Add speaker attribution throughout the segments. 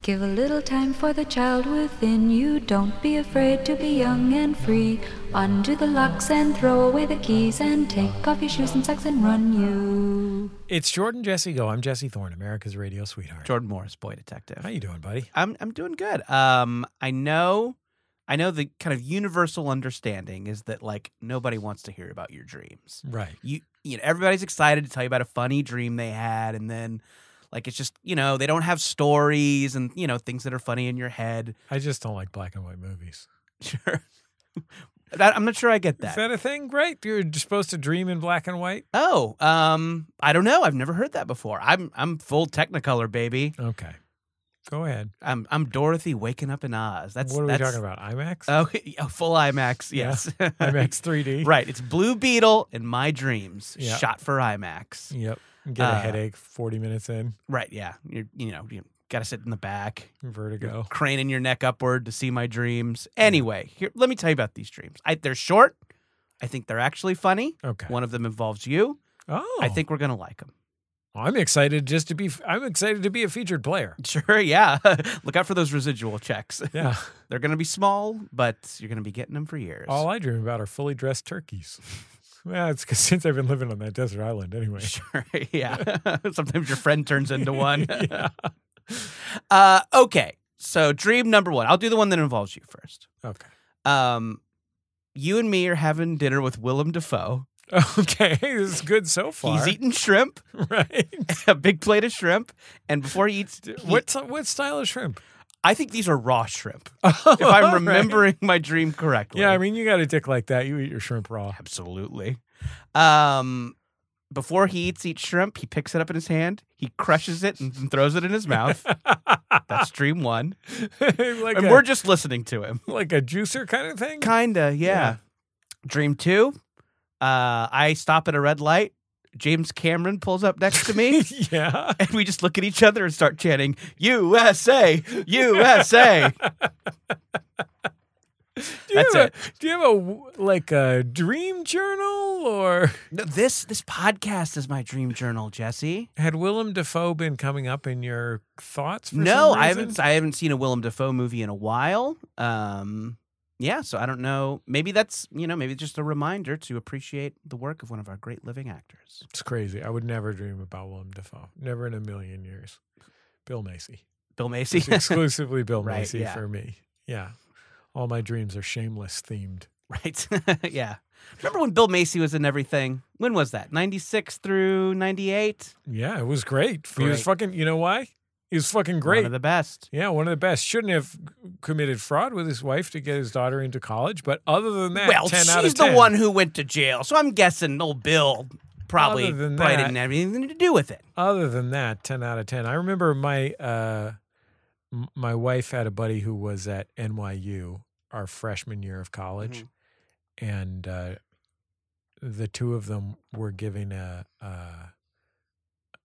Speaker 1: Give a little time for the child within you. Don't be afraid to be young and free. Undo the locks and throw away the keys and take off your shoes and socks and run you.
Speaker 2: It's Jordan Jesse Go. I'm Jesse Thorne, America's radio sweetheart.
Speaker 3: Jordan Morris, boy detective.
Speaker 2: How you doing, buddy?
Speaker 3: I'm I'm doing good. Um, I know, I know the kind of universal understanding is that like nobody wants to hear about your dreams.
Speaker 2: Right.
Speaker 3: You you know everybody's excited to tell you about a funny dream they had, and then like it's just you know they don't have stories and you know things that are funny in your head.
Speaker 2: I just don't like black and white movies.
Speaker 3: Sure. That, I'm not sure I get
Speaker 2: Is
Speaker 3: that.
Speaker 2: that a thing? Great. You're supposed to dream in black and white?
Speaker 3: oh, um, I don't know. I've never heard that before. I'm I'm full Technicolor, baby.
Speaker 2: Okay. Go ahead.
Speaker 3: I'm I'm Dorothy waking up in Oz. That's
Speaker 2: what are we
Speaker 3: that's,
Speaker 2: talking about? IMAX?
Speaker 3: Oh, yeah, full IMAX.
Speaker 2: Yeah.
Speaker 3: Yes,
Speaker 2: IMAX 3D.
Speaker 3: Oh. right. It's Blue Beetle and My Dreams,
Speaker 2: Yeah.
Speaker 3: shot for IMAX.
Speaker 2: Yep. Get a
Speaker 3: Uh,
Speaker 2: headache 40 minutes in.
Speaker 3: Right. Yeah. You're, you know, you got to sit in the back,
Speaker 2: Vertigo.
Speaker 3: craning your neck upward to see my dreams. Anyway, here, let me tell you about these dreams. I, they're short. I think they're actually funny.
Speaker 2: Okay.
Speaker 3: One of them involves you.
Speaker 2: Oh.
Speaker 3: I think we're gonna like them.
Speaker 2: I'm excited just to be I'm excited to be a featured player.
Speaker 3: Sure. Yeah. Look out for those residual checks.
Speaker 2: Yeah.
Speaker 3: They're gonna be small, but you're gonna be getting them for years.
Speaker 2: All I dream about are fully dressed turkeys. Well, it's 'cause since I've been living on that desert island anyway.
Speaker 3: Sure. Yeah. Sometimes your friend turns into one.
Speaker 2: yeah.
Speaker 3: Uh, okay. So dream number one. I'll do the one that involves you first.
Speaker 2: Okay.
Speaker 3: Um, you and me are having dinner with Willem Dafoe.
Speaker 2: Okay. This is good so far.
Speaker 3: He's eating shrimp,
Speaker 2: Right.
Speaker 3: a big plate of shrimp, and before he eats, he-
Speaker 2: What t- what style of shrimp?
Speaker 3: I think these are raw shrimp. If
Speaker 2: All
Speaker 3: I'm
Speaker 2: right.
Speaker 3: remembering my dream correctly.
Speaker 2: Yeah, I mean, you got a dick like that, you eat your shrimp raw.
Speaker 3: absolutely. Um, before he eats each shrimp, he picks it up in his hand, he crushes it, and then throws it in his mouth. That's dream one.
Speaker 2: like,
Speaker 3: and
Speaker 2: a,
Speaker 3: we're just listening to him.
Speaker 2: like a juicer kind of thing?
Speaker 3: Kinda, yeah.
Speaker 2: Yeah.
Speaker 3: Dream two. Uh, I stop at a red light. James Cameron pulls up next to me,
Speaker 2: yeah.
Speaker 3: and we just look at each other and start chanting "USA, USA."
Speaker 2: Do you
Speaker 3: That's
Speaker 2: have A, do you have a w- like a dream journal or
Speaker 3: No, this this podcast is my dream journal, Jesse.
Speaker 2: had Willem Dafoe been coming up in your thoughts? For
Speaker 3: No,
Speaker 2: some
Speaker 3: I
Speaker 2: reason?
Speaker 3: haven't. I haven't seen a Willem Dafoe movie in a while. Um, yeah, so I don't know. Maybe that's you know maybe just a reminder to appreciate the work of one of our great living actors.
Speaker 2: It's crazy. I would never dream about Willem Dafoe. Never in a million years. Bill Macy.
Speaker 3: Bill Macy.
Speaker 2: It's exclusively Bill
Speaker 3: Right,
Speaker 2: Macy
Speaker 3: yeah.
Speaker 2: for me. Yeah. All my dreams are shameless themed.
Speaker 3: Right. yeah. Remember when Bill Macy was in everything? When was that? 96 through 98?
Speaker 2: Yeah, it was great. He was
Speaker 3: Great.
Speaker 2: fucking, you know why? He was fucking great.
Speaker 3: One of the best.
Speaker 2: Yeah, one of the best. Shouldn't have committed fraud with his wife to get his daughter into college, but other than that,
Speaker 3: well,
Speaker 2: 10
Speaker 3: she's
Speaker 2: Eh, out of
Speaker 3: the
Speaker 2: 10.
Speaker 3: one who went to jail. So I'm guessing old Bill probably,
Speaker 2: Other than
Speaker 3: probably
Speaker 2: that-
Speaker 3: didn't have anything to do with it.
Speaker 2: Other than that, 10 out of 10. I remember my uh m- my wife had a buddy who was at NYU our freshman year of college and uh the two of them were giving a uh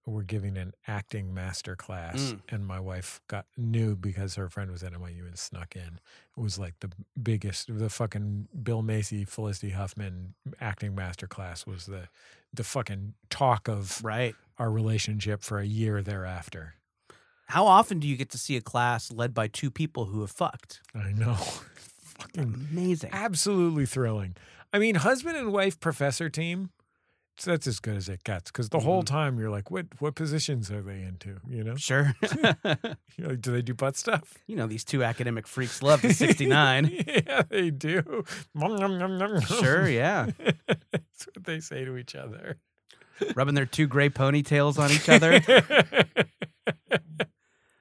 Speaker 2: were giving an acting master class
Speaker 3: Mm.
Speaker 2: and my wife got knew because her friend was at NYU and snuck in. It was like the biggest the fucking Bill Macy, Felicity Huffman acting master class was the the fucking talk of
Speaker 3: Right.
Speaker 2: our relationship for a year thereafter.
Speaker 3: How often do you get to see a class led by two people who have fucked?
Speaker 2: I know. Fucking
Speaker 3: Amazing.
Speaker 2: absolutely thrilling. I mean, husband and wife professor team, so that's as good as it gets because the whole time you're like, what what positions are they into? You know?
Speaker 3: Sure.
Speaker 2: You're like, do they do butt stuff?
Speaker 3: you know, these two academic freaks love the 69.
Speaker 2: yeah, they do. Nom, nom, nom, nom, nom.
Speaker 3: sure, yeah.
Speaker 2: that's what they say to each other.
Speaker 3: Rubbing their two gray ponytails on each other.
Speaker 2: uh,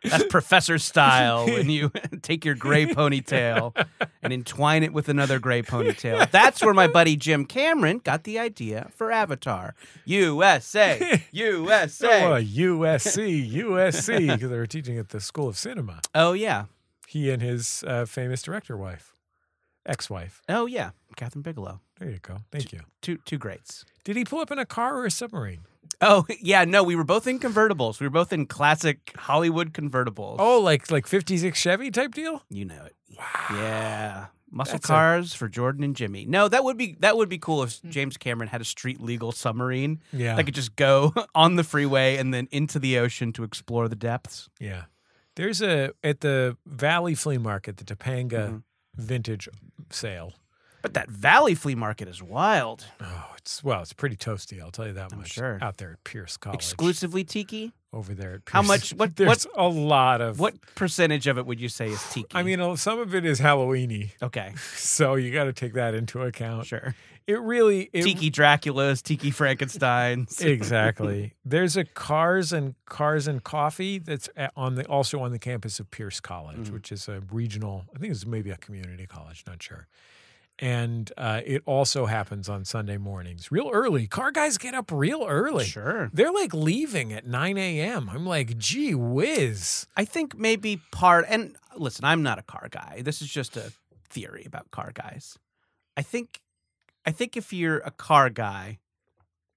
Speaker 3: That's professor style when you take your gray ponytail and entwine it with another gray ponytail. That's where my buddy Jim Cameron got the idea for Avatar. USA,
Speaker 2: Oh,
Speaker 3: USA.
Speaker 2: well, USC, USC, because they were teaching at the School of Cinema.
Speaker 3: Oh yeah,
Speaker 2: He and his uh, famous director wife, ex-wife.
Speaker 3: oh yeah. Catherine Bigelow,
Speaker 2: There you go. Thank you.
Speaker 3: two two greats.
Speaker 2: Did he pull up in a car or a submarine?
Speaker 3: Oh yeah, no, we were both in convertibles. We were both in classic Hollywood convertibles.
Speaker 2: Oh, like like '56 Chevy type deal.
Speaker 3: you know it. Yeah. Muscle
Speaker 2: That's a-
Speaker 3: cars for Jordan and Jimmy. No, that would be that would be cool if James Cameron had a street legal submarine.
Speaker 2: Yeah.
Speaker 3: That could just go on the freeway and then into the ocean to explore the depths.
Speaker 2: Yeah. There's a at the Valley Flea Market, the Topanga
Speaker 3: Mhm.
Speaker 2: vintage sale.
Speaker 3: But that Valley flea market is wild.
Speaker 2: Oh, it's well, it's pretty toasty. I'll tell you that
Speaker 3: I'm
Speaker 2: much.
Speaker 3: sure.
Speaker 2: Out there at Pierce College,
Speaker 3: Exclusively tiki.
Speaker 2: over there at Pierce.
Speaker 3: How much- what-
Speaker 2: There's a lot of
Speaker 3: What percentage of it would you say is tiki?
Speaker 2: I mean, uh, some of it is Halloweeny,
Speaker 3: okay,
Speaker 2: so you got to take that into account.
Speaker 3: sure.
Speaker 2: It really it,
Speaker 3: tiki Draculas, tiki Frankenstein's.
Speaker 2: exactly. There's a Cars and Cars and Coffee that's at, on the also on the campus of Pierce College,
Speaker 3: Mhm.
Speaker 2: which is a regional. I think it's maybe a community college, not sure. And uh, it also happens on Sunday mornings, real early. Car guys get up real early.
Speaker 3: Sure.
Speaker 2: They're like leaving at 9 a.m. I'm like, gee whiz.
Speaker 3: I think maybe part and listen, I'm not a car guy. This is just a theory about car guys. I think I think if you're a car guy,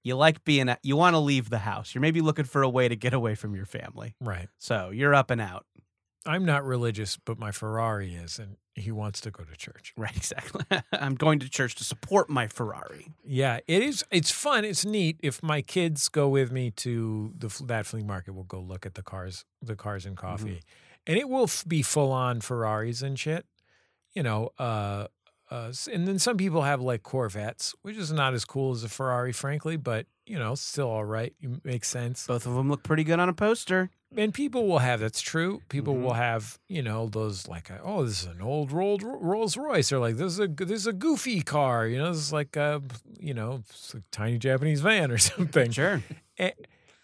Speaker 3: you like being at, you want to leave the house. You're maybe looking for a way to get away from your family.
Speaker 2: Right.
Speaker 3: So, you're up and out.
Speaker 2: I'm not religious, but my Ferrari is, and he wants to go to church.
Speaker 3: Right, exactly. I'm going to church to support my Ferrari.
Speaker 2: Yeah, it is. It's fun. It's neat. If my kids go with me to the f- that flea market, we'll go look at the cars, the cars and coffee, and it will f- be full on Ferraris and shit. You know, uh, uh, s- and then some people have like Corvettes, which is not as cool as a Ferrari, frankly, but you know, still all right. It makes sense.
Speaker 3: Both of them look pretty good on a poster.
Speaker 2: And people will have that's true. People
Speaker 3: Mhm.
Speaker 2: will have you know those like oh this is an old Rolls Rolls Royce or like this is a this is a goofy car you know this is like a you know it's a tiny Japanese van or something.
Speaker 3: Sure.
Speaker 2: And,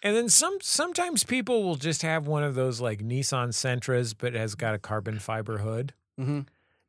Speaker 2: and then some sometimes people will just have one of those like Nissan Sentras but has got a carbon fiber hood
Speaker 3: hmm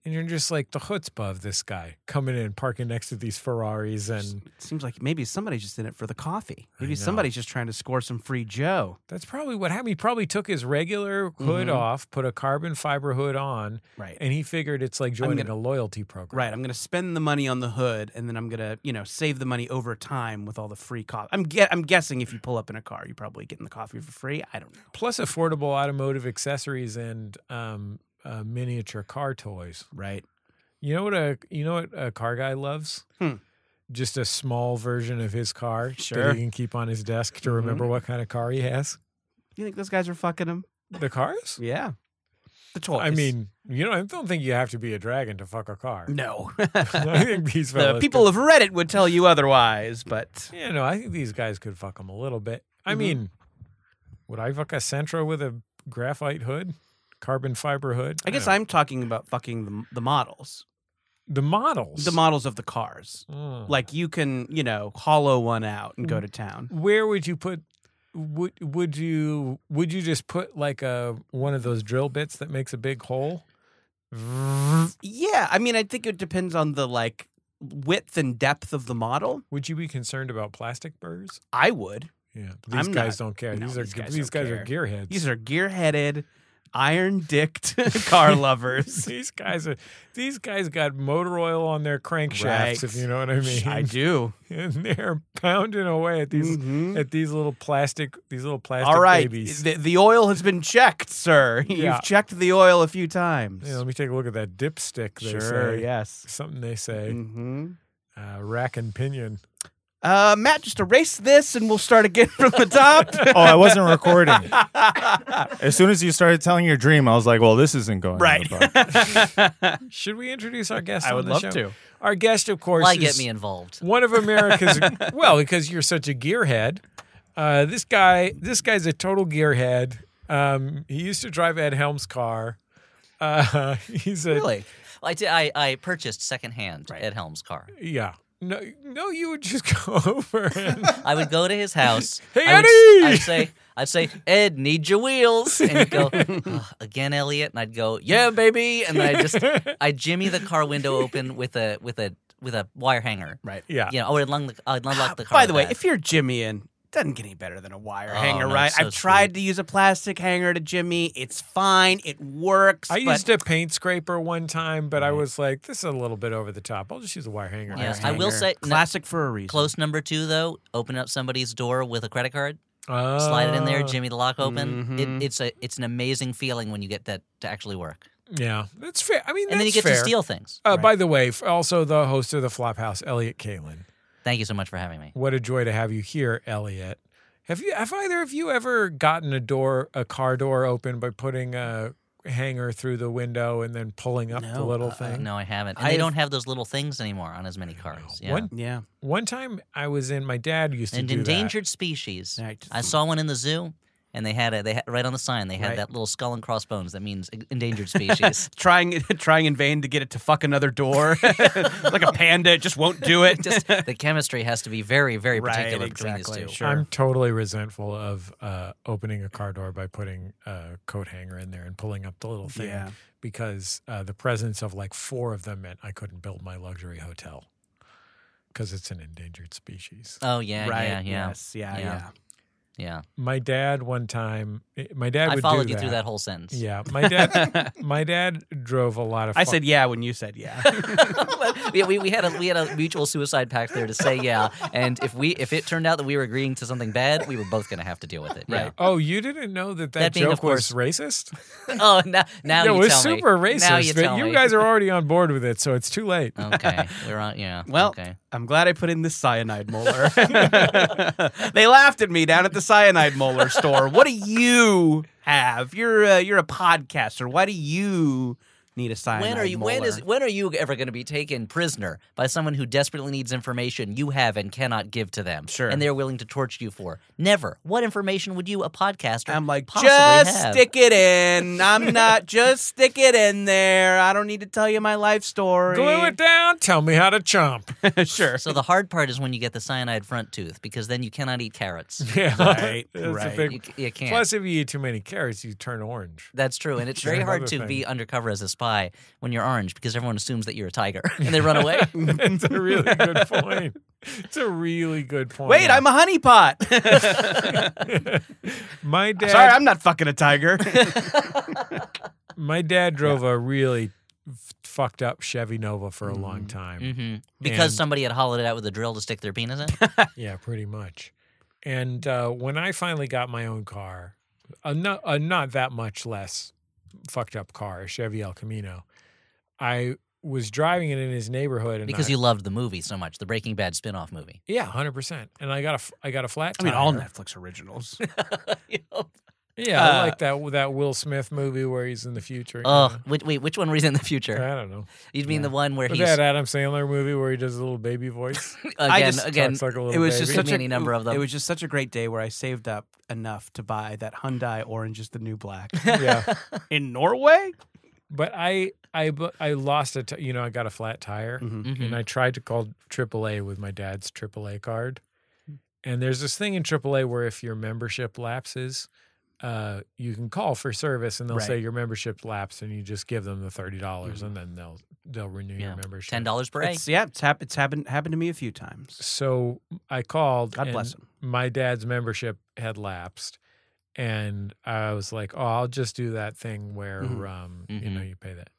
Speaker 2: and you're just like the chutzpah of this guy coming in parking next to these Ferraris and
Speaker 3: It seems like maybe somebody's just in it for the coffee.
Speaker 2: I
Speaker 3: Maybe
Speaker 2: know.
Speaker 3: somebody's just trying to score some free Joe.
Speaker 2: that's probably what happened. He probably took his regular hood
Speaker 3: Mhm.
Speaker 2: off, put a carbon fiber hood on.
Speaker 3: Right.
Speaker 2: And he figured it's like joining
Speaker 3: gonna-
Speaker 2: a loyalty program.
Speaker 3: Right. I'm going to spend the money on the hood, and then I'm going to, you know, save the money over time with all the free coffee. I'm ge- I'm guessing if you pull up in a car, you're probably getting the coffee for free. I don't know.
Speaker 2: Plus affordable automotive accessories and um, uh, miniature car toys.
Speaker 3: Right.
Speaker 2: You know what a you know what a car guy loves?
Speaker 3: Hmm.
Speaker 2: Just a small version of his car
Speaker 3: Sure. Mm-hmm.
Speaker 2: that he can keep on his desk to remember what kind of car he has.
Speaker 3: You think those guys are fucking him?
Speaker 2: The cars?
Speaker 3: Yeah. The toys.
Speaker 2: I mean, you know, I don't think you have to be a dragon to fuck a car.
Speaker 3: no.
Speaker 2: I
Speaker 3: the
Speaker 2: think these fellas
Speaker 3: people
Speaker 2: could-
Speaker 3: of Reddit would tell you otherwise, but
Speaker 2: Yeah, no, I think these guys could fuck them a little bit. I
Speaker 3: Mhm.
Speaker 2: mean, would I fuck a Sentra with a graphite hood, carbon fiber hood?
Speaker 3: I guess
Speaker 2: don't-
Speaker 3: I'm talking about fucking the, the models,
Speaker 2: the models.
Speaker 3: the models of the cars.
Speaker 2: Mm.
Speaker 3: Like you can, you know, hollow one out and go to town.
Speaker 2: where would you put? Would would you would you just put like a one of those drill bits that makes a big hole?
Speaker 3: Yeah, I mean, I think it depends on the like width and depth of the model.
Speaker 2: Would you be concerned about plastic burrs?
Speaker 3: I would.
Speaker 2: Yeah,
Speaker 3: I'm
Speaker 2: these guys don't care.
Speaker 3: no,
Speaker 2: these are
Speaker 3: these
Speaker 2: g-
Speaker 3: guys
Speaker 2: these
Speaker 3: don't
Speaker 2: guys are gearheads.
Speaker 3: These are gear-headed, iron-dicked car lovers.
Speaker 2: these guys are these guys got motor oil on their crankshafts,
Speaker 3: Right.
Speaker 2: if you know what I mean.
Speaker 3: I do.
Speaker 2: and they're pounding away at these
Speaker 3: Mhm.
Speaker 2: at these little plastic these little plastic
Speaker 3: All right,
Speaker 2: babies.
Speaker 3: the, the oil has been checked, sir.
Speaker 2: Yeah.
Speaker 3: You've checked the oil a few times.
Speaker 2: Yeah, let me take a look at that dipstick. They
Speaker 3: sure.
Speaker 2: say.
Speaker 3: Yes.
Speaker 2: Something they say.
Speaker 3: hmm
Speaker 2: Uh, rack and pinion.
Speaker 3: Uh, Matt, just erase this, and we'll start again from the top.
Speaker 4: Oh, I wasn't recording. as soon as you started telling your dream, I was like, well, this isn't going. in the
Speaker 3: right.
Speaker 4: book.
Speaker 2: Should we introduce our guest?
Speaker 3: I
Speaker 2: on
Speaker 3: would
Speaker 2: the
Speaker 3: love
Speaker 2: show?
Speaker 3: to.
Speaker 2: Our guest, of course,
Speaker 5: Why
Speaker 2: is
Speaker 5: get me involved?
Speaker 2: one of America's. well, because you're such a gearhead. Uh, this guy, this guy's a total gearhead. Um, he used to drive Ed Helms' car. Uh, he's a
Speaker 3: Really?
Speaker 5: I did. I, I purchased secondhand Ed Helms' car.
Speaker 2: yeah. No, no, you would just go over and
Speaker 5: I would go to his house.
Speaker 2: Hey,
Speaker 5: I would, s-
Speaker 2: Eddie!
Speaker 5: I'd say, I'd say, Ed, need your wheels, and he'd go "Ugh, again, Elliot, and I'd go, yeah, baby, and then I just, I jimmy the car window open with a with a with a wire hanger.
Speaker 3: Right. Ah,
Speaker 2: yeah.
Speaker 5: You know, I would unlock the, I'd unlock the car.
Speaker 3: By
Speaker 5: with
Speaker 3: the way,
Speaker 5: that.
Speaker 3: if you're Jimmying, it doesn't get any better than a wire
Speaker 5: Oh,
Speaker 3: hanger,
Speaker 5: no,
Speaker 3: right?
Speaker 5: it's so
Speaker 3: I've tried to use a plastic hanger to Jimmy. It's fine. It works.
Speaker 2: I
Speaker 3: but
Speaker 2: used a paint scraper one time, but I was like, "This is a little bit over the top. I'll just use a wire hanger."
Speaker 5: Yes,
Speaker 3: wire
Speaker 5: I will
Speaker 3: hanger.
Speaker 5: say- no-
Speaker 3: classic for a reason.
Speaker 5: close number two though, open up somebody's door with a credit card,
Speaker 2: Oh.
Speaker 5: slide it in
Speaker 3: Uh,
Speaker 5: there, jimmy the lock open.
Speaker 3: mhm.
Speaker 5: It, it's a it's an amazing feeling when you get that to actually work,
Speaker 2: Yeah, that's fair. I mean,
Speaker 5: and then you
Speaker 2: that's
Speaker 5: get
Speaker 2: fair.
Speaker 5: to steal things.
Speaker 2: Uh, By the way, f- also the host of the Flophouse, Elliot Kalin.
Speaker 5: Thank you so much for having me.
Speaker 2: What a joy to have you here, Elliot. Have you? Have either of you ever gotten a door, a car door open by putting a hanger through the window and then pulling up the
Speaker 3: No,
Speaker 2: little
Speaker 3: uh,
Speaker 2: thing?
Speaker 5: No, I haven't. And
Speaker 3: I've-
Speaker 5: they don't have those little things anymore on as many cars. Yeah.
Speaker 2: One
Speaker 3: Yeah.
Speaker 2: one time I was in. My dad used to
Speaker 5: and
Speaker 2: do that.
Speaker 5: endangered species.
Speaker 3: Right.
Speaker 5: I saw one in the zoo, and they had a they had, right on the sign. They had
Speaker 2: Right.
Speaker 5: that little skull and crossbones that means endangered species.
Speaker 3: Trying, trying in vain to get it to fuck another door, like a panda. It just won't do it.
Speaker 5: Just the chemistry has to be very very particular
Speaker 3: right,
Speaker 5: between
Speaker 3: exactly.
Speaker 5: these two.
Speaker 3: Sure.
Speaker 2: I'm totally resentful of uh, opening a car door by putting a coat hanger in there and pulling up the little thing
Speaker 3: Yeah.
Speaker 2: because uh, the presence of like four of them meant I couldn't build my luxury hotel because it's an endangered species.
Speaker 5: Oh yeah,
Speaker 3: right.
Speaker 5: yeah, yeah,
Speaker 3: Yes. Yeah.
Speaker 5: Yeah.
Speaker 3: Yeah.
Speaker 5: yeah.
Speaker 2: My dad one time, eh, my dad
Speaker 5: I
Speaker 2: would
Speaker 5: followed
Speaker 2: do
Speaker 5: you
Speaker 2: that.
Speaker 5: through that whole sentence.
Speaker 2: Yeah, my dad, my dad drove a lot of.
Speaker 3: I
Speaker 2: fu-
Speaker 3: said yeah when you said yeah.
Speaker 5: yeah, we, we had a we had a mutual suicide pact there to say yeah, and if we if it turned out that we were agreeing to something bad, we were both going to have to deal with it.
Speaker 3: Right.
Speaker 2: Oh, you didn't know that that,
Speaker 5: That being,
Speaker 2: joke
Speaker 5: of course-
Speaker 2: was racist?
Speaker 5: Yeah. Oh, now now
Speaker 2: it
Speaker 5: you
Speaker 2: was
Speaker 5: tell
Speaker 2: super
Speaker 5: me.
Speaker 2: racist,
Speaker 5: Now you
Speaker 2: but
Speaker 5: tell
Speaker 2: you
Speaker 5: me. Oh.
Speaker 2: guys are already on board with it, so it's too late.
Speaker 5: okay. We're on. Yeah.
Speaker 3: Well,
Speaker 5: okay.
Speaker 3: I'm glad I put in this cyanide molar. they laughed at me down at the cyanide molar store. What do you have? You're a, you're a podcaster. Why do you need a cyanide?
Speaker 5: When are you? When is?
Speaker 3: molar?
Speaker 5: When are you ever going to be taken prisoner by someone who desperately needs information you have and cannot give to them?
Speaker 3: Sure.
Speaker 5: And they're willing to torture you for never. What information would you, a podcaster?
Speaker 3: I'm like,
Speaker 5: possibly
Speaker 3: just
Speaker 5: have?
Speaker 3: stick it in. I'm not. Just stick it in there. I don't need to tell you my life story.
Speaker 2: Glue it down. Tell me how to chomp.
Speaker 3: sure.
Speaker 5: So the hard part is when you get the cyanide front tooth because then you cannot eat carrots.
Speaker 2: Yeah,
Speaker 3: Right,
Speaker 2: That's a
Speaker 3: right.
Speaker 2: big-
Speaker 5: You, c- you can't.
Speaker 2: Plus, if you eat too many carrots, you turn orange.
Speaker 5: That's true, and it's
Speaker 2: Sure,
Speaker 5: very hard
Speaker 2: another
Speaker 5: to be
Speaker 2: thing.
Speaker 5: undercover as a spy when you're orange because everyone assumes that you're a tiger and they run away.
Speaker 2: It's a really good point. It's a really good
Speaker 5: Oh,
Speaker 2: point.
Speaker 3: Wait, I'm a honeypot.
Speaker 2: my dad.
Speaker 3: Sorry, I'm not fucking a tiger.
Speaker 2: my dad drove a really f- fucked up Chevy Nova for a long time.
Speaker 5: hmm
Speaker 2: And-
Speaker 5: Because somebody had hollowed it out with a drill to stick their penis in.
Speaker 2: Yeah, pretty much. And uh, when I finally got my own car, a not, a not that much less fucked up car, a Chevy El Camino, I was driving it in his neighborhood, and
Speaker 5: Because
Speaker 2: I-
Speaker 5: you loved the movie so much, the Breaking Bad spin-off movie.
Speaker 2: yeah, hundred percent. And I got a f- I got a flat.
Speaker 3: I mean, all
Speaker 2: tire.
Speaker 3: Netflix originals.
Speaker 2: Yeah, I
Speaker 3: Uh,
Speaker 2: like that that Will Smith movie where he's in the future. you
Speaker 5: Oh, wait, wait, which one was in the future?
Speaker 2: know? I don't know.
Speaker 5: You mean the one where he's
Speaker 2: that Adam Sandler movie where he does a little baby voice.
Speaker 5: again,
Speaker 3: just
Speaker 5: again?
Speaker 2: talks like a little
Speaker 3: it was just
Speaker 2: baby.
Speaker 3: such
Speaker 5: Could be
Speaker 3: a,
Speaker 5: any number of them.
Speaker 3: It was just such a great day where I saved up enough to buy that Hyundai Orange is the New Black
Speaker 2: yeah.
Speaker 3: in Norway.
Speaker 2: But I I bu- I lost a t- you know I got a flat tire
Speaker 3: Mm-hmm.
Speaker 5: Mhm.
Speaker 2: and I tried to call AAA with my dad's AAA card. And there's this thing in AAA where if your membership lapses, uh, you can call for service and they'll
Speaker 3: Right.
Speaker 2: say your membership lapsed and you just give them the thirty dollars and then they'll they'll renew
Speaker 5: Mm-hmm. Yeah.
Speaker 2: your membership.
Speaker 5: ten dollars per egg.
Speaker 3: It's, yeah, it's, hap- it's happened happened to me a few times.
Speaker 2: So I called.
Speaker 3: God
Speaker 2: and
Speaker 3: bless him.
Speaker 2: My dad's membership had lapsed, and I was like, "Oh, I'll just do that thing where
Speaker 3: Mhm.
Speaker 2: um, you
Speaker 5: Mhm.
Speaker 2: know you pay that."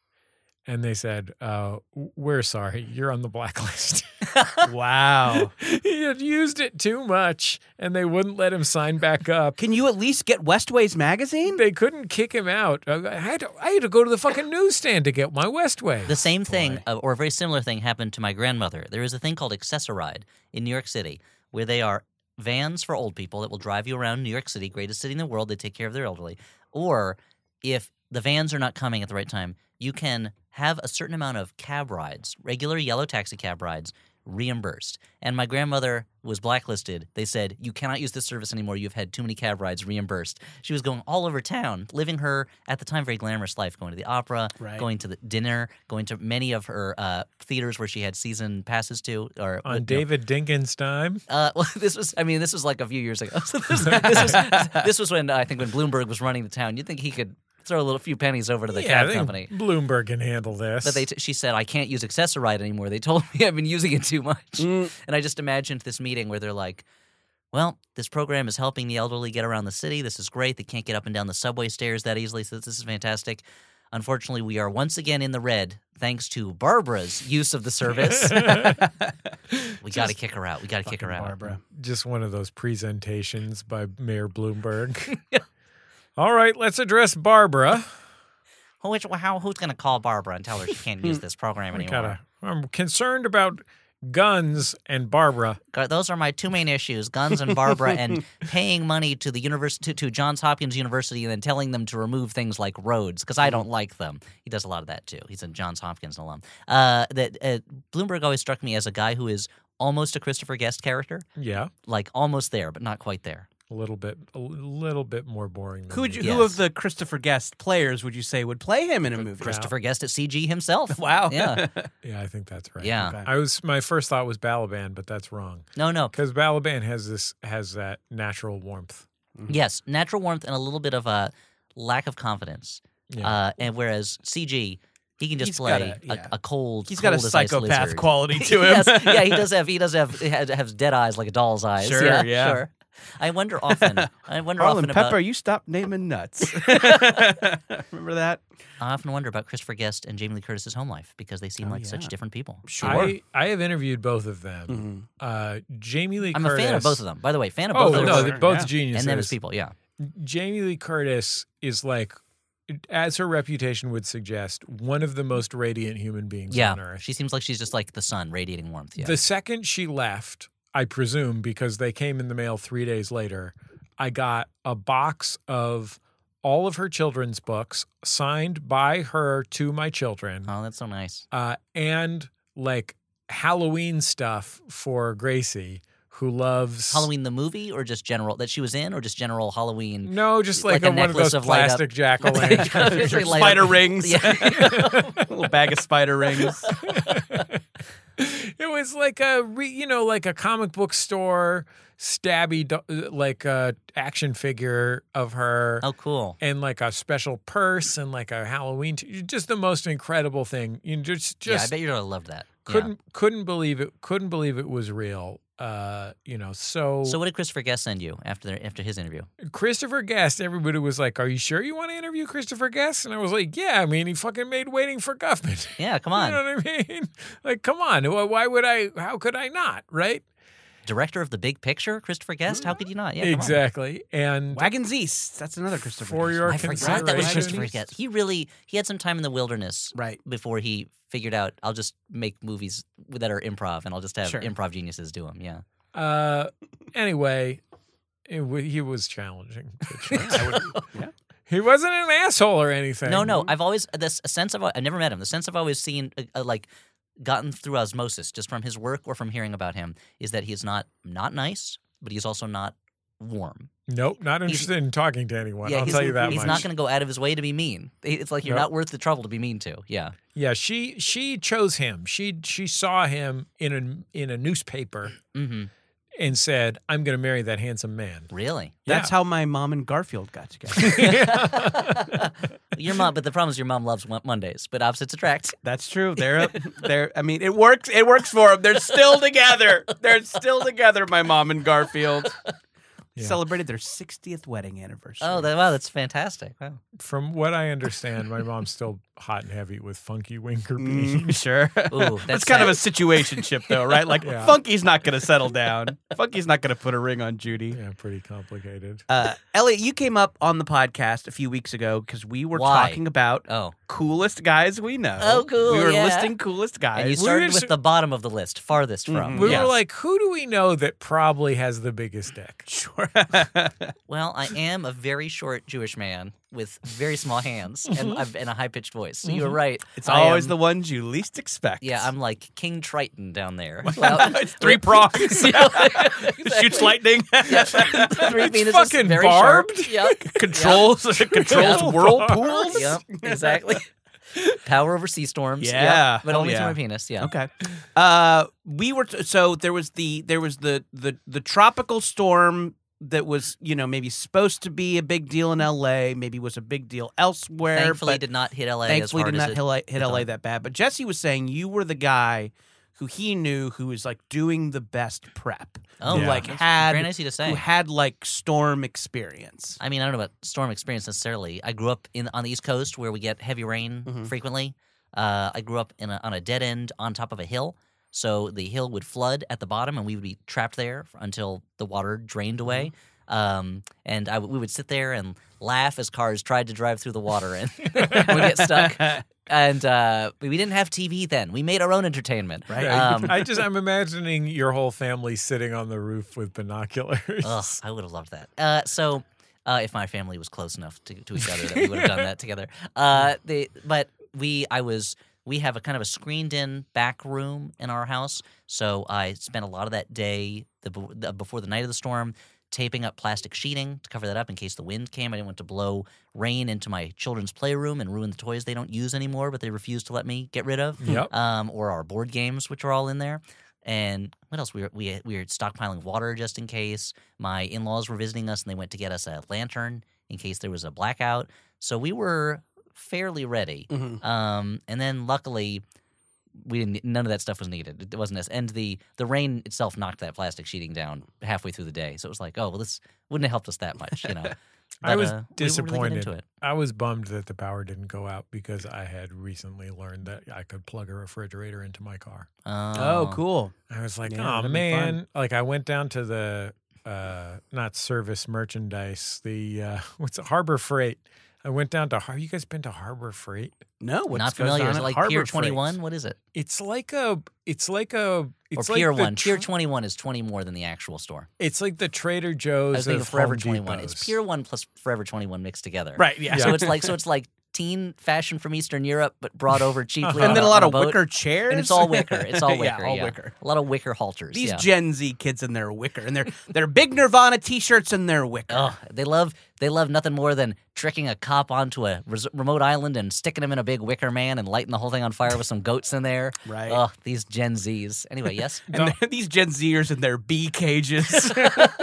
Speaker 2: And they said, uh, w- "We're sorry, you're on the blacklist."
Speaker 3: Wow.
Speaker 2: he had used it too much, and they wouldn't let him sign back up.
Speaker 3: Can you at least get Westways magazine?
Speaker 2: They couldn't kick him out. Uh, I I had to, I had to go to the fucking newsstand to get my Westway.
Speaker 5: The same thing, uh, or a very similar thing, happened to my grandmother. There is a thing called Accessoride in New York City, where they are vans for old people that will drive you around New York City, greatest city in the world. They take care of their elderly. Or if the vans are not coming at the right time, you can have a certain amount of cab rides, regular yellow taxi cab rides, reimbursed. And my grandmother was blacklisted. They said, You cannot use this service anymore. You've had too many cab rides reimbursed. She was going all over town, living her, at the time, very glamorous life, going to the opera,
Speaker 3: Right.
Speaker 5: going to the dinner, going to many of her uh, theaters where she had season passes to. Or
Speaker 2: on
Speaker 5: you know,
Speaker 2: David Dinkins' time,
Speaker 5: uh, well, this was, I mean, this was like a few years ago. So this, this, was, this was when uh, I think when Bloomberg was running the town. You'd think he could throw a little few pennies over to the
Speaker 2: yeah, I
Speaker 5: cab
Speaker 2: think
Speaker 5: company.
Speaker 2: Bloomberg can handle this.
Speaker 5: But they, t- she said, I can't use Accessoride anymore. They told me I've been using it too much. And I just imagined this meeting where they're like, well, this program is helping the elderly get around the city. This is great. They can't get up and down the subway stairs that easily, so this is fantastic. Unfortunately, we are once again in the red thanks to Barbara's use of the service. we got to kick her out. We got to kick her out.
Speaker 3: Barbara.
Speaker 2: just one of those presentations by Mayor Bloomberg. All right, let's address Barbara.
Speaker 5: Who is, how, who's going to call Barbara and tell her she can't use this program anymore?
Speaker 2: Gotta, I'm concerned about guns and Barbara.
Speaker 5: Gu- Those are my two main issues: guns and Barbara, and paying money to the univers to, to Johns Hopkins University, and then telling them to remove things like roads because
Speaker 3: Mm-hmm.
Speaker 5: I don't like them. He does a lot of that too. He's a Johns Hopkins alum. Uh, that uh, Bloomberg always struck me as a guy who is almost a Christopher Guest character,
Speaker 2: Yeah,
Speaker 5: like almost there but not quite there.
Speaker 2: a little bit, a little bit more boring. Than
Speaker 3: Who, would you,
Speaker 2: me.
Speaker 3: who
Speaker 5: Yes.
Speaker 3: of the Christopher Guest players would you say would play him in a movie?
Speaker 5: Christopher Guest at CG himself.
Speaker 3: Wow.
Speaker 5: Yeah.
Speaker 2: Yeah, I think that's right.
Speaker 5: Yeah.
Speaker 3: Okay.
Speaker 2: I was my first thought was Balaban, but that's wrong
Speaker 5: No, no.
Speaker 2: because Balaban has this has that natural warmth.
Speaker 5: Yes, natural warmth and a little bit of a lack of confidence.
Speaker 2: Yeah.
Speaker 5: Uh, and whereas CG, he can just
Speaker 3: He's
Speaker 5: play
Speaker 3: got
Speaker 5: a,
Speaker 3: a- yeah.
Speaker 5: a cold.
Speaker 3: He's got a
Speaker 5: cold as ice
Speaker 3: psychopath
Speaker 5: lizard.
Speaker 3: quality to him.
Speaker 5: yes, yeah, he does have. He does have. He has, has dead eyes like a doll's eyes.
Speaker 3: Sure,
Speaker 5: yeah,
Speaker 3: yeah.
Speaker 5: sure. I wonder often. I wonder
Speaker 3: Harlan
Speaker 5: often
Speaker 3: Pepper,
Speaker 5: about.
Speaker 3: you stop naming nuts. Remember that?
Speaker 5: I often wonder about Christopher Guest and Jamie Lee Curtis's home life because they seem
Speaker 3: Oh,
Speaker 5: like such
Speaker 3: yeah.
Speaker 5: different people.
Speaker 2: I, I have interviewed both of them. Uh, Jamie Lee.
Speaker 5: Mm-hmm. I'm
Speaker 2: Curtis,
Speaker 5: a fan of both of them. By the way, fan of
Speaker 2: Oh
Speaker 5: both of
Speaker 2: no,
Speaker 5: them.
Speaker 2: they're both
Speaker 3: Yeah.
Speaker 2: geniuses.
Speaker 5: and them as people. Yeah,
Speaker 2: Jamie Lee Curtis is like, as her reputation would suggest, one of the most radiant human beings on
Speaker 5: yeah.
Speaker 2: earth.
Speaker 5: She seems like she's just like the sun radiating warmth. Yeah.
Speaker 2: The second she left, I presume because they came in the mail three days later, I got a box of all of her children's books signed by her to my children,
Speaker 5: oh, that's so nice.
Speaker 2: uh, and like Halloween stuff for Gracie, who loves
Speaker 5: Halloween the movie, or just general that she was in, or just general Halloween.
Speaker 2: No, just
Speaker 5: Like
Speaker 2: like,
Speaker 5: a
Speaker 2: a- one of
Speaker 5: necklace
Speaker 2: those
Speaker 5: of light up-
Speaker 2: plastic jack o'
Speaker 5: Officially
Speaker 2: lanterns.
Speaker 5: light
Speaker 3: spider
Speaker 5: up-
Speaker 3: rings.
Speaker 5: Yeah.
Speaker 3: little bag of spider rings.
Speaker 2: it was like a re, you know like a comic book store stabby do- like a action figure of her
Speaker 5: oh, cool.
Speaker 2: and like a special purse and like a Halloween t- just the most incredible thing. You just
Speaker 5: yeah, I
Speaker 2: just
Speaker 5: bet you'd have loved that. Yeah.
Speaker 2: couldn't couldn't believe it couldn't believe it was real. Uh, you know, so,
Speaker 5: So what did Christopher Guest send you after their, after his interview?
Speaker 2: Christopher Guest, everybody was like, "Are you sure you want to interview Christopher Guest?" And I was like, "Yeah, I mean, he fucking made Waiting for Guffman."
Speaker 5: Yeah, come on.
Speaker 2: You know what I mean? Like, come on. Wh- Why would I? How could I not? Right?
Speaker 5: Director of the Big Picture, Christopher Guest. How could you not? Yeah, come on.
Speaker 2: exactly. And
Speaker 3: Wagons East. That's another Christopher
Speaker 2: For
Speaker 3: Guest
Speaker 2: your
Speaker 3: one.
Speaker 5: I forgot that was
Speaker 2: Consideration.
Speaker 5: Christopher Guest. He really he had some time in the wilderness
Speaker 3: Right.
Speaker 5: before he figured out I'll just make movies that are improv and I'll just have
Speaker 3: Sure.
Speaker 5: improv geniuses do them. Yeah,
Speaker 2: uh, anyway, it wa he was challenging. I would-
Speaker 3: Yeah.
Speaker 2: He wasn't an asshole or anything.
Speaker 5: no, no. I've always this sense of I've never met him. The sense I've always seen uh, uh, like gotten through osmosis just from his work or from hearing about him is that he's not not nice, but he's also not warm.
Speaker 2: Nope, not
Speaker 5: He's-
Speaker 2: interested in talking to anyone. I'll
Speaker 5: he's,
Speaker 2: tell you that
Speaker 5: he's
Speaker 2: much.
Speaker 5: not going to go out of his way to be mean. It's like you're
Speaker 2: Nope.
Speaker 5: not worth the trouble to be mean to. Yeah.
Speaker 2: yeah, she she chose him. She she saw him in a in a newspaper
Speaker 5: hmm
Speaker 2: and said, "I'm going to marry that handsome man."
Speaker 5: Really?
Speaker 3: That's
Speaker 2: Yeah.
Speaker 3: how my mom and Garfield got together.
Speaker 5: your mom, but the problem is your mom loves Mo- Mondays, but opposites attract.
Speaker 3: That's true. They're they're. I mean, it works. It works for them. They're still together. They're still together. My mom and Garfield
Speaker 2: Yeah.
Speaker 3: celebrated their 60th wedding anniversary.
Speaker 5: Oh, that, wow, that's fantastic. Wow.
Speaker 2: From what I understand, my mom's still hot and heavy with Funky Winker Bean.
Speaker 3: Mm, sure.
Speaker 5: Ooh, that's
Speaker 3: that's kind of a
Speaker 5: sad.
Speaker 3: situationship, though, right? Like
Speaker 2: Yeah.
Speaker 3: Funky's not going to settle down. Funky's not going to put a ring on Judy.
Speaker 2: Yeah, pretty complicated.
Speaker 3: Uh, Elliot, you came up on the podcast a few weeks ago because we were
Speaker 5: Why?
Speaker 3: talking about
Speaker 5: Oh,
Speaker 3: coolest guys we know.
Speaker 5: Oh, cool,
Speaker 3: We were
Speaker 5: yeah.
Speaker 3: listing coolest
Speaker 5: and
Speaker 3: guys.
Speaker 5: you
Speaker 2: We were
Speaker 5: started
Speaker 2: just-
Speaker 5: with the bottom of the list, farthest from.
Speaker 3: Mhm.
Speaker 2: We
Speaker 3: Yes.
Speaker 2: were like, who do we know that probably has the biggest dick?
Speaker 3: Sure.
Speaker 5: Well, I am a very short Jewish man with very small hands and, I've- and a high pitched voice. So you were right.
Speaker 3: Mm-hmm. it's
Speaker 5: I
Speaker 3: always
Speaker 5: am-
Speaker 3: the ones you least expect.
Speaker 5: Yeah, I'm like King Triton down there. Well,
Speaker 3: it's three prongs. Shoots
Speaker 5: Exactly.
Speaker 3: lightning.
Speaker 5: Three
Speaker 2: It's
Speaker 5: penises,
Speaker 2: fucking
Speaker 5: very
Speaker 2: barbed.
Speaker 5: Sharp. Yep.
Speaker 3: Controls controls
Speaker 5: Yeah.
Speaker 3: whirlpools.
Speaker 5: Yep, exactly. Power over sea storms. yep,
Speaker 3: Yeah,
Speaker 5: but
Speaker 3: hell
Speaker 5: only
Speaker 3: yeah.
Speaker 5: through my penis. Yeah.
Speaker 3: Okay. Uh, we were t- so there was the there was the the the tropical storm that was you know maybe supposed to be a big deal in L.A. Maybe was a big deal elsewhere.
Speaker 5: Thankfully,
Speaker 3: but
Speaker 5: did not hit LA as
Speaker 3: thankfully
Speaker 5: hard
Speaker 3: did
Speaker 5: as
Speaker 3: not
Speaker 5: it
Speaker 3: hit LA, hit
Speaker 5: done.
Speaker 3: LA that bad. But Jesse was saying you were the guy who he knew who was like doing the best prep.
Speaker 5: Oh,
Speaker 3: who,
Speaker 2: Yeah.
Speaker 3: like
Speaker 5: that's
Speaker 3: had
Speaker 5: very nice of you to say.
Speaker 3: who had like storm experience.
Speaker 5: I mean, I don't know about storm experience necessarily. I grew up in on the East Coast where we get heavy rain
Speaker 3: Mhm.
Speaker 5: frequently. Uh, I grew up in a, on a dead end on top of a hill, so the hill would flood at the bottom, and we would be trapped there f- until the water drained away.
Speaker 3: Mm-hmm.
Speaker 5: Um, and I w we would sit there and laugh as cars tried to drive through the water and we get stuck. and uh, we didn't have TV then. We made our own entertainment.
Speaker 3: Right.
Speaker 2: Yeah,
Speaker 5: Um,
Speaker 2: I just I'm imagining your whole family sitting on the roof with binoculars.
Speaker 5: Ugh, I would have loved that. Uh, so, uh, if my family was close enough to, to each other, that we would have done that together. Uh, they, but we, I was, we have a kind of a screened-in back room in our house. So I spent a lot of that day the, b- the before the night of the storm taping up plastic sheeting to cover that up in case the wind came. I didn't want to blow rain into my children's playroom and ruin the toys they don't use anymore, but they refuse to let me get rid of
Speaker 2: Yep.
Speaker 5: um, or our board games, which are all in there. And what else? We were, we, we were stockpiling water just in case. My in laws were visiting us and they went to get us a lantern in case there was a blackout. So we were fairly ready.
Speaker 3: Mhm.
Speaker 5: Um, and then luckily, we didn't. None of that stuff was needed. It wasn't us. And the the rain itself knocked that plastic sheeting down halfway through the day. So it was like, oh well, this wouldn't have helped us that much, you know.
Speaker 2: I
Speaker 5: But,
Speaker 2: was
Speaker 5: uh, we were really
Speaker 2: disappointed.
Speaker 5: getting into it.
Speaker 2: I was bummed that the power didn't go out because I had recently learned that I could plug a refrigerator into my car.
Speaker 3: Oh,
Speaker 5: Oh.
Speaker 3: cool.
Speaker 2: I was like,
Speaker 3: Yeah,
Speaker 2: oh
Speaker 3: that'd be fun."
Speaker 2: man! Like I went down to the uh, not service merchandise, the uh, what's it, Harbor Freight. I went down to Har. You guys been to Harbor Freight?
Speaker 3: No, what's
Speaker 5: Not
Speaker 3: goes
Speaker 5: familiar.
Speaker 3: on
Speaker 5: Is
Speaker 3: at
Speaker 5: it like
Speaker 3: Harbor
Speaker 5: Pier
Speaker 3: Freight?
Speaker 5: Twenty One? What is it?
Speaker 2: It's like a. It's like a. It's
Speaker 5: or
Speaker 2: like
Speaker 5: Pier
Speaker 2: the
Speaker 5: One. Pier
Speaker 2: tr-
Speaker 5: Twenty One is twenty more than the actual store.
Speaker 2: It's like the Trader
Speaker 5: I
Speaker 2: Joe's.
Speaker 5: was thinking
Speaker 2: of
Speaker 5: Forever
Speaker 2: Home
Speaker 5: Twenty One. It's
Speaker 2: Depots.
Speaker 5: Pier One plus Forever Twenty One mixed together.
Speaker 3: Right. Yeah.
Speaker 5: So it's like so it's like teen fashion from Eastern Europe, but brought over cheaply. on
Speaker 3: and then a
Speaker 5: on
Speaker 3: lot of
Speaker 5: boat.
Speaker 3: wicker chairs.
Speaker 5: And it's all wicker. It's all
Speaker 3: Yeah,
Speaker 5: wicker.
Speaker 3: all wicker.
Speaker 5: A lot of wicker halters.
Speaker 3: These
Speaker 5: yeah.
Speaker 3: Gen Z kids and their wicker and their their big Nirvana T-shirts and their wicker.
Speaker 5: Ugh, they love they love nothing more than tricking a cop onto a res- remote island and sticking him in a big wicker man and lighting the whole thing on fire with some goats in there.
Speaker 3: Right.
Speaker 5: Ugh, these Gen Zs. Anyway, yes.
Speaker 3: And they're- these Gen Zers in their bee cages.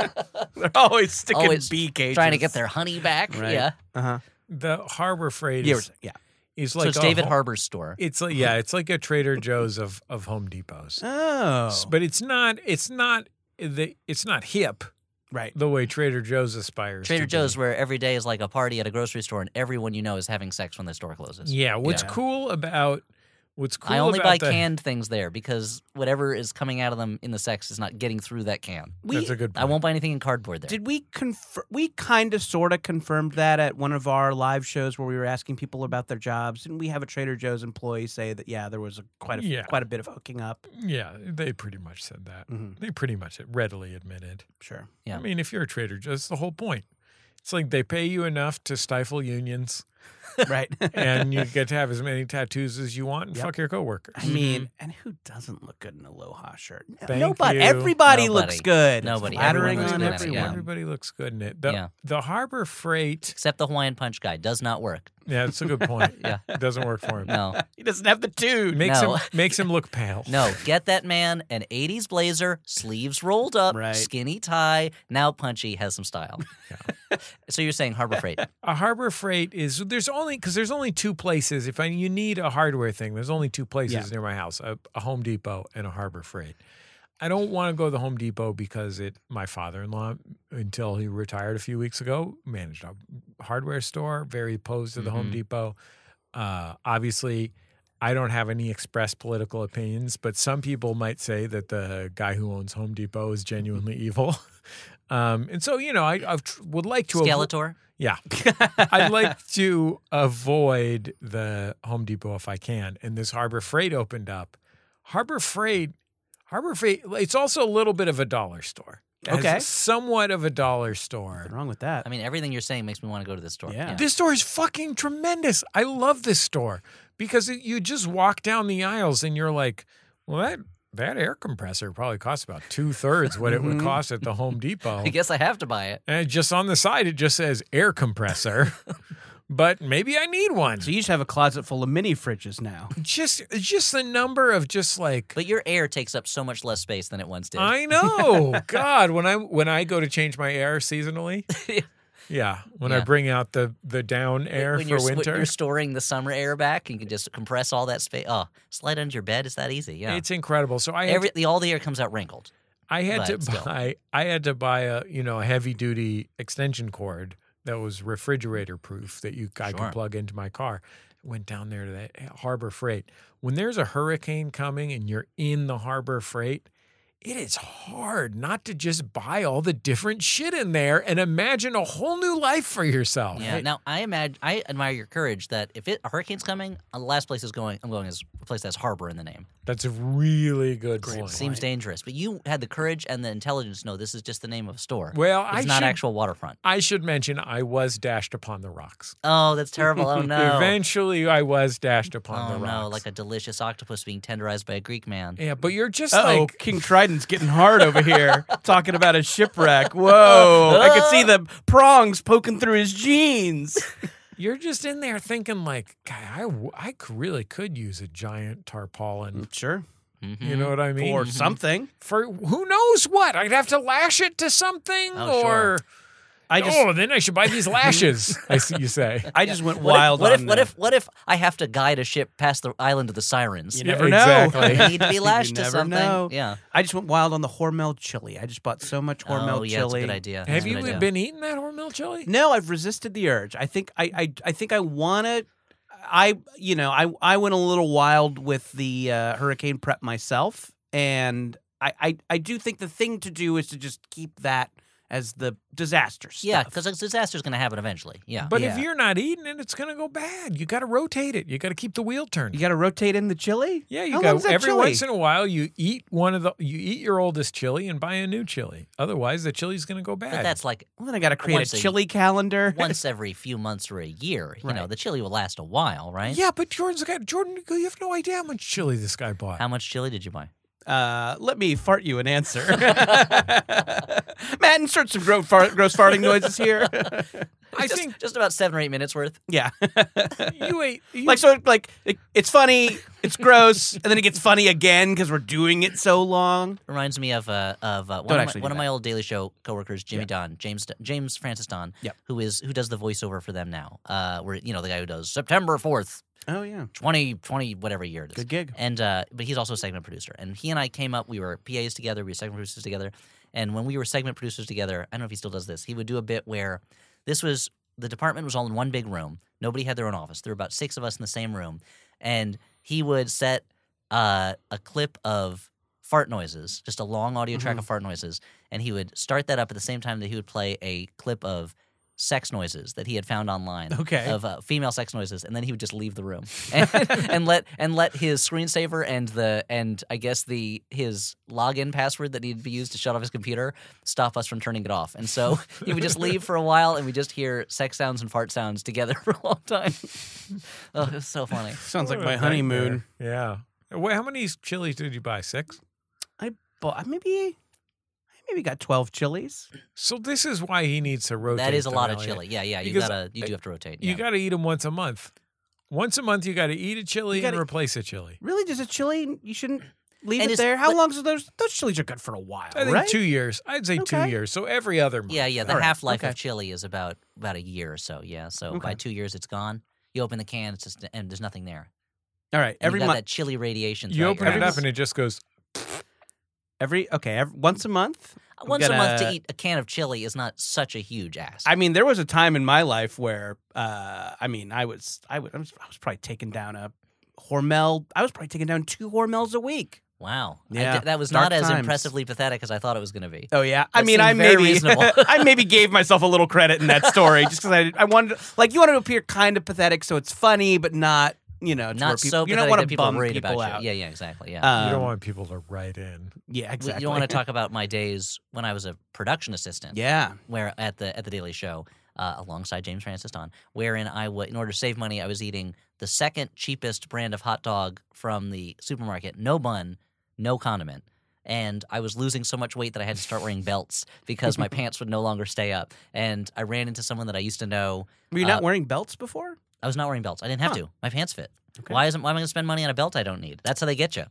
Speaker 3: They're always sticking
Speaker 5: Always
Speaker 3: bee cages.
Speaker 5: Trying to get their honey back.
Speaker 3: Right.
Speaker 5: Yeah.
Speaker 3: Uh-huh.
Speaker 2: The Harbor Freight
Speaker 3: Yeah.
Speaker 2: is,
Speaker 3: yeah.
Speaker 2: is
Speaker 5: so
Speaker 2: like
Speaker 5: it's
Speaker 2: a
Speaker 5: David
Speaker 3: oh.
Speaker 2: ho-
Speaker 5: Harbor's store.
Speaker 2: It's like yeah, it's like a Trader Joe's of of Home Depots.
Speaker 3: Oh.
Speaker 2: S- But it's not. It's not. The, it's not hip
Speaker 3: right.
Speaker 2: the way Trader Joe's aspires.
Speaker 5: Trader
Speaker 2: to be.
Speaker 5: Joe's, where every day is like a party at a grocery store, and everyone you know is having sex when the store closes.
Speaker 2: Yeah. What's
Speaker 3: Yeah.
Speaker 2: cool about what's cool
Speaker 5: I only
Speaker 2: about
Speaker 5: buy
Speaker 2: the,
Speaker 5: canned things there because whatever is coming out of them in the sex is not getting through that can.
Speaker 3: We
Speaker 2: that's a good. Point.
Speaker 5: I won't buy anything in cardboard there.
Speaker 3: did we confirm we kind of sort of confirmed that at one of our live shows where we were asking people about their jobs and we have a Trader Joe's employee say that yeah, there was a, quite a
Speaker 2: Yeah.
Speaker 3: quite a bit of hooking up.
Speaker 2: Yeah, they pretty much said that.
Speaker 3: Mhm.
Speaker 5: Mm-hmm.
Speaker 2: They pretty much readily admitted.
Speaker 3: Sure.
Speaker 5: Yeah.
Speaker 2: I mean, if you're a Trader Joe's, that's the whole point. It's like they pay you enough to stifle unions,
Speaker 3: Right.
Speaker 2: and you get to have as many tattoos as you want and
Speaker 3: Yep.
Speaker 2: fuck your coworkers.
Speaker 3: I mean, and who doesn't look good in a Aloha shirt? No-
Speaker 2: Mm-hmm. Thank
Speaker 3: nobody.
Speaker 2: you.
Speaker 3: Everybody
Speaker 5: Nobody.
Speaker 3: looks good.
Speaker 5: Nobody.
Speaker 3: It's flattering
Speaker 5: Everyone looks
Speaker 3: on
Speaker 5: good in it,
Speaker 3: everyone.
Speaker 5: yeah.
Speaker 2: Everybody looks good in it. The,
Speaker 5: Yeah.
Speaker 2: the Harbor Freight.
Speaker 5: Except the Hawaiian Punch guy does not work.
Speaker 2: Yeah, it's a good point.
Speaker 5: Yeah.
Speaker 2: It doesn't work for him.
Speaker 5: No,
Speaker 3: He doesn't have the
Speaker 2: It
Speaker 3: dude.
Speaker 2: makes
Speaker 5: No.
Speaker 2: him makes him look pale.
Speaker 5: no. Get that man an '80s blazer, sleeves rolled up,
Speaker 3: Right.
Speaker 5: skinny tie. Now punchy has some style. so you're saying Harbor Freight?
Speaker 2: A Harbor Freight is there's only because there's only two places. If I, you need a hardware thing, there's only two places
Speaker 3: Yeah.
Speaker 2: near my house: a, a Home Depot and a Harbor Freight. I don't want to go to the Home Depot because it. My father-in-law, until he retired a few weeks ago, managed a hardware store, very opposed to the Home
Speaker 5: Mhm.
Speaker 2: Depot. Uh, obviously, I don't have any expressed political opinions, but some people might say that the guy who owns Home Depot is genuinely evil. Um, and so, you know, I I've, tr- would like to. avo-
Speaker 5: Skeletor.
Speaker 2: yeah. I'd like to avoid the Home Depot if I can. And this Harbor Freight opened up. Harbor Freight, Harbor Freight, it's also a little bit of a dollar store. It has
Speaker 3: Okay.
Speaker 2: Somewhat of a dollar store.
Speaker 3: Nothing wrong with that.
Speaker 5: I mean, everything you're saying makes me want to go to this store.
Speaker 3: Yeah.
Speaker 2: This store is fucking tremendous. I love this store because it, you just walk down the aisles and you're like, well, that. That air compressor probably costs about two thirds what it would
Speaker 3: Mhm.
Speaker 2: cost at the Home Depot.
Speaker 5: I guess I have to buy it.
Speaker 2: And just on the side, it just says air compressor. but maybe I need one.
Speaker 3: so you just have a closet full of mini fridges now.
Speaker 2: Just, just the number of just like
Speaker 5: But your air takes up so much less space than it once did.
Speaker 2: I know. God, when I when I go to change my air seasonally,
Speaker 5: Yeah.
Speaker 2: yeah, when I
Speaker 5: Yeah.
Speaker 2: bring out the the down air
Speaker 5: when
Speaker 2: for
Speaker 5: you're, s- when
Speaker 2: winter,
Speaker 5: you're storing the summer air back, you can just compress all that space. Oh, slide under your bed. It's that easy. Yeah.
Speaker 2: it's incredible. So I had
Speaker 5: Every, the, all the air comes out wrinkled.
Speaker 2: I had to
Speaker 5: but still.
Speaker 2: buy I had to buy a you know a heavy duty extension cord that was refrigerator proof that you I
Speaker 5: Sure.
Speaker 2: could plug into my car. Went down there to eh, that Harbor Freight. When there's a hurricane coming and you're in the Harbor Freight, it is hard not to just buy all the different shit in there and imagine a whole new life for yourself.
Speaker 5: Yeah.
Speaker 2: Right?
Speaker 5: Now I imagine I admire your courage that if it a hurricane's coming, uh, the last place is going I'm going is a place that's harbor in the name.
Speaker 2: That's a really good point.
Speaker 5: Seems dangerous, but you had the courage and the intelligence to know this is just the name of a store.
Speaker 2: well,
Speaker 5: it's
Speaker 2: I
Speaker 5: not
Speaker 2: should,
Speaker 5: actual waterfront.
Speaker 2: I should mention I was dashed upon the rocks.
Speaker 5: Oh, that's terrible. Oh no.
Speaker 2: Eventually, I was dashed upon
Speaker 5: oh
Speaker 2: the rocks.
Speaker 5: no, like a delicious octopus being tenderized by a Greek man.
Speaker 2: yeah, but you're just
Speaker 3: Oh,
Speaker 2: like
Speaker 3: King Trident's getting hard over here, talking about a shipwreck. Whoa! I could see the prongs poking through his jeans.
Speaker 2: you're just in there thinking like, God, I, w- I c- really could use a giant tarpaulin.
Speaker 3: Sure,
Speaker 5: Mhm.
Speaker 2: You know what I mean?
Speaker 3: Mm-hmm. or something.
Speaker 2: for who knows what? I'd have to lash it to something,
Speaker 5: Oh,
Speaker 2: or
Speaker 5: sure.
Speaker 3: I just,
Speaker 2: oh, then I should buy these lashes. I see you say.
Speaker 3: I just went
Speaker 5: What if-
Speaker 3: wild.
Speaker 5: What
Speaker 3: on
Speaker 5: if, what
Speaker 3: the-
Speaker 5: if what if I have to guide a ship past the island of the sirens?
Speaker 3: You
Speaker 2: Yeah,
Speaker 3: never
Speaker 2: exactly.
Speaker 5: I
Speaker 3: know.
Speaker 5: need to be
Speaker 3: You
Speaker 5: lashed to
Speaker 3: never
Speaker 5: something.
Speaker 3: know.
Speaker 5: Yeah.
Speaker 3: I just went wild on the Hormel chili. I just bought so much Hormel
Speaker 5: oh, yeah,
Speaker 3: chili.
Speaker 5: That's a good idea. That's
Speaker 2: Have
Speaker 5: a good
Speaker 2: you
Speaker 5: idea.
Speaker 2: been eating that hormel chili?
Speaker 3: No, I've resisted the urge. I think I I, I think I want to. I you know I I went a little wild with the uh, hurricane prep myself, and I, I I do think the thing to do is to just keep that as the disaster stuff.
Speaker 5: Yeah, because a disaster's going to happen eventually. Yeah.
Speaker 2: But if
Speaker 3: Yeah.
Speaker 2: you're not eating it, it's gonna go bad. You got to rotate it. You got to keep the wheel
Speaker 3: you
Speaker 2: turning.
Speaker 3: got to rotate in the chili.
Speaker 2: Yeah,
Speaker 3: How
Speaker 2: you
Speaker 3: long's
Speaker 2: got
Speaker 3: that
Speaker 2: every
Speaker 3: chili?
Speaker 2: once in a while you eat one of the you eat your oldest chili and buy a new chili. Otherwise, the chili's gonna go bad.
Speaker 5: But that's like
Speaker 3: Well, then I got to create
Speaker 5: Once
Speaker 3: a
Speaker 5: a-
Speaker 3: chili calendar.
Speaker 5: once every few months or a year. You know,
Speaker 3: Right.
Speaker 5: the chili will last a while, right?
Speaker 2: yeah, but Jordan's got Jordan. You have no idea how much chili this guy bought.
Speaker 5: How much chili did you buy?
Speaker 3: Uh, let me fart you an answer. Matt, insert some gross, fart, gross farting noises here.
Speaker 2: I
Speaker 5: just,
Speaker 2: think
Speaker 5: just about seven or eight minutes worth.
Speaker 3: yeah.
Speaker 2: you ate. You,
Speaker 3: like so like it, it's funny it's gross and then it gets funny again because we're doing it so long
Speaker 5: Reminds me of uh, of uh, one,
Speaker 3: Don't
Speaker 5: of
Speaker 3: actually do
Speaker 5: my, one of
Speaker 3: that.
Speaker 5: my old Daily Show coworkers, Jimmy Don, James James Francis Don,
Speaker 3: Yep.
Speaker 5: who is who does the voiceover for them now. Uh, where you know the guy who does September fourth,
Speaker 3: oh yeah
Speaker 5: 20, 20, whatever year it is.
Speaker 3: Good gig.
Speaker 5: And uh, but he's also a segment producer. And he and I came up. We were PAs together. We were segment producers together. And when we were segment producers together, I don't know if he still does this. He would do a bit where this was the department was all in one big room. Nobody had their own office. There were about six of us in the same room, and he would set uh, a clip of fart noises, just a long audio track of fart noises, and he would start that up at the same time that he would play a clip of sex noises that he had found online
Speaker 3: Okay.
Speaker 5: of uh, female sex noises and then he would just leave the room and, and let and let his screensaver and the and I guess the his login password that needed to be used to shut off his computer stop us from turning it off and so he would just leave for a while and we just hear sex sounds and fart sounds together for a long time oh it was so funny
Speaker 3: sounds like
Speaker 2: What a
Speaker 3: my honeymoon
Speaker 2: nightmare. Yeah. Wait, how many chilies did you buy? Six.
Speaker 3: i bought maybe i maybe got 12 chilies
Speaker 2: So this is why he needs to rotate.
Speaker 5: that is a
Speaker 2: them
Speaker 5: lot of
Speaker 2: out.
Speaker 5: chili yeah yeah you
Speaker 2: Because
Speaker 5: gotta you
Speaker 2: I-
Speaker 5: do have to rotate
Speaker 2: You
Speaker 5: yeah.
Speaker 2: got to eat them once a month. Once a month, you got to eat a chili
Speaker 3: You gotta-
Speaker 2: and replace a chili.
Speaker 3: really does a chili you shouldn't leave
Speaker 5: And
Speaker 3: it
Speaker 5: it's-
Speaker 3: there how
Speaker 5: but-
Speaker 3: long are those those chilies are good for a while
Speaker 2: I think
Speaker 3: right
Speaker 2: two years. I'd say two
Speaker 3: Okay.
Speaker 2: years. So every other month.
Speaker 5: yeah yeah the
Speaker 3: All right,
Speaker 5: half life
Speaker 3: okay.
Speaker 5: of chili is about about a year or so yeah so by
Speaker 3: Okay.
Speaker 5: two years it's gone you open the can it's just and there's nothing there
Speaker 3: all right
Speaker 5: And
Speaker 3: every
Speaker 5: you got
Speaker 3: month
Speaker 5: that chili radiation
Speaker 2: You
Speaker 5: throughout
Speaker 2: open
Speaker 5: your
Speaker 2: it
Speaker 5: house.
Speaker 2: up and it just goes.
Speaker 3: every okay every, once a month I'm
Speaker 5: Uh, Once a month to
Speaker 3: gonna-
Speaker 5: eat a can of chili is not such a huge ask.
Speaker 3: I mean, there was a time in my life where, uh, I mean, I was, I was, I was, I was probably taking down a Hormel. I was probably taking down two Hormels a week.
Speaker 5: wow. I
Speaker 3: Yeah.
Speaker 5: d- that was
Speaker 3: Dark
Speaker 5: not as
Speaker 3: times.
Speaker 5: impressively pathetic as I thought it was going to be.
Speaker 3: Oh yeah, I
Speaker 5: That
Speaker 3: mean, I
Speaker 5: seemed very
Speaker 3: maybe,
Speaker 5: reasonable.
Speaker 3: I maybe gave myself a little credit in that story just because I, I wanted, like, you want to appear kind of pathetic, so it's funny, but not, you know, to where
Speaker 5: not
Speaker 3: people,
Speaker 5: so
Speaker 3: you
Speaker 5: pathetic
Speaker 3: don't want
Speaker 5: that
Speaker 3: to
Speaker 5: people are
Speaker 3: bum
Speaker 5: worried
Speaker 3: people
Speaker 5: about
Speaker 3: out.
Speaker 5: you. Yeah, yeah, exactly. Yeah.
Speaker 3: Um,
Speaker 2: you don't want people to write in.
Speaker 3: yeah,
Speaker 5: We-
Speaker 3: exactly.
Speaker 5: You don't want to talk about my days when I was a production assistant.
Speaker 3: Yeah,
Speaker 5: Where at the at the Daily Show, uh, alongside James Francis Don, wherein I would, in order to save money, I was eating the second cheapest brand of hot dog from the supermarket, no bun, no condiment. And I was losing so much weight that I had to start wearing belts because my pants would no longer stay up. And I ran into someone that I used to know
Speaker 3: were you
Speaker 5: Uh,
Speaker 3: not wearing belts before?
Speaker 5: I was not wearing belts. I didn't have
Speaker 3: Huh.
Speaker 5: to. My pants fit.
Speaker 3: Okay.
Speaker 5: Why isn't why am I going to spend money on a belt I don't need? That's how they get you.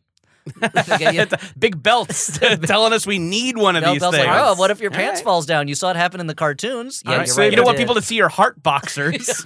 Speaker 5: They get you-
Speaker 3: Big belts telling us we need one of
Speaker 5: belt
Speaker 3: these
Speaker 5: belts
Speaker 3: things.
Speaker 5: like, oh, what if your
Speaker 3: All
Speaker 5: pants
Speaker 3: right.
Speaker 5: falls down? You saw it happen in the cartoons. Yeah,
Speaker 3: All
Speaker 5: you're
Speaker 3: right,
Speaker 5: right.
Speaker 3: so you don't
Speaker 5: I
Speaker 3: want
Speaker 5: did.
Speaker 3: people to see your heart boxers.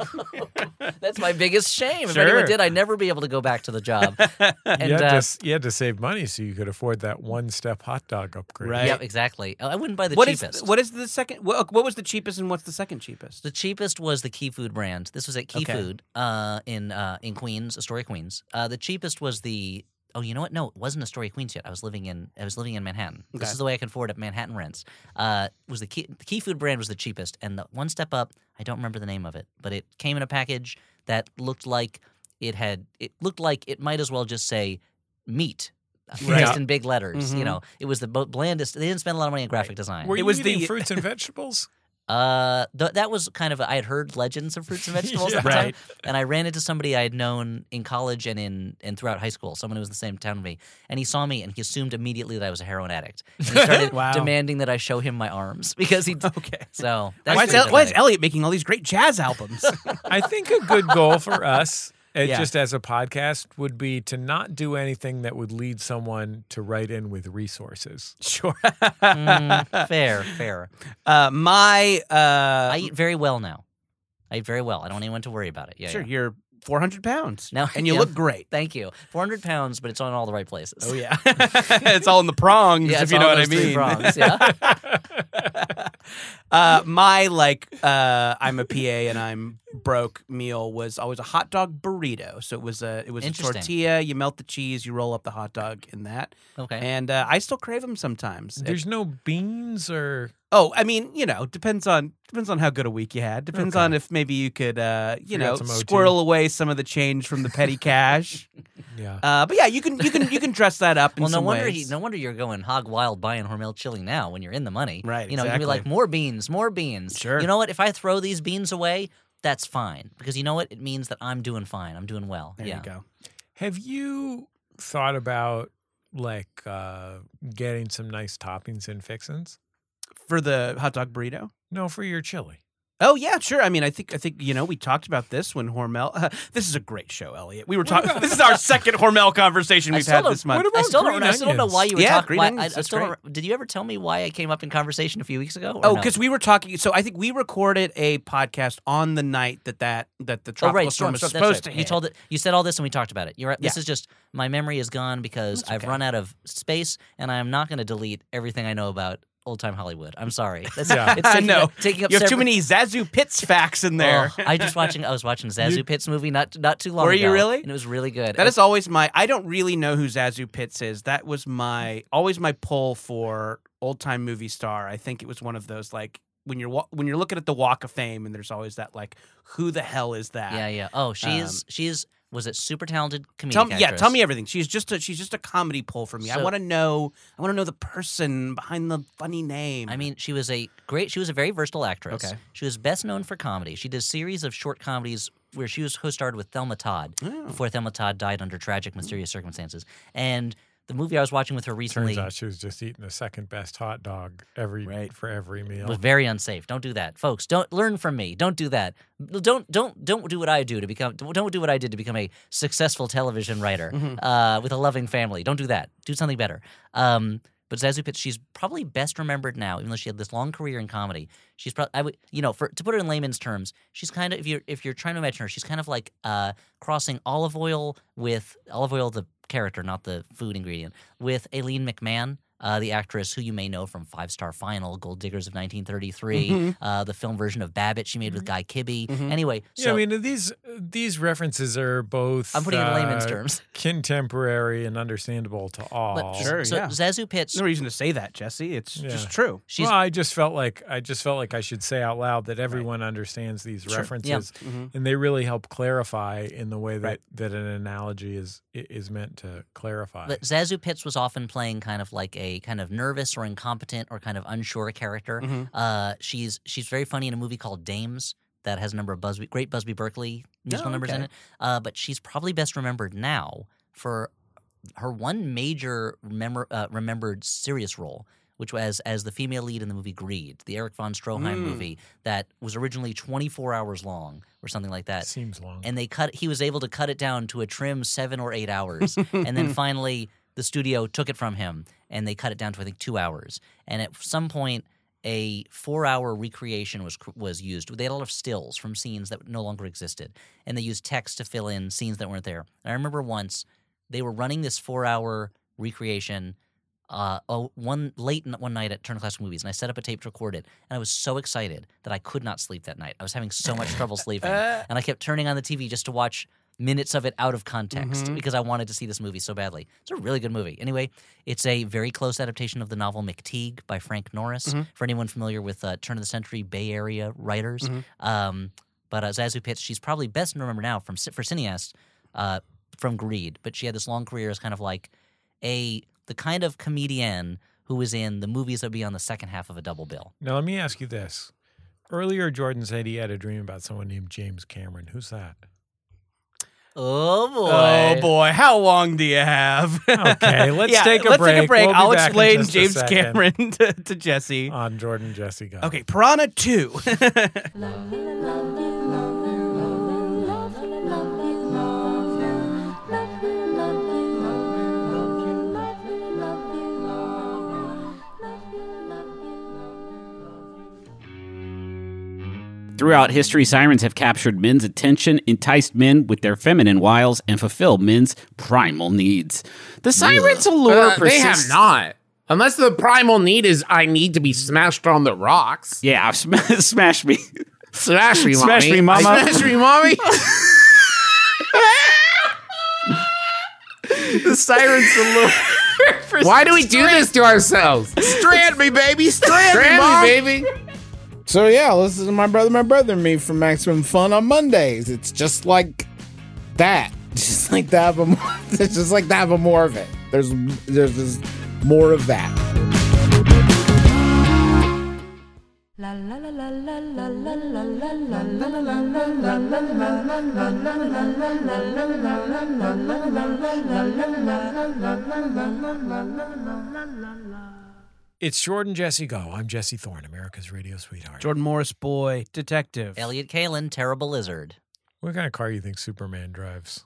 Speaker 5: That's my biggest shame. If anyone
Speaker 3: Sure.
Speaker 5: did, I'd never be able to go back to the job. And
Speaker 2: you, had to,
Speaker 5: uh,
Speaker 2: s- you had to save money so you could afford that one step hot dog upgrade.
Speaker 3: Right.
Speaker 5: yeah, exactly. Oh, I wouldn't buy the
Speaker 3: What is
Speaker 5: cheapest.
Speaker 3: what is the second? What, what was the cheapest and what's the second cheapest?
Speaker 5: The cheapest was the Key Food brand. This was at Key
Speaker 3: Okay.
Speaker 5: Food uh, in uh, in Queens, Astoria, Queens. Uh, the cheapest was the oh, you know what? No, it wasn't Astoria, Queens yet. I was living in I was living in Manhattan. This
Speaker 3: Okay.
Speaker 5: is the way I can afford it. Manhattan rents. Uh, was the key, the key food brand was the cheapest, and the one step up. I don't remember the name of it, but it came in a package that looked like it had. It looked like it might as well just say meat. Priced
Speaker 2: Yeah.
Speaker 5: in big letters,
Speaker 3: Mhm.
Speaker 5: you know. It was the bo- blandest. They didn't spend a lot of money on graphic design.
Speaker 2: Were
Speaker 3: It
Speaker 2: you
Speaker 3: was
Speaker 2: eating
Speaker 3: the-
Speaker 2: fruits and vegetables?
Speaker 5: Uh, th- that was kind of I had heard legends of fruits and vegetables at the
Speaker 2: Yeah.
Speaker 5: time, and I ran into somebody I had known in college and in and throughout high school. Someone who was in the same town as me, and he saw me and he assumed immediately that I was a heroin addict. And he started
Speaker 3: Wow.
Speaker 5: demanding that I show him my arms because he.
Speaker 3: Okay.
Speaker 5: So that's
Speaker 3: Why is,
Speaker 5: pretty
Speaker 3: El- why is
Speaker 5: pathetic.
Speaker 3: Elliot making all these great jazz albums?
Speaker 2: I think a good goal for us, it
Speaker 3: Yeah.
Speaker 2: just as a podcast, would be to not do anything that would lead someone to write in with resources.
Speaker 3: sure.
Speaker 5: Mm, fair, fair.
Speaker 3: Uh, my uh,
Speaker 5: I eat very well now. I eat very well. I don't want anyone to worry about it. Yeah,
Speaker 3: sure,
Speaker 5: yeah.
Speaker 3: you're 400 pounds,
Speaker 5: No,
Speaker 3: and you
Speaker 5: yeah.
Speaker 3: look great.
Speaker 5: Thank you. Four hundred pounds, but it's on all the right places.
Speaker 3: Oh yeah, it's all in the prongs,
Speaker 5: Yeah,
Speaker 3: if
Speaker 5: it's
Speaker 3: you
Speaker 5: all
Speaker 3: know what I
Speaker 5: those three
Speaker 3: mean.
Speaker 5: prongs, yeah.
Speaker 3: uh, my like, uh, I'm a PA and I'm broke meal was always a hot dog burrito. So it was a it was a
Speaker 5: Interesting.
Speaker 3: tortilla. You melt the cheese, you roll up the hot dog in that,
Speaker 5: Okay.
Speaker 3: and uh, I still crave them sometimes. It-
Speaker 2: There's no beans or
Speaker 3: oh, I mean, you know, depends on depends on how good a week you had. Depends
Speaker 2: Okay.
Speaker 3: on if maybe you could, uh, you
Speaker 2: Figure
Speaker 3: know,
Speaker 2: out some OT.
Speaker 3: squirrel away some of the change from the petty cash.
Speaker 2: yeah.
Speaker 3: Uh, but yeah, you can you can you can dress that up. In
Speaker 5: Well, no
Speaker 3: some
Speaker 5: wonder he,
Speaker 3: ways.
Speaker 5: no wonder you're going hog wild buying Hormel chili now when you're in the money.
Speaker 3: Right,
Speaker 5: You know, you'd be like
Speaker 3: exactly.
Speaker 5: more beans, more beans.
Speaker 3: Sure.
Speaker 5: You know what? If I throw these beans away, that's fine because you know what? It means that I'm doing fine. I'm doing well.
Speaker 3: There
Speaker 5: yeah.
Speaker 3: you go.
Speaker 2: Have you thought about like uh, getting some nice toppings and fixins?
Speaker 3: For the hot dog burrito.
Speaker 2: No, for your chili.
Speaker 3: Oh yeah, sure. I mean, I think I think you know we talked about this when Hormel. this is a great show, Elliot. We were talking. this is our second Hormel conversation
Speaker 5: I
Speaker 3: we've
Speaker 5: still
Speaker 3: had
Speaker 5: don't-
Speaker 3: this month.
Speaker 2: what
Speaker 5: I
Speaker 2: about
Speaker 5: still don't.
Speaker 2: green
Speaker 5: I still don't know why you were
Speaker 3: onions? Yeah,
Speaker 5: talking.
Speaker 3: green
Speaker 5: Why,
Speaker 3: onions,
Speaker 5: I, I
Speaker 3: that's
Speaker 5: still don't,
Speaker 3: great.
Speaker 5: did you ever tell me why I came up in conversation a few weeks ago? or
Speaker 3: Oh,
Speaker 5: no?
Speaker 3: because we were talking. So I think we recorded a podcast on the night that that that the
Speaker 5: Oh
Speaker 3: tropical
Speaker 5: right,
Speaker 3: storm
Speaker 5: storm,
Speaker 3: was
Speaker 5: storm, that's
Speaker 3: supposed
Speaker 5: right.
Speaker 3: to
Speaker 5: You
Speaker 3: hit.
Speaker 5: told it. You said all this, and we talked about it. You're right. This
Speaker 3: Yeah.
Speaker 5: is just my memory is gone because
Speaker 3: That's
Speaker 5: I've
Speaker 3: okay.
Speaker 5: run out of space, and I'm not going to delete everything I know about old time Hollywood. I'm sorry. That's,
Speaker 2: Yeah.
Speaker 5: it's taking,
Speaker 3: No.
Speaker 5: up, taking up
Speaker 3: you have too
Speaker 5: several-
Speaker 3: many Zazu Pitts facts in there.
Speaker 5: Oh, I just watching. I was watching Zazu Pitts movie not not too long.
Speaker 3: Were you
Speaker 5: ago,
Speaker 3: really?
Speaker 5: And it was really good.
Speaker 3: That is always my. I don't really know who Zazu Pitts is. That was my always my pull for old time movie star. I think it was one of those like when you're wa- when you're looking at the Walk of Fame and there's always that like who the hell is that?
Speaker 5: yeah, yeah. Oh, she
Speaker 3: Um,
Speaker 5: is. She is. Was it super talented comedic
Speaker 3: Tell me,
Speaker 5: actress?
Speaker 3: yeah, tell me everything. She's just a she's just a comedy pull for me. I
Speaker 5: So-
Speaker 3: want to know. I want to know the person behind the funny name.
Speaker 5: I mean, she was a great. She was a very versatile actress.
Speaker 3: Okay.
Speaker 5: She was best known for comedy. She did a series of short comedies where she was co-starred with Thelma Todd
Speaker 3: Oh.
Speaker 5: before Thelma Todd died under tragic, mysterious circumstances. And the movie I was watching with her recently
Speaker 2: Turns out she was just eating the second best hot dog every
Speaker 3: Right.
Speaker 2: for every meal.
Speaker 5: was very unsafe. Don't do that, folks. Don't learn from me. Don't do that. Don't don't don't do what I do to become. Don't do what I did to become a successful television writer uh, with a loving family. Don't do that. Do something better. Um, but Zazu Pitts, she's probably best remembered now, even though she had this long career in comedy. She's probably, I would, you know, for to put it in layman's terms, she's kind of if you're if you're trying to imagine her, she's kind of like uh, crossing olive oil with olive oil, the character, not the food ingredient, with Aileen McMahon. Uh, the actress who you may know from Five Star Final, Gold Diggers of 1933, uh, the film version of Babbitt she made with Guy Kibbe. Anyway,
Speaker 2: Mm-hmm.
Speaker 5: so
Speaker 2: yeah, I mean uh, these these references are both
Speaker 5: I'm putting it in layman's
Speaker 2: uh,
Speaker 5: terms.
Speaker 2: contemporary and understandable to all.
Speaker 5: But,
Speaker 3: Sure,
Speaker 5: so
Speaker 3: yeah.
Speaker 5: Zazu Pitts,
Speaker 3: no reason to say that, Jesse. It's
Speaker 2: Yeah.
Speaker 3: just true.
Speaker 5: she's
Speaker 2: well, I just felt like I just felt like I should say out loud that everyone understands these
Speaker 3: Sure. Yeah.
Speaker 2: references,
Speaker 3: Mhm.
Speaker 2: and they really help clarify in the way that,
Speaker 3: Right.
Speaker 2: that an analogy is i- is meant to clarify.
Speaker 5: But Zazu Pitts was often playing kind of like a kind of nervous or incompetent or kind of unsure character.
Speaker 3: Mhm.
Speaker 5: Uh, she's she's very funny in a movie called Dames that has a number of Busby, great Busby Berkeley musical
Speaker 3: Oh,
Speaker 5: numbers in
Speaker 3: okay.
Speaker 5: it. Uh, but she's probably best remembered now for her one major remember, uh, remembered serious role. Which was as the female lead in the movie Greed, the Eric von Stroheim
Speaker 3: Mm.
Speaker 5: movie that was originally 24 hours long or something like that
Speaker 2: Seems long.
Speaker 5: and they cut he was able to cut it down to a trim seven or eight hours and then finally the studio took it from him and they cut it down to i think two hours and at some point a four hour recreation was cr- was used they had a lot of stills from scenes that no longer existed and they used text to fill in scenes that weren't there and i remember once they were running this four hour recreation uh, oh, one late n- one night at Turner Classic Movies, and I set up a tape to record it. And I was so excited that I could not sleep that night. I was having so much trouble sleeping, and I kept turning on the TV just to watch minutes of it out of context
Speaker 3: Mhm.
Speaker 5: because I wanted to see this movie so badly. It's a really good movie. Anyway, it's a very close adaptation of the novel McTeague by Frank Norris.
Speaker 3: Mhm.
Speaker 5: For anyone familiar with uh, turn of the century Bay Area writers,
Speaker 3: Mhm.
Speaker 5: um, but uh, Zazu Pitts, she's probably best remembered now from ci- for cineast uh, from Greed, but she had this long career as kind of like a the kind of comedian who was in the movies that would be on the second half of a double bill.
Speaker 2: Now let me ask you this. Earlier, Jordan said he had a dream about someone named James Cameron. Who's that?
Speaker 5: Oh boy!
Speaker 3: Oh boy, how long do you have?
Speaker 2: Okay, let's
Speaker 3: Yeah,
Speaker 2: take a
Speaker 3: let's
Speaker 2: break.
Speaker 3: Take a break.
Speaker 2: We'll be
Speaker 3: I'll
Speaker 2: back in
Speaker 3: explain
Speaker 2: just a
Speaker 3: James
Speaker 2: second.
Speaker 3: Cameron to, to Jesse.
Speaker 2: On Jordan Jesse Go.
Speaker 3: okay, Piranha Two.
Speaker 1: Love you, love you, love you, love you, love you, love you, love you, love you, love you, love you, love you, love you, love you, love you, love you.
Speaker 6: Throughout history, sirens have captured men's attention, enticed men with their feminine wiles, and fulfilled men's primal needs. The siren's allure
Speaker 7: Uh, they
Speaker 6: persists.
Speaker 7: have not. Unless the primal need is I need to be smashed on the rocks.
Speaker 6: Yeah, sm- smash me.
Speaker 7: Smash me, mommy.
Speaker 6: Smash me, mama.
Speaker 7: Smash me, mommy.
Speaker 6: the siren's allure.
Speaker 7: Why do we do this to ourselves?
Speaker 6: Strand me, baby. Strand,
Speaker 7: Grab me, baby.
Speaker 8: So yeah, listen to my brother, my brother, and me for Maximum Fun on Mondays. It's just like that, just like to have a more, it's just like to have a more of it. There's there's just more of that.
Speaker 1: La la la la la la la la la la la la la la la la la la
Speaker 2: It's Jordan Jesse Go. I'm Jesse Thorne, America's radio sweetheart.
Speaker 3: Jordan Morris, boy detective.
Speaker 5: Elliot Kalin, terrible lizard.
Speaker 2: What kind of car you think Superman drives?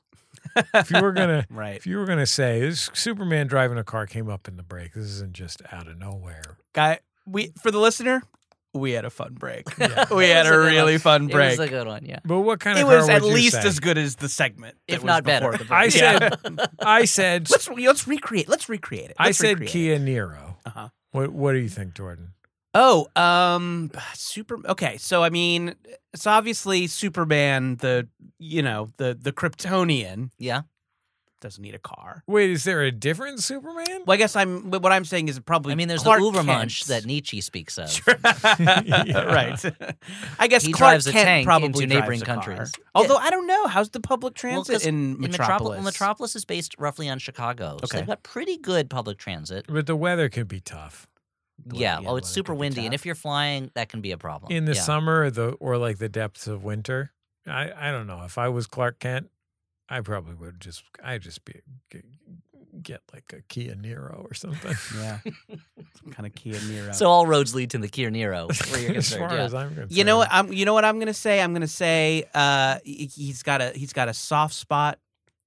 Speaker 2: If you were gonna,
Speaker 3: Right.
Speaker 2: If you were gonna say this Superman driving a car came up in the break, this isn't just out of nowhere.
Speaker 3: guy. We for the listener, we had a fun break. we
Speaker 5: It
Speaker 3: had
Speaker 5: was
Speaker 3: a
Speaker 5: good
Speaker 3: really
Speaker 5: one.
Speaker 3: fun
Speaker 5: It
Speaker 3: break.
Speaker 5: was a good one, yeah.
Speaker 2: But what kind
Speaker 3: it
Speaker 2: of car
Speaker 3: was at
Speaker 2: would you
Speaker 3: least
Speaker 2: say?
Speaker 3: as good as the segment, that
Speaker 5: If
Speaker 3: was
Speaker 5: not
Speaker 3: before
Speaker 5: better.
Speaker 3: the break.
Speaker 2: I said,
Speaker 3: Yeah.
Speaker 2: I said,
Speaker 3: let's re- let's recreate. Let's recreate it.
Speaker 2: I
Speaker 3: Let's
Speaker 2: said
Speaker 3: recreate it.
Speaker 2: Kia Niro.
Speaker 3: Uh-huh.
Speaker 2: What What do you think, Jordan?
Speaker 3: Oh, um, super. Okay, so I mean, it's obviously Superman, the you know the the Kryptonian
Speaker 5: Yeah.
Speaker 3: doesn't need a car.
Speaker 2: Wait, is there a different Superman?
Speaker 3: Well, I guess I'm. What I'm saying is probably.
Speaker 5: I mean, there's
Speaker 3: Clark
Speaker 5: the
Speaker 3: Kent.
Speaker 5: Ubermensch that Nietzsche speaks of.
Speaker 3: Sure.
Speaker 2: Yeah.
Speaker 3: Right. I guess
Speaker 5: He
Speaker 3: Clark
Speaker 5: drives a
Speaker 3: Kent
Speaker 5: tank
Speaker 3: probably
Speaker 5: into
Speaker 3: drives
Speaker 5: neighboring
Speaker 3: a car.
Speaker 5: countries.
Speaker 3: Although I don't know how's the public transit
Speaker 5: 'cause
Speaker 3: in
Speaker 5: In
Speaker 3: Metropolis.
Speaker 5: Metropolis, Metropolis is based roughly on Chicago, so
Speaker 3: Okay.
Speaker 5: they've got pretty good public transit.
Speaker 2: But the weather can be tough
Speaker 5: yeah.
Speaker 3: yeah,
Speaker 5: Oh, it's
Speaker 3: weather
Speaker 5: super
Speaker 3: could be
Speaker 5: windy, and
Speaker 3: tough.
Speaker 5: if you're flying, that can be a problem.
Speaker 2: in the
Speaker 5: yeah.
Speaker 2: summer, or the or like the depths of winter. I I don't know. If I was Clark Kent, I probably would just I just be get, get like a Kia Niro or something.
Speaker 3: Yeah. kind of Kia Niro.
Speaker 5: So all roads lead to the Kier Nero, where you're
Speaker 2: as
Speaker 5: concerned.
Speaker 2: far
Speaker 5: yeah.
Speaker 2: as I'm concerned,
Speaker 3: you know what I'm you know what I'm going to say? I'm going to say uh he- he's got a he's got a soft spot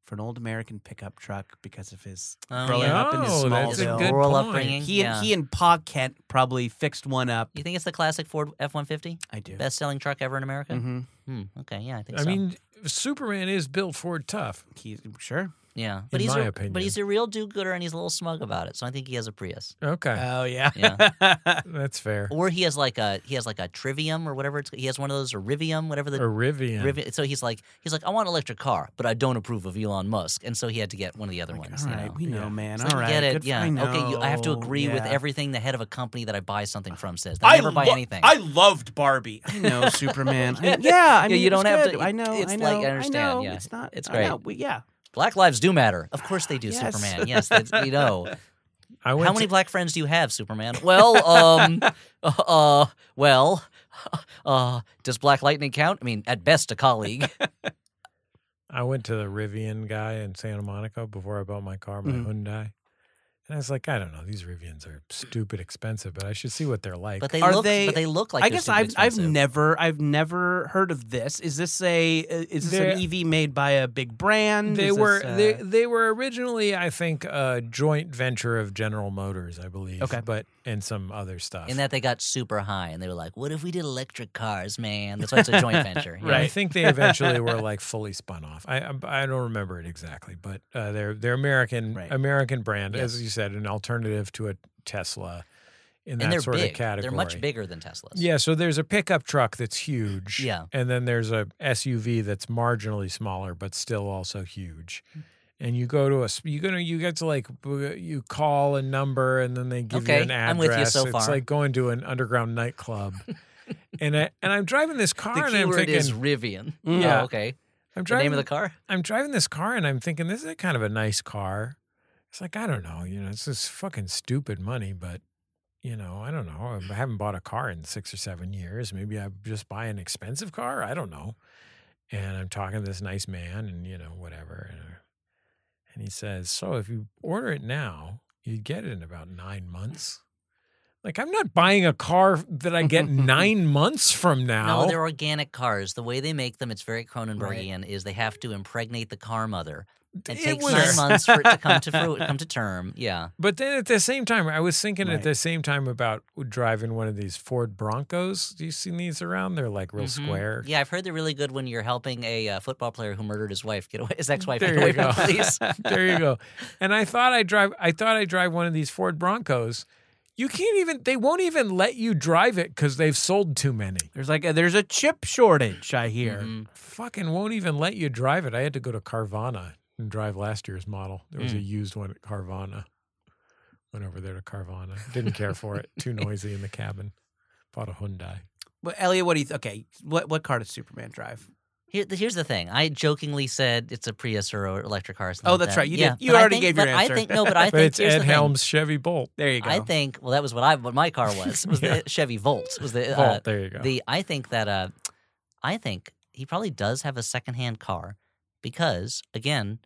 Speaker 3: for an old American pickup truck because of his
Speaker 5: Oh,
Speaker 3: growing
Speaker 5: yeah.
Speaker 3: up in his
Speaker 2: Oh,
Speaker 3: small
Speaker 2: that's a
Speaker 5: His
Speaker 2: good
Speaker 3: town.
Speaker 5: rural
Speaker 2: point.
Speaker 5: upbringing.
Speaker 3: He
Speaker 5: yeah.
Speaker 3: and he and Pa Kent probably fixed one up.
Speaker 5: You think it's the classic Ford F-150,
Speaker 3: I do.
Speaker 5: best-selling truck ever in America?
Speaker 3: Mm-hmm.
Speaker 5: Hmm, okay, yeah, I think
Speaker 2: I
Speaker 5: so.
Speaker 2: mean, Superman is built Ford tough.
Speaker 3: He's sure.
Speaker 5: yeah, but
Speaker 2: in
Speaker 5: he's
Speaker 2: my
Speaker 5: a,
Speaker 2: opinion.
Speaker 5: but he's a real do-gooder and he's a little smug about it. So I think he has a Prius,
Speaker 2: Okay,
Speaker 3: Oh yeah.
Speaker 2: that's fair.
Speaker 5: or he has like a he has like a Trivium or whatever. It's, he has one of those or Rivium, whatever the
Speaker 2: Or Rivian.
Speaker 5: Rivi- so he's like, he's like, I want an electric car, but I don't approve of Elon Musk, and so he had to get one of the other
Speaker 3: Like,
Speaker 5: ones.
Speaker 3: all
Speaker 5: you
Speaker 3: right,
Speaker 5: know.
Speaker 3: we know, man.
Speaker 5: It's
Speaker 3: All right,
Speaker 5: like, you get it?
Speaker 3: good for- I
Speaker 5: yeah. Okay, you, I have to
Speaker 3: know,
Speaker 5: agree with
Speaker 3: yeah.
Speaker 5: everything the head of a company that I buy something from says. I, never buy
Speaker 3: lo-
Speaker 5: anything.
Speaker 3: I loved Barbie. I know Superman. I- yeah, I
Speaker 5: Yeah,
Speaker 3: mean,
Speaker 5: you
Speaker 3: it was
Speaker 5: don't have to-
Speaker 3: good. I know.
Speaker 5: it's
Speaker 3: I
Speaker 5: like, I
Speaker 3: know,
Speaker 5: understand,
Speaker 3: know,
Speaker 5: yeah.
Speaker 3: it's not.
Speaker 5: It's
Speaker 3: I
Speaker 5: great.
Speaker 3: know, we- yeah.
Speaker 5: black lives do matter. Of course they do,
Speaker 3: Yes.
Speaker 5: Superman. Yes, that's, we know.
Speaker 2: I went
Speaker 5: How many black friends do you have, Superman? Well, um, uh, uh, well, uh, does Black Lightning count? I mean, at best, a colleague.
Speaker 2: I went to the Rivian guy in Santa Monica before I bought my car, my
Speaker 3: Mhm.
Speaker 2: Hyundai. And I was like, I don't know, these Rivians are stupid expensive, but I should see what they're like.
Speaker 5: But they
Speaker 3: Are
Speaker 5: look.
Speaker 3: they-
Speaker 5: but they look like.
Speaker 3: I
Speaker 5: they're
Speaker 3: guess
Speaker 5: super
Speaker 3: I've I've
Speaker 5: expensive.
Speaker 3: never I've never heard of this. Is this a is this
Speaker 2: They're-
Speaker 3: an EV made by a big brand?
Speaker 2: they
Speaker 3: Is this,
Speaker 2: were they,
Speaker 3: uh,
Speaker 2: they were originally, I think, a joint venture of General Motors, I believe.
Speaker 3: Okay.
Speaker 2: But and some other stuff.
Speaker 5: In that they got super high and they were like, "What if we did electric cars, man?" That's why it's a joint venture. you know?
Speaker 2: Yeah, I think they eventually were like fully spun off. I I- I don't remember it exactly, but uh, they're they're American
Speaker 3: Right.
Speaker 2: American brand,
Speaker 5: Yes.
Speaker 2: as you said, an alternative to a Tesla. in
Speaker 5: and
Speaker 2: that
Speaker 5: they're
Speaker 2: sort
Speaker 5: big.
Speaker 2: of category.
Speaker 5: They're much bigger than Teslas.
Speaker 2: Yeah, so there's a pickup truck that's huge.
Speaker 5: Yeah.
Speaker 2: And then there's a SUV that's marginally smaller but still also huge.
Speaker 5: Mm.
Speaker 2: And you go to a you gonna you get to like b- you call a number and then they give
Speaker 5: Okay,
Speaker 2: you an address.
Speaker 5: I'm with you so
Speaker 2: it's
Speaker 5: far.
Speaker 2: like going to an underground nightclub. and I and I'm driving this car
Speaker 5: The
Speaker 2: and
Speaker 5: key
Speaker 2: I'm
Speaker 5: word
Speaker 2: thinking
Speaker 5: is Rivian.
Speaker 2: Yeah.
Speaker 5: Oh, okay.
Speaker 2: I'm
Speaker 5: The
Speaker 2: driving
Speaker 5: name of the car?
Speaker 2: I'm driving this car and I'm thinking this is a kind of a nice car. It's like I don't know, you know, it's just fucking stupid money, but you know, I don't know. I haven't bought a car in six or seven years. Maybe I just buy an expensive car. I don't know. And I'm talking to this nice man, and you know, whatever. And, uh, and he says, "So if you order it now, you get it in about nine months." Like I'm not buying a car that I get nine months from now.
Speaker 5: No, they're organic cars. The way they make them, it's very Cronenbergian, is they have to impregnate the car mother.
Speaker 2: It
Speaker 5: It, takes
Speaker 2: was-
Speaker 5: nine months for it to come to fruit, come to term. Yeah.
Speaker 2: But then at the same time, I was thinking at
Speaker 6: Right.
Speaker 2: the same time about driving one of these Ford Broncos. Do you see these around? They're like real
Speaker 5: Mhm.
Speaker 2: square.
Speaker 5: Yeah, I've heard they're really good when you're helping a uh, football player who murdered his wife get away, his ex-wife
Speaker 2: There
Speaker 5: get away
Speaker 2: you
Speaker 5: from
Speaker 2: go.
Speaker 5: the police.
Speaker 2: There you go. And I thought I drive. I thought I drive one of these Ford Broncos. You can't even. They won't even let you drive it because they've sold too many.
Speaker 3: There's like a, there's a chip shortage. I hear.
Speaker 5: Mhm.
Speaker 2: Fucking won't even let you drive it. I had to go to Carvana and drive last year's model. There
Speaker 5: Mm.
Speaker 2: was a used one at Carvana. Went over there to Carvana. Didn't care for it. Too noisy in the cabin. Bought a Hyundai.
Speaker 3: Well, Elliot, what do you? Th- okay, what what car does Superman drive?
Speaker 5: Here, here's the thing. I jokingly said it's a Prius or an electric car. or something
Speaker 3: Oh,
Speaker 5: like
Speaker 3: that's
Speaker 5: that.
Speaker 3: right. You
Speaker 5: yeah,
Speaker 3: did. You
Speaker 5: but I
Speaker 3: already
Speaker 5: think-
Speaker 3: gave your
Speaker 5: but
Speaker 3: answer.
Speaker 5: I think no, but I
Speaker 2: But
Speaker 5: think
Speaker 2: it's
Speaker 5: here's
Speaker 2: Ed
Speaker 5: the thing.
Speaker 2: Helms Chevy Bolt.
Speaker 3: There you go.
Speaker 5: I think well that was what I what my car was was the Chevy Volt was the uh,
Speaker 2: Volt, there you go.
Speaker 5: the I think that uh I think he probably does have a secondhand car because again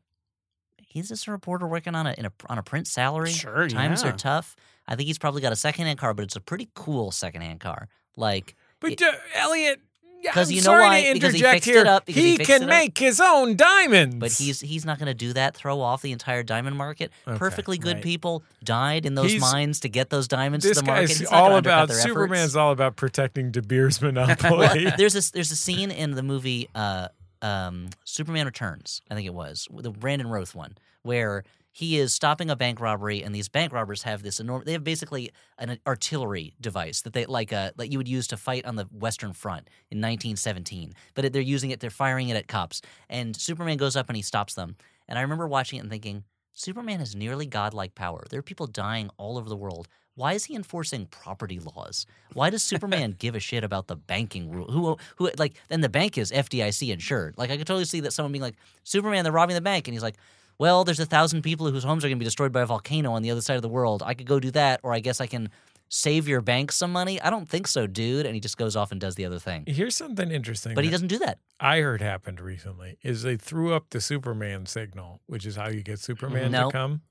Speaker 5: he's just a reporter working on a in a on a print salary
Speaker 3: Sure,
Speaker 5: times
Speaker 3: yeah.
Speaker 5: are tough I think he's probably got a secondhand car but it's a pretty cool secondhand car like
Speaker 2: But uh, Elliot, yeah,
Speaker 5: 'Cause
Speaker 2: I'm
Speaker 5: you know
Speaker 2: sorry
Speaker 5: why?
Speaker 2: to
Speaker 5: Because he
Speaker 2: interject
Speaker 5: fixed it
Speaker 2: here.
Speaker 5: up, because he
Speaker 2: he
Speaker 5: fixed it
Speaker 2: can
Speaker 5: up.
Speaker 2: make his own diamonds.
Speaker 5: but he's he's not going to do that throw off the entire diamond market
Speaker 2: Okay,
Speaker 5: perfectly good
Speaker 3: right.
Speaker 5: people died in those
Speaker 2: He's-
Speaker 5: mines to get those diamonds
Speaker 2: this
Speaker 5: to the market
Speaker 2: guy's
Speaker 5: He's not gonna
Speaker 2: all
Speaker 5: undercut
Speaker 2: about
Speaker 5: their efforts.
Speaker 2: Superman's all about protecting De Beers
Speaker 5: well,
Speaker 2: monopoly.
Speaker 5: there's this there's a scene in the movie uh, um, Superman Returns, I think it was the Brandon Roth one, where he is stopping a bank robbery, and these bank robbers have this enormous. They have basically an artillery device that they like uh, that you would use to fight on the Western Front in 1917, but it- they're using it. They're firing it at cops, and Superman goes up and he stops them. And I remember watching it and thinking. Superman has nearly godlike power. There are people dying all over the world. Why is he enforcing property laws? Why does Superman give a shit about the banking rule? Who, who, like, then the bank is FDIC insured. Like, I could totally see that someone being like, Superman, they're robbing the bank. And he's like, well, there's a thousand people whose homes are going to be destroyed by a volcano on the other side of the world. I could go do that, or I guess I can save your bank some money. I don't think so, dude. And he just goes off and does the other thing.
Speaker 2: Here's something interesting
Speaker 5: But he
Speaker 2: that
Speaker 5: doesn't do that.
Speaker 2: I heard happened recently is they threw up the Superman signal, which is how you
Speaker 5: Mm-hmm.
Speaker 2: get Superman
Speaker 5: No.
Speaker 2: to come.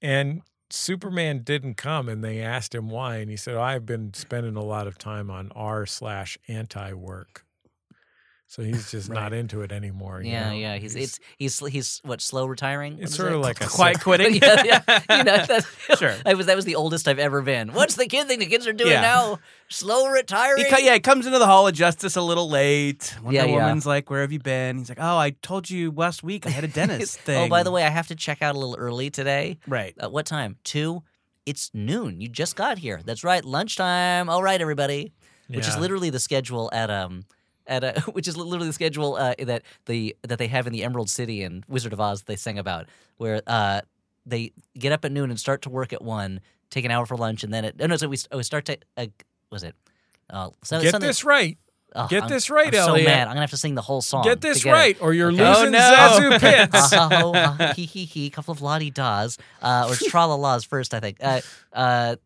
Speaker 2: And Superman didn't come, and they asked him why, and he said, "I've been spending a lot of time on r slash anti work." So he's just not into it anymore. you
Speaker 5: Yeah,
Speaker 2: know?
Speaker 5: yeah. He's it's he's he's what slow retiring. What
Speaker 2: It's
Speaker 5: is
Speaker 2: sort
Speaker 5: it?
Speaker 2: of like a
Speaker 3: Quiet quitting.
Speaker 5: yeah, yeah. You know, that's,
Speaker 3: Sure.
Speaker 5: I was that was the oldest I've ever been. What's the kid thing the kids are doing
Speaker 3: Yeah.
Speaker 5: now? Slow retiring.
Speaker 3: He co- yeah, he comes into the Hall of Justice a little late. Wonder
Speaker 5: Yeah, yeah.
Speaker 3: Woman's like, "Where have you been?" He's like, "Oh, I told you last week I had a dentist thing."
Speaker 5: Oh, by the way, I have to check out a little early today.
Speaker 3: right?
Speaker 5: At Uh, what time? Two. It's noon. You just got here. That's right, lunchtime. All right, everybody. Which is
Speaker 2: Yeah.
Speaker 5: literally the schedule at um at a, which is literally the schedule uh, that the that they have in the Emerald City and Wizard of Oz that they sing about, where uh they get up at noon and start to work at one, take an hour for lunch, and then it. Oh no, so we, oh, we start to. Uh, was it? Uh, so
Speaker 2: Get
Speaker 5: Sunday-
Speaker 2: this right.
Speaker 5: Oh,
Speaker 2: Get
Speaker 5: I'm-
Speaker 2: this right,
Speaker 5: I'm so
Speaker 2: Elliot.
Speaker 5: mad. I'm gonna have to sing the whole song.
Speaker 2: Get
Speaker 5: to
Speaker 2: this
Speaker 5: it.
Speaker 2: right, or you're
Speaker 5: Okay. Uh-huh.
Speaker 2: losing
Speaker 3: Oh, no.
Speaker 2: Zazu Pitts.
Speaker 5: ha ho, ha, Oh, hee hee hee, couple of la di da's, uh, or tra la la's first, I think. Uh, uh,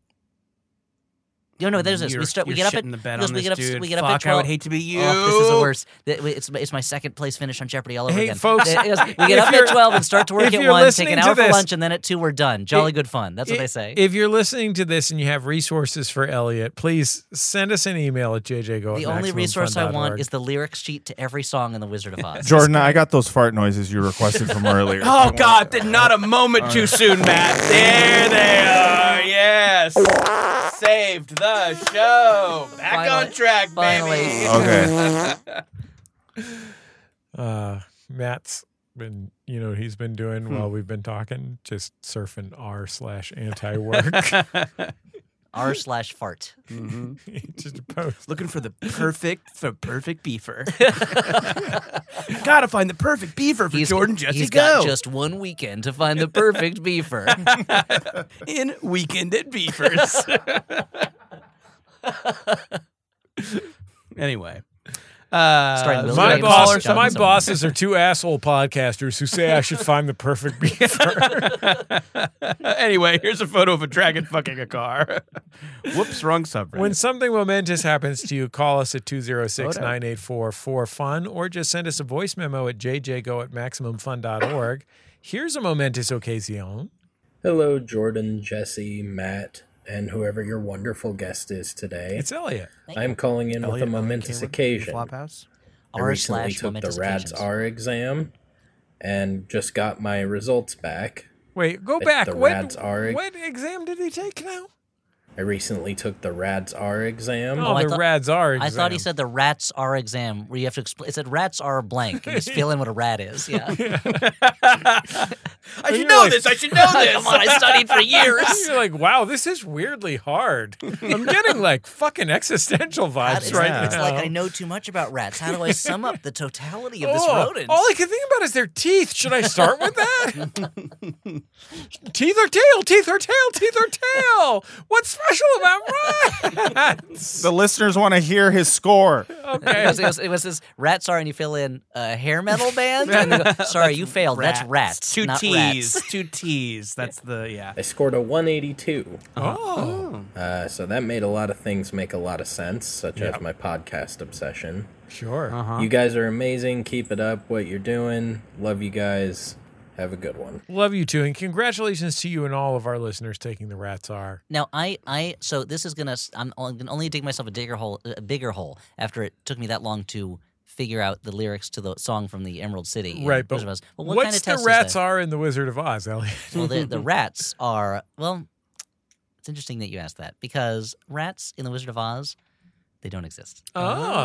Speaker 5: no, no, there's this.
Speaker 3: You're-
Speaker 5: We, start, we
Speaker 3: you're
Speaker 5: get up at
Speaker 3: shitting the bed
Speaker 5: because
Speaker 3: on
Speaker 5: we
Speaker 3: this
Speaker 5: get up,
Speaker 3: dude.
Speaker 5: we get up
Speaker 3: Fuck,
Speaker 5: at 12.
Speaker 3: I would hate to be you.
Speaker 5: Oh, this is the worst. Th- wait, It's, it's my second place finish on Jeopardy all over
Speaker 2: Hey,
Speaker 5: again.
Speaker 2: folks,
Speaker 5: Th- yes, we get
Speaker 2: if
Speaker 5: up at
Speaker 2: you're-
Speaker 5: 12 and start to work
Speaker 2: if
Speaker 5: at
Speaker 2: you're
Speaker 5: 1, take an
Speaker 2: listening
Speaker 5: hour
Speaker 2: to
Speaker 5: for
Speaker 2: this-
Speaker 5: lunch, and then at 2 we're done. Jolly
Speaker 2: It-
Speaker 5: good fun. That's what
Speaker 2: I-
Speaker 5: they say.
Speaker 2: If you're listening to this and you have resources for Elliot, please send us an email at jjgo.
Speaker 5: the only resource I want is the lyrics sheet to every song in The Wizard of Oz.
Speaker 4: Jordan, I got those fart noises you requested from earlier.
Speaker 3: Oh God! Did not a moment too soon, Matt. There they are. Yes, saved the show. Back
Speaker 5: Finally.
Speaker 3: on track,
Speaker 5: Finally.
Speaker 3: baby.
Speaker 4: Okay.
Speaker 2: uh, Matt's been, you know, what he's been doing
Speaker 5: Hmm.
Speaker 2: while we've been talking, just surfing r slash anti work.
Speaker 5: R slash fart.
Speaker 2: Just a post.
Speaker 3: Looking for the perfect for perfect beaver. Gotta find the perfect beaver for
Speaker 5: He's-
Speaker 3: Jordan Jesse
Speaker 5: he's
Speaker 3: Go
Speaker 5: got just one weekend to find the perfect beaver.
Speaker 3: in Weekend at Beavers. anyway. Uh,
Speaker 5: Starring Bill
Speaker 2: My,
Speaker 5: James
Speaker 2: boss,
Speaker 5: Johnson.
Speaker 2: my bosses are two asshole podcasters who say I should find the perfect beaver.
Speaker 3: anyway, here's a photo of a dragon fucking a car. Whoops, wrong subreddit.
Speaker 2: when something momentous happens to you, call us at 206-984-4FUN or just send us a voice memo at jjgo at maximumfun.org. Here's a momentous occasion.
Speaker 9: Hello, Jordan, Jesse, Matt, and whoever your wonderful guest is today.
Speaker 2: It's Elliot.
Speaker 9: I'm calling in with a
Speaker 3: Elliot, uh,
Speaker 9: momentous
Speaker 3: Cameron,
Speaker 9: occasion.
Speaker 3: Flophouse.
Speaker 9: I
Speaker 5: R
Speaker 9: recently
Speaker 5: slash
Speaker 9: took the
Speaker 5: momentous
Speaker 9: RADS
Speaker 5: occasions.
Speaker 9: R exam and just got my results back.
Speaker 2: Wait, go
Speaker 9: The-
Speaker 2: back.
Speaker 9: the
Speaker 2: what,
Speaker 9: rads are-
Speaker 2: what exam did he take now?
Speaker 9: I recently took the RADS R exam.
Speaker 2: Oh,
Speaker 5: I
Speaker 2: the
Speaker 5: thought-
Speaker 2: rads are
Speaker 5: I thought he
Speaker 2: exam.
Speaker 5: said the rats are exam where you have to explain. It said rats are blank. You just fill in what a rat is. Yeah.
Speaker 3: I should know this. I should know this.
Speaker 5: Come on, I studied for years.
Speaker 2: You're like, wow, this is weirdly hard. I'm getting like fucking existential
Speaker 5: How-
Speaker 2: vibes
Speaker 5: it's
Speaker 2: right
Speaker 5: like, it's
Speaker 2: now.
Speaker 5: like I know too much about rats. How do I sum up the totality of this
Speaker 2: Oh,
Speaker 5: rodent?
Speaker 2: All I can think about is their teeth. Should I start with that? teeth or tail, teeth or tail, teeth or tail. What's special about rats?
Speaker 4: The listeners want to hear his score.
Speaker 5: it,
Speaker 2: Okay.
Speaker 5: was, it, was, it was this rats are, and you fill in a hair metal band. And they go, Sorry, you failed. That's rats.
Speaker 3: Two
Speaker 5: not
Speaker 3: T's.
Speaker 5: Rats.
Speaker 3: Two T's. That's the yeah.
Speaker 9: I scored a 182.
Speaker 2: Oh,
Speaker 9: Uh, so that made a lot of things make a lot of sense, such as my podcast obsession.
Speaker 2: sure.
Speaker 9: You guys are amazing. Keep it up, what you're doing. Love you guys. Have a good one.
Speaker 2: Love you too. And congratulations to you and all of our listeners taking the rats are.
Speaker 5: Now I, I so this is gonna s- I'm only- gonna only dig myself a digger hole a bigger hole after it took me that long to figure out the lyrics to the song from the Emerald City. in
Speaker 2: Right, but
Speaker 5: Wizard of Oz. Well, what
Speaker 2: What's
Speaker 5: kind of
Speaker 2: the
Speaker 5: test
Speaker 2: rats
Speaker 5: is that?
Speaker 2: are in The Wizard of Oz, Elliot?
Speaker 5: Well, the, the rats are well. It's interesting that you asked that because rats in the Wizard of Oz, they don't exist.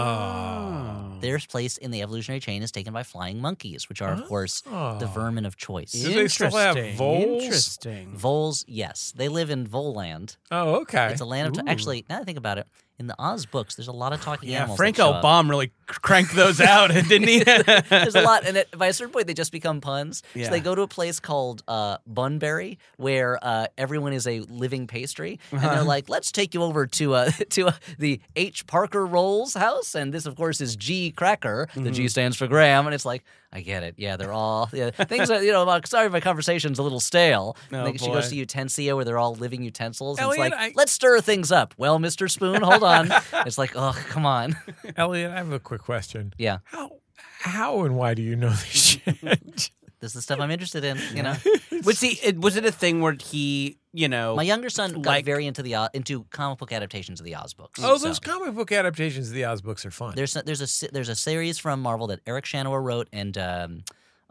Speaker 2: Oh.
Speaker 5: Their place in the evolutionary chain is taken by flying monkeys, which are of course the
Speaker 2: Oh.
Speaker 5: vermin of choice.
Speaker 2: Do they still have
Speaker 3: Interesting,
Speaker 2: voles?
Speaker 3: Interesting.
Speaker 5: Voles, yes, they live in Vole Land.
Speaker 2: Oh, okay.
Speaker 5: It's a land of t- actually. Now that I think about it, in the Oz books, there's a lot of talking
Speaker 3: Yeah,
Speaker 5: animals. that
Speaker 3: Frank
Speaker 5: show up.
Speaker 3: Obama really cr- cranked those out, didn't he?
Speaker 5: There's a lot, and at, by a certain point, they just become puns.
Speaker 3: Yeah.
Speaker 5: So they go to a place called uh, Bunbury, where uh, everyone is a living pastry, and
Speaker 3: Uh-huh.
Speaker 5: they're like, "Let's take you over to uh, to uh, the H Parker Rolls house," and this, of course, is G Cracker. The
Speaker 3: Mm-hmm.
Speaker 5: G stands for Graham, and it's like, I get it. Yeah, they're all yeah, things. Are, you know, like, sorry, my conversation's a little stale.
Speaker 3: Oh,
Speaker 5: and they- she goes
Speaker 3: boy. Oh,
Speaker 5: to Utensia, where they're all living utensils. and
Speaker 2: Elliot,
Speaker 5: it's like,
Speaker 2: I-
Speaker 5: let's stir things up. Well, Mister Spoon, hold on. it's like, oh, come on.
Speaker 2: Elliot, I have a quick question.
Speaker 5: Yeah.
Speaker 2: How how and why do you know this shit?
Speaker 5: This is the stuff I'm interested in. You know.
Speaker 3: was he? It, was it a thing where he, you know,
Speaker 2: Oh,
Speaker 5: My younger son got
Speaker 3: like-
Speaker 5: very into the Oz, into comic book adaptations of the Oz books.
Speaker 2: oh,
Speaker 5: So,
Speaker 2: those comic book adaptations of the Oz books are fun.
Speaker 5: there's a, there's a se- there's a series from Marvel that Eric Shanoa wrote, and um,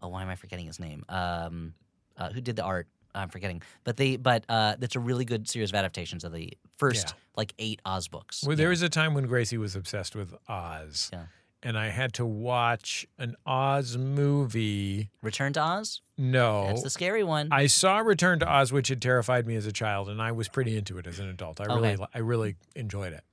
Speaker 5: oh, why am I forgetting his name? Um, uh, who did the art? I'm forgetting. But they but uh, that's a really good series of adaptations of the first
Speaker 2: Yeah.
Speaker 5: like eight Oz books.
Speaker 2: Well, there was a time when Gracie was obsessed with Oz.
Speaker 5: Yeah.
Speaker 2: And I had to watch an Oz movie.
Speaker 5: Return to Oz.
Speaker 2: No.
Speaker 5: That's the scary one.
Speaker 2: Oh, I saw Return to Oz, which had terrified me as a child, and I was pretty into it as an adult. I really,
Speaker 5: Okay.
Speaker 2: li- I really enjoyed it.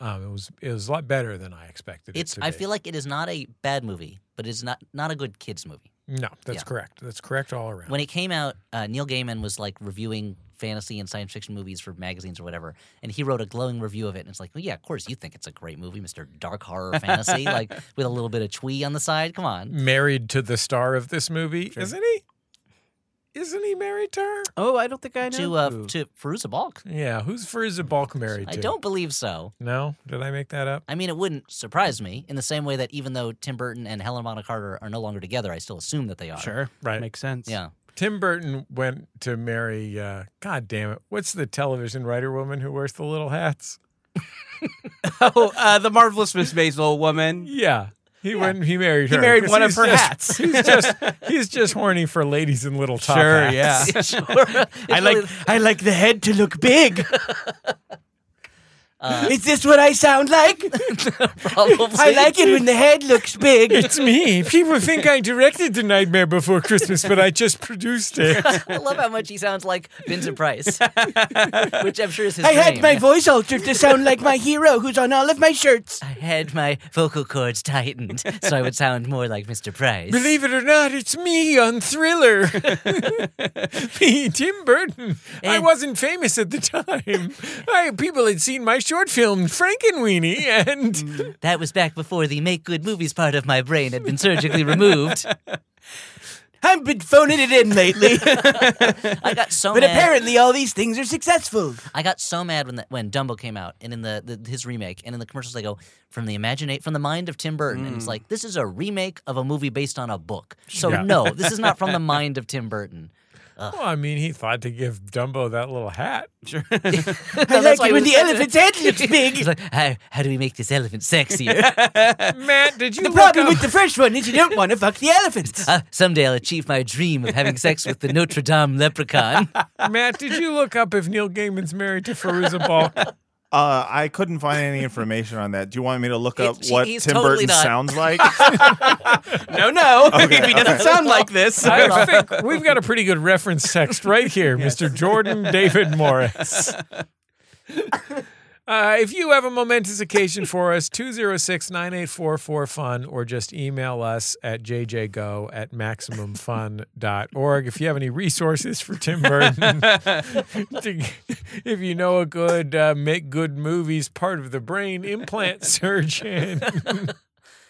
Speaker 2: Um, it was, it was a lot better than I expected.
Speaker 5: it's
Speaker 2: it to
Speaker 5: I
Speaker 2: be.
Speaker 5: feel like it is not a bad movie, but it's not not a good kids movie.
Speaker 2: no, that's
Speaker 5: yeah.
Speaker 2: correct. That's correct all around.
Speaker 5: When it came out, uh, Neil Gaiman was like reviewing fantasy and science fiction movies for magazines or whatever, and he wrote a glowing review of it. And it's like, well, yeah, of course you think it's a great movie, Mister Dark Horror Fantasy, like with a little bit of twee on the side. Come on,
Speaker 2: married to the star of this movie, isn't he? Isn't he married to her?
Speaker 3: Oh, I don't think I know.
Speaker 5: to uh,
Speaker 3: who.
Speaker 5: to Feruza Balk.
Speaker 2: Yeah, who's Fariza Balk married
Speaker 5: I
Speaker 2: to?
Speaker 5: don't believe so.
Speaker 2: No, did I make that up?
Speaker 5: I mean, it wouldn't surprise me in the same way that even though Tim Burton and Helen Bonham Carter are no longer together, I still assume that they are.
Speaker 3: sure,
Speaker 2: Right.
Speaker 3: makes sense.
Speaker 5: Yeah.
Speaker 2: Tim Burton went to marry. Uh, God damn it! What's the television writer woman who wears the little hats?
Speaker 3: Oh, uh, the marvelous Miss Maisel woman.
Speaker 2: Yeah, he went. He married
Speaker 3: He
Speaker 2: her.
Speaker 3: married
Speaker 2: 'cause
Speaker 3: one of
Speaker 2: he's
Speaker 3: her
Speaker 2: just-
Speaker 3: hats.
Speaker 2: He's just he's just horny for ladies in little top
Speaker 3: sure,
Speaker 2: hats.
Speaker 3: yeah.
Speaker 5: Sure. It's
Speaker 3: I like
Speaker 5: really-
Speaker 3: I like the head to look big.
Speaker 5: Uh,
Speaker 3: Is this what I sound like?
Speaker 5: probably.
Speaker 3: I like it when the head looks big.
Speaker 2: It's me. People think I directed The Nightmare Before Christmas, but I just produced it.
Speaker 5: I love how much he sounds like Vincent Price, which I'm sure is his
Speaker 3: I
Speaker 5: name.
Speaker 3: had my voice altered to sound like my hero who's on all of my shirts.
Speaker 5: I had my vocal cords tightened so I would sound more like Mr. Price.
Speaker 2: Believe it or not, it's me on Thriller. me, Tim Burton. I
Speaker 5: And-
Speaker 2: wasn't famous at the time. I, people had seen my short film, Frankenweenie, and
Speaker 3: Mm.
Speaker 5: that was back before the make good movies part of my brain had been surgically removed.
Speaker 3: I've been phoning it in lately,
Speaker 5: I got so
Speaker 3: but
Speaker 5: mad.
Speaker 3: apparently all these things are successful.
Speaker 5: I got so mad when the, when Dumbo came out and in the, the his remake and in the commercials they go from the imaginate from the mind of Tim Burton
Speaker 3: Mm.
Speaker 5: and it's like this is a remake of a movie based on a book. So
Speaker 2: Yeah.
Speaker 5: no, this is not from the mind of Tim Burton.
Speaker 2: well, oh, I mean, he thought to give Dumbo that little hat.
Speaker 3: I
Speaker 5: that's
Speaker 3: like it
Speaker 5: why he
Speaker 3: when
Speaker 5: was
Speaker 3: the
Speaker 5: such a-
Speaker 3: elephant's head looks
Speaker 5: He's
Speaker 3: big.
Speaker 5: like, how, how do we make this elephant sexier?
Speaker 2: Matt, did you
Speaker 3: The
Speaker 2: look
Speaker 3: problem
Speaker 2: up-
Speaker 3: with the first one is you don't want to fuck the elephants.
Speaker 5: Uh, someday I'll achieve my dream of having sex with the Notre Dame leprechaun.
Speaker 2: Matt, did you look up if Neil Gaiman's married to Feruza Balk?
Speaker 4: Uh, I couldn't find any information on that. Do you want me to look
Speaker 5: He-
Speaker 4: up
Speaker 5: she-
Speaker 4: what
Speaker 5: he's
Speaker 4: Tim
Speaker 5: totally
Speaker 4: Burton
Speaker 5: not.
Speaker 4: sounds like?
Speaker 3: No, no, he doesn't sound like this.
Speaker 2: I think we've got a pretty good reference text right here, Mr. Jordan David Morris. Uh, if you have a momentous occasion for us, 206 9844 FUN, or just email us at jjgo at maximumfun.org. If you have any resources for Tim Burton, to- if you know a good uh, make good movies part of the brain implant surgeon,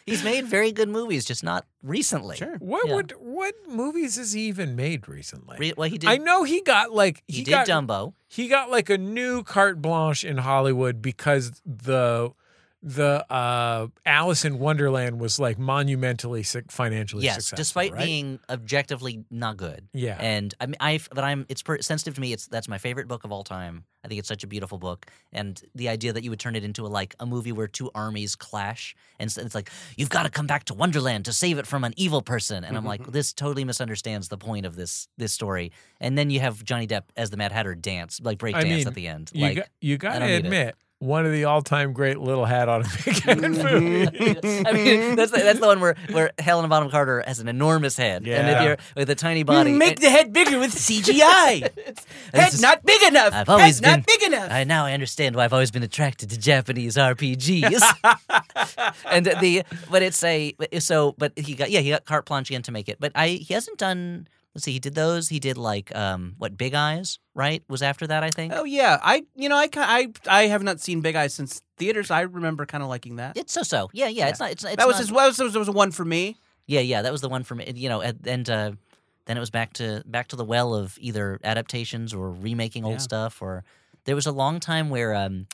Speaker 5: He's made very good movies, just not recently. Sure.
Speaker 2: What
Speaker 5: Yeah.
Speaker 2: would what movies has he even made recently?
Speaker 5: Re- well, he did.
Speaker 2: I know he got like he,
Speaker 5: he, did
Speaker 2: got
Speaker 5: Dumbo.
Speaker 2: he got like a new carte blanche in Hollywood because the the uh Alice in Wonderland was like monumentally sick, financially
Speaker 5: Yes,
Speaker 2: successful.
Speaker 5: despite
Speaker 2: right?
Speaker 5: being objectively not good.
Speaker 2: yeah.
Speaker 5: And I mean, I but I'm it's per, sensitive to me. It's that's my favorite book of all time. I think it's such a beautiful book, and the idea that you would turn it into a, like a movie where two armies clash, and so it's like you've got to come back to Wonderland to save it from an evil person. And I'm
Speaker 2: Mm-hmm.
Speaker 5: like, this totally misunderstands the point of this this story. And then you have Johnny Depp as the Mad Hatter dance, like break
Speaker 2: I
Speaker 5: dance
Speaker 2: mean,
Speaker 5: at the end.
Speaker 2: you
Speaker 5: like
Speaker 2: got, you got
Speaker 5: don't
Speaker 2: to
Speaker 5: need it.
Speaker 2: admit one of the all-time great Little Hat on a Big Head
Speaker 5: Mm-hmm.
Speaker 2: movies.
Speaker 5: I mean, that's the, that's the one where, where Helena Bonham Carter has an enormous head, and if
Speaker 2: Yeah.
Speaker 5: you're with a tiny body,
Speaker 3: Make
Speaker 5: and-
Speaker 3: the head bigger with CGI.
Speaker 5: and
Speaker 3: Head
Speaker 5: this is-
Speaker 3: not big enough.
Speaker 5: I've
Speaker 3: Head
Speaker 5: always
Speaker 3: not
Speaker 5: been-
Speaker 3: big enough.
Speaker 5: I now I understand why I've always been attracted to Japanese RPGs. and the but it's a so but he got yeah he got carte blanche again to make it. But I he hasn't done. Let's see, he did those. He did like um what Big Eyes right was after that I think.
Speaker 3: Oh yeah, I you know I ki- I I have not seen Big Eyes since theaters. I remember kind of liking that.
Speaker 5: It's so so yeah yeah it's not it's, it's
Speaker 3: that was
Speaker 5: not,
Speaker 3: his. That was, that was a one for me.
Speaker 5: yeah yeah that was the one from you know and, and uh, then it was back to back to the well of either adaptations or remaking old
Speaker 3: Yeah.
Speaker 5: stuff or there was a long time where um,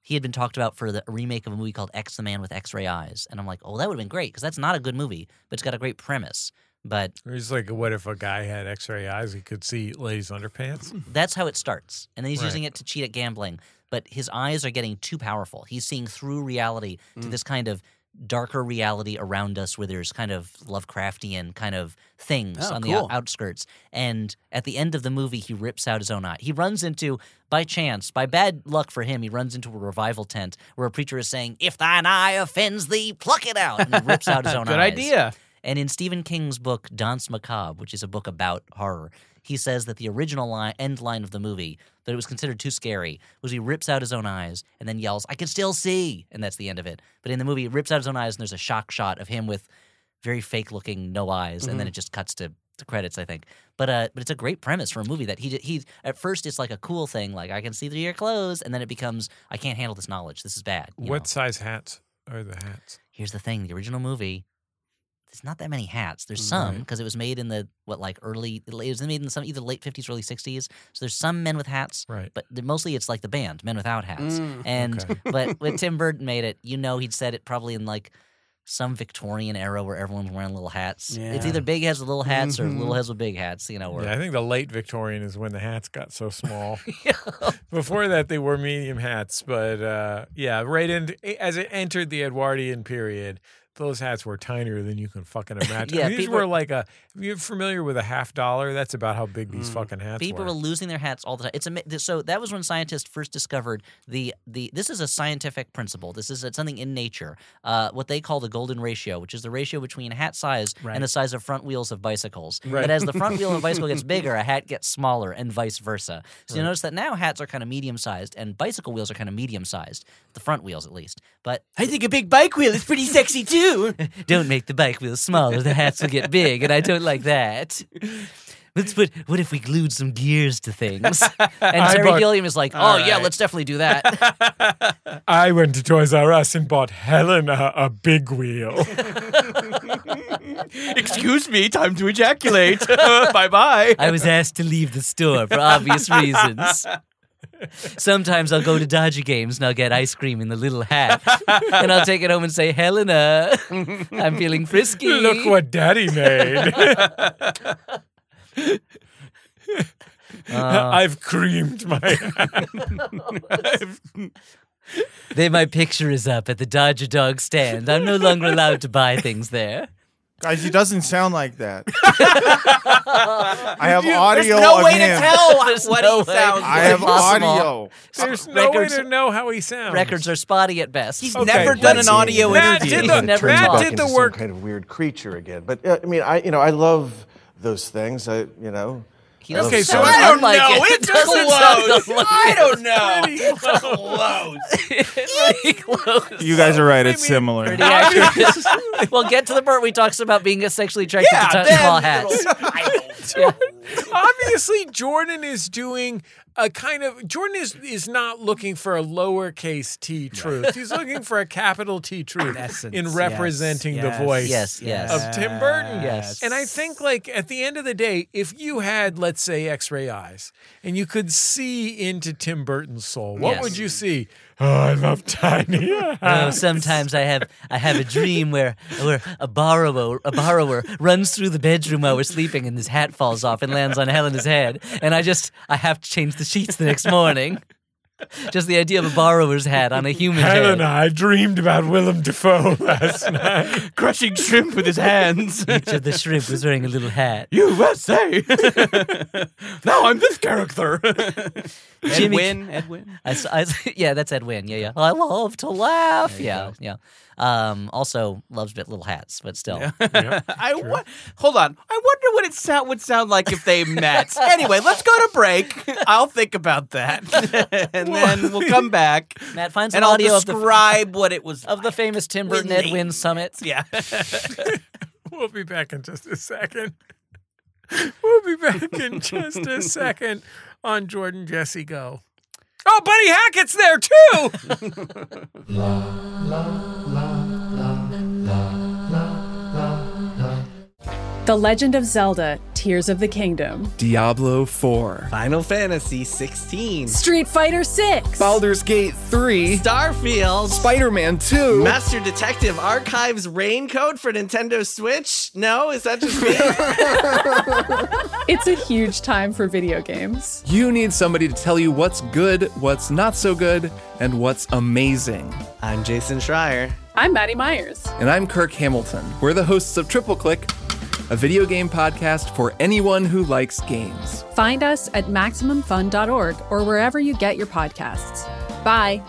Speaker 5: he had been talked about for the a remake of a movie called X the Man with X-ray Eyes and I'm like oh that would have been great because that's not a good movie but it's got a great premise but
Speaker 2: It's like what if a guy had X-ray eyes? He could see ladies' underpants.
Speaker 5: That's how it starts. And then he's
Speaker 2: Right.
Speaker 5: using it to cheat at gambling. But his eyes are getting too powerful. He's seeing through reality
Speaker 3: Mm.
Speaker 5: to this kind of darker reality around us where there's kind of Lovecraftian kind of things
Speaker 3: Oh,
Speaker 5: on the
Speaker 3: cool.
Speaker 5: out- outskirts. And at the end of the movie, he rips out his own eye. He runs into, by chance, by bad luck for him, he runs into a revival tent where a preacher is saying, If thine eye offends thee, pluck it out. And he rips out his own
Speaker 3: Good
Speaker 5: eyes.
Speaker 3: idea.
Speaker 5: And in Stephen King's book Dance Macabre, which is a book about horror, he says that the original line, end line of the movie, that it was considered too scary, was he rips out his own eyes and then yells, "I can still see," and that's the end of it. But in the movie, he rips out his own eyes and there's a shock shot of him with very fake looking no eyes, and
Speaker 3: Mm-hmm.
Speaker 5: then it just cuts to the credits, I think. But uh, but it's a great premise for a movie that he did- he at first it's like a cool thing, like I can see through your clothes, and then it becomes I can't handle this knowledge. This is bad. you know?
Speaker 2: What size hats are the hats?
Speaker 5: here's the thing the original movie there's not that many hats there's some because it was made in the what like early it was made in some either late 50s early 60s so there's some men with hats
Speaker 2: Right.
Speaker 5: but the- mostly it's like the band men without hats
Speaker 3: Mm.
Speaker 5: and
Speaker 2: Okay.
Speaker 5: but when tim burton made it you know he'd said it probably in like some victorian era where everyone's wearing little hats it's
Speaker 3: Yeah.
Speaker 5: either big heads with little hats or
Speaker 3: Mhm.
Speaker 5: little heads with big hats you know or
Speaker 2: Yeah, I think the late Victorian is when the hats got so small. Before that, they wore medium hats, but uh, yeah, right in as it entered the Edwardian period, those hats were tinier than you can fucking imagine.
Speaker 5: Yeah,
Speaker 2: these
Speaker 5: people-
Speaker 2: were like a. If you're familiar with a half dollar, that's about how big these fucking hats
Speaker 5: Mm. People
Speaker 2: were.
Speaker 5: were losing their hats all the time. It's ama- th- so that was when scientists first discovered the the. This is a scientific principle. This is uh, something in nature. Uh, what they call the golden ratio, which is the ratio between hat size and the size of front wheels of bicycles. Right. But as the front wheel of a bicycle gets bigger, a hat gets smaller, and vice versa. So you notice that now hats are kind of medium sized, and bicycle wheels are kind of medium sized. The front wheels, at least. But
Speaker 3: I think a big bike wheel is pretty sexy too.
Speaker 5: don't make the bike wheels smaller. The hats will get big, and I don't like that. Let's put. What if we glued some gears to things? And Terry
Speaker 2: bought-
Speaker 5: Gilliam is like, "Oh
Speaker 3: All
Speaker 5: yeah,
Speaker 3: right.
Speaker 5: let's definitely do that."
Speaker 2: I went to Toys R Us and bought Helena a big wheel.
Speaker 3: Excuse me, time to ejaculate. bye bye.
Speaker 5: I was asked to leave the store for obvious reasons. Sometimes I'll go to Dodger games and I'll get ice cream in the little hat, and I'll take it home and say, "Helena, I'm feeling frisky."
Speaker 2: Look what Daddy made.
Speaker 5: Uh.
Speaker 2: I've creamed my.
Speaker 5: They, my picture is up at the Dodger dog stand. I'm no longer allowed to buy things there.
Speaker 4: Guys, he doesn't sound like that. I have audio
Speaker 3: There's no
Speaker 4: of
Speaker 3: way
Speaker 4: him.
Speaker 3: to tell
Speaker 5: There's
Speaker 3: what
Speaker 5: no
Speaker 3: he
Speaker 5: way.
Speaker 3: sounds
Speaker 4: I
Speaker 3: like.
Speaker 4: have
Speaker 5: Possible.
Speaker 4: audio.
Speaker 2: There's no
Speaker 5: Records-
Speaker 2: way to know how he sounds.
Speaker 5: Records are spotty at best.
Speaker 3: He's
Speaker 2: Okay,
Speaker 3: never done
Speaker 2: let's
Speaker 3: an
Speaker 2: see.
Speaker 3: audio
Speaker 2: Matt
Speaker 3: interview.
Speaker 2: did the,
Speaker 5: He's never
Speaker 2: Matt
Speaker 5: talked.
Speaker 2: did
Speaker 10: into
Speaker 2: the
Speaker 10: some
Speaker 2: work.
Speaker 10: kind of weird creature again. But uh, I mean, I you know, I love those things. I you know,
Speaker 5: He
Speaker 10: I love
Speaker 2: Okay, so
Speaker 10: science.
Speaker 2: I
Speaker 5: don't like it. It doesn't sound like
Speaker 3: I
Speaker 5: it.
Speaker 3: don't know. It's close.
Speaker 5: Pretty close.
Speaker 4: You guys are right. It's similar.
Speaker 5: Pretty accurate. well, get to the part where he talks about being sexually attracted
Speaker 3: Yeah,
Speaker 5: to
Speaker 3: then
Speaker 5: tiny ball
Speaker 3: it'll-
Speaker 5: hats.
Speaker 2: Obviously, Jordan is doing a kind of. Jordan is is not looking for a lowercase t truth. He's looking for a capital T truth
Speaker 3: essence,
Speaker 2: in
Speaker 3: yes,
Speaker 2: representing
Speaker 3: yes,
Speaker 2: the voice
Speaker 5: Yes, yes.
Speaker 2: of Tim Burton.
Speaker 5: Ah, Yes.
Speaker 2: And I think, like, at the end of the day, if you had, let's say, x ray eyes and you could see into Tim Burton's soul, what
Speaker 5: Yes.
Speaker 2: would you see? Oh, I love tiny.
Speaker 5: Oh, sometimes I have I have a dream where where a borrower a borrower runs through the bedroom while we're sleeping and his hat falls off and lands on Helena's head and I just I have to change the sheets the next morning. Just the idea of a borrower's hat on a human
Speaker 2: Helena,
Speaker 5: head.
Speaker 2: I dreamed about Willem Dafoe last night.
Speaker 3: Crushing shrimp with his hands.
Speaker 5: Each of the shrimp was wearing a little hat.
Speaker 3: USA. now I'm this character.
Speaker 5: Jimmy-
Speaker 3: Edwin. Edwin.
Speaker 5: I, s- I s- yeah, that's Ed Wynn. Yeah, yeah. I love to laugh. Yeah, yeah. Um, also loves bit little hats, but still.
Speaker 3: I wa- hold on. I wonder what it sound would sound like if they met. anyway, let's go to break. I'll think about that, and then we'll come back
Speaker 5: Matt finds an
Speaker 3: and I'll
Speaker 5: audio of the,
Speaker 3: describe what it was
Speaker 5: of the famous Tim Burton
Speaker 3: With
Speaker 5: Ed Wynn summit.
Speaker 3: Yeah.
Speaker 2: We'll be back in just a second. We'll be back in just a second on Jordan Jesse Go. Oh, Buddy Hackett's there too.
Speaker 11: The Legend of Zelda Tears of the Kingdom,
Speaker 12: Diablo 4,
Speaker 3: Final Fantasy 16.
Speaker 11: Street Fighter 6,
Speaker 12: Baldur's Gate 3,
Speaker 3: Starfield.
Speaker 12: Spider Man 2,
Speaker 3: Master Detective Archives Rain Code for Nintendo Switch? No, is that just me?
Speaker 11: It's a huge time for video games.
Speaker 12: you need somebody to tell you what's good, what's not so good, and what's amazing.
Speaker 3: I'm Jason Schreier.
Speaker 11: I'm Maddie Myers.
Speaker 12: And I'm Kirk Hamilton. We're the hosts of Triple Click, a video game podcast for anyone who likes games.
Speaker 11: Find us at MaximumFun.org or wherever you get your podcasts. Bye.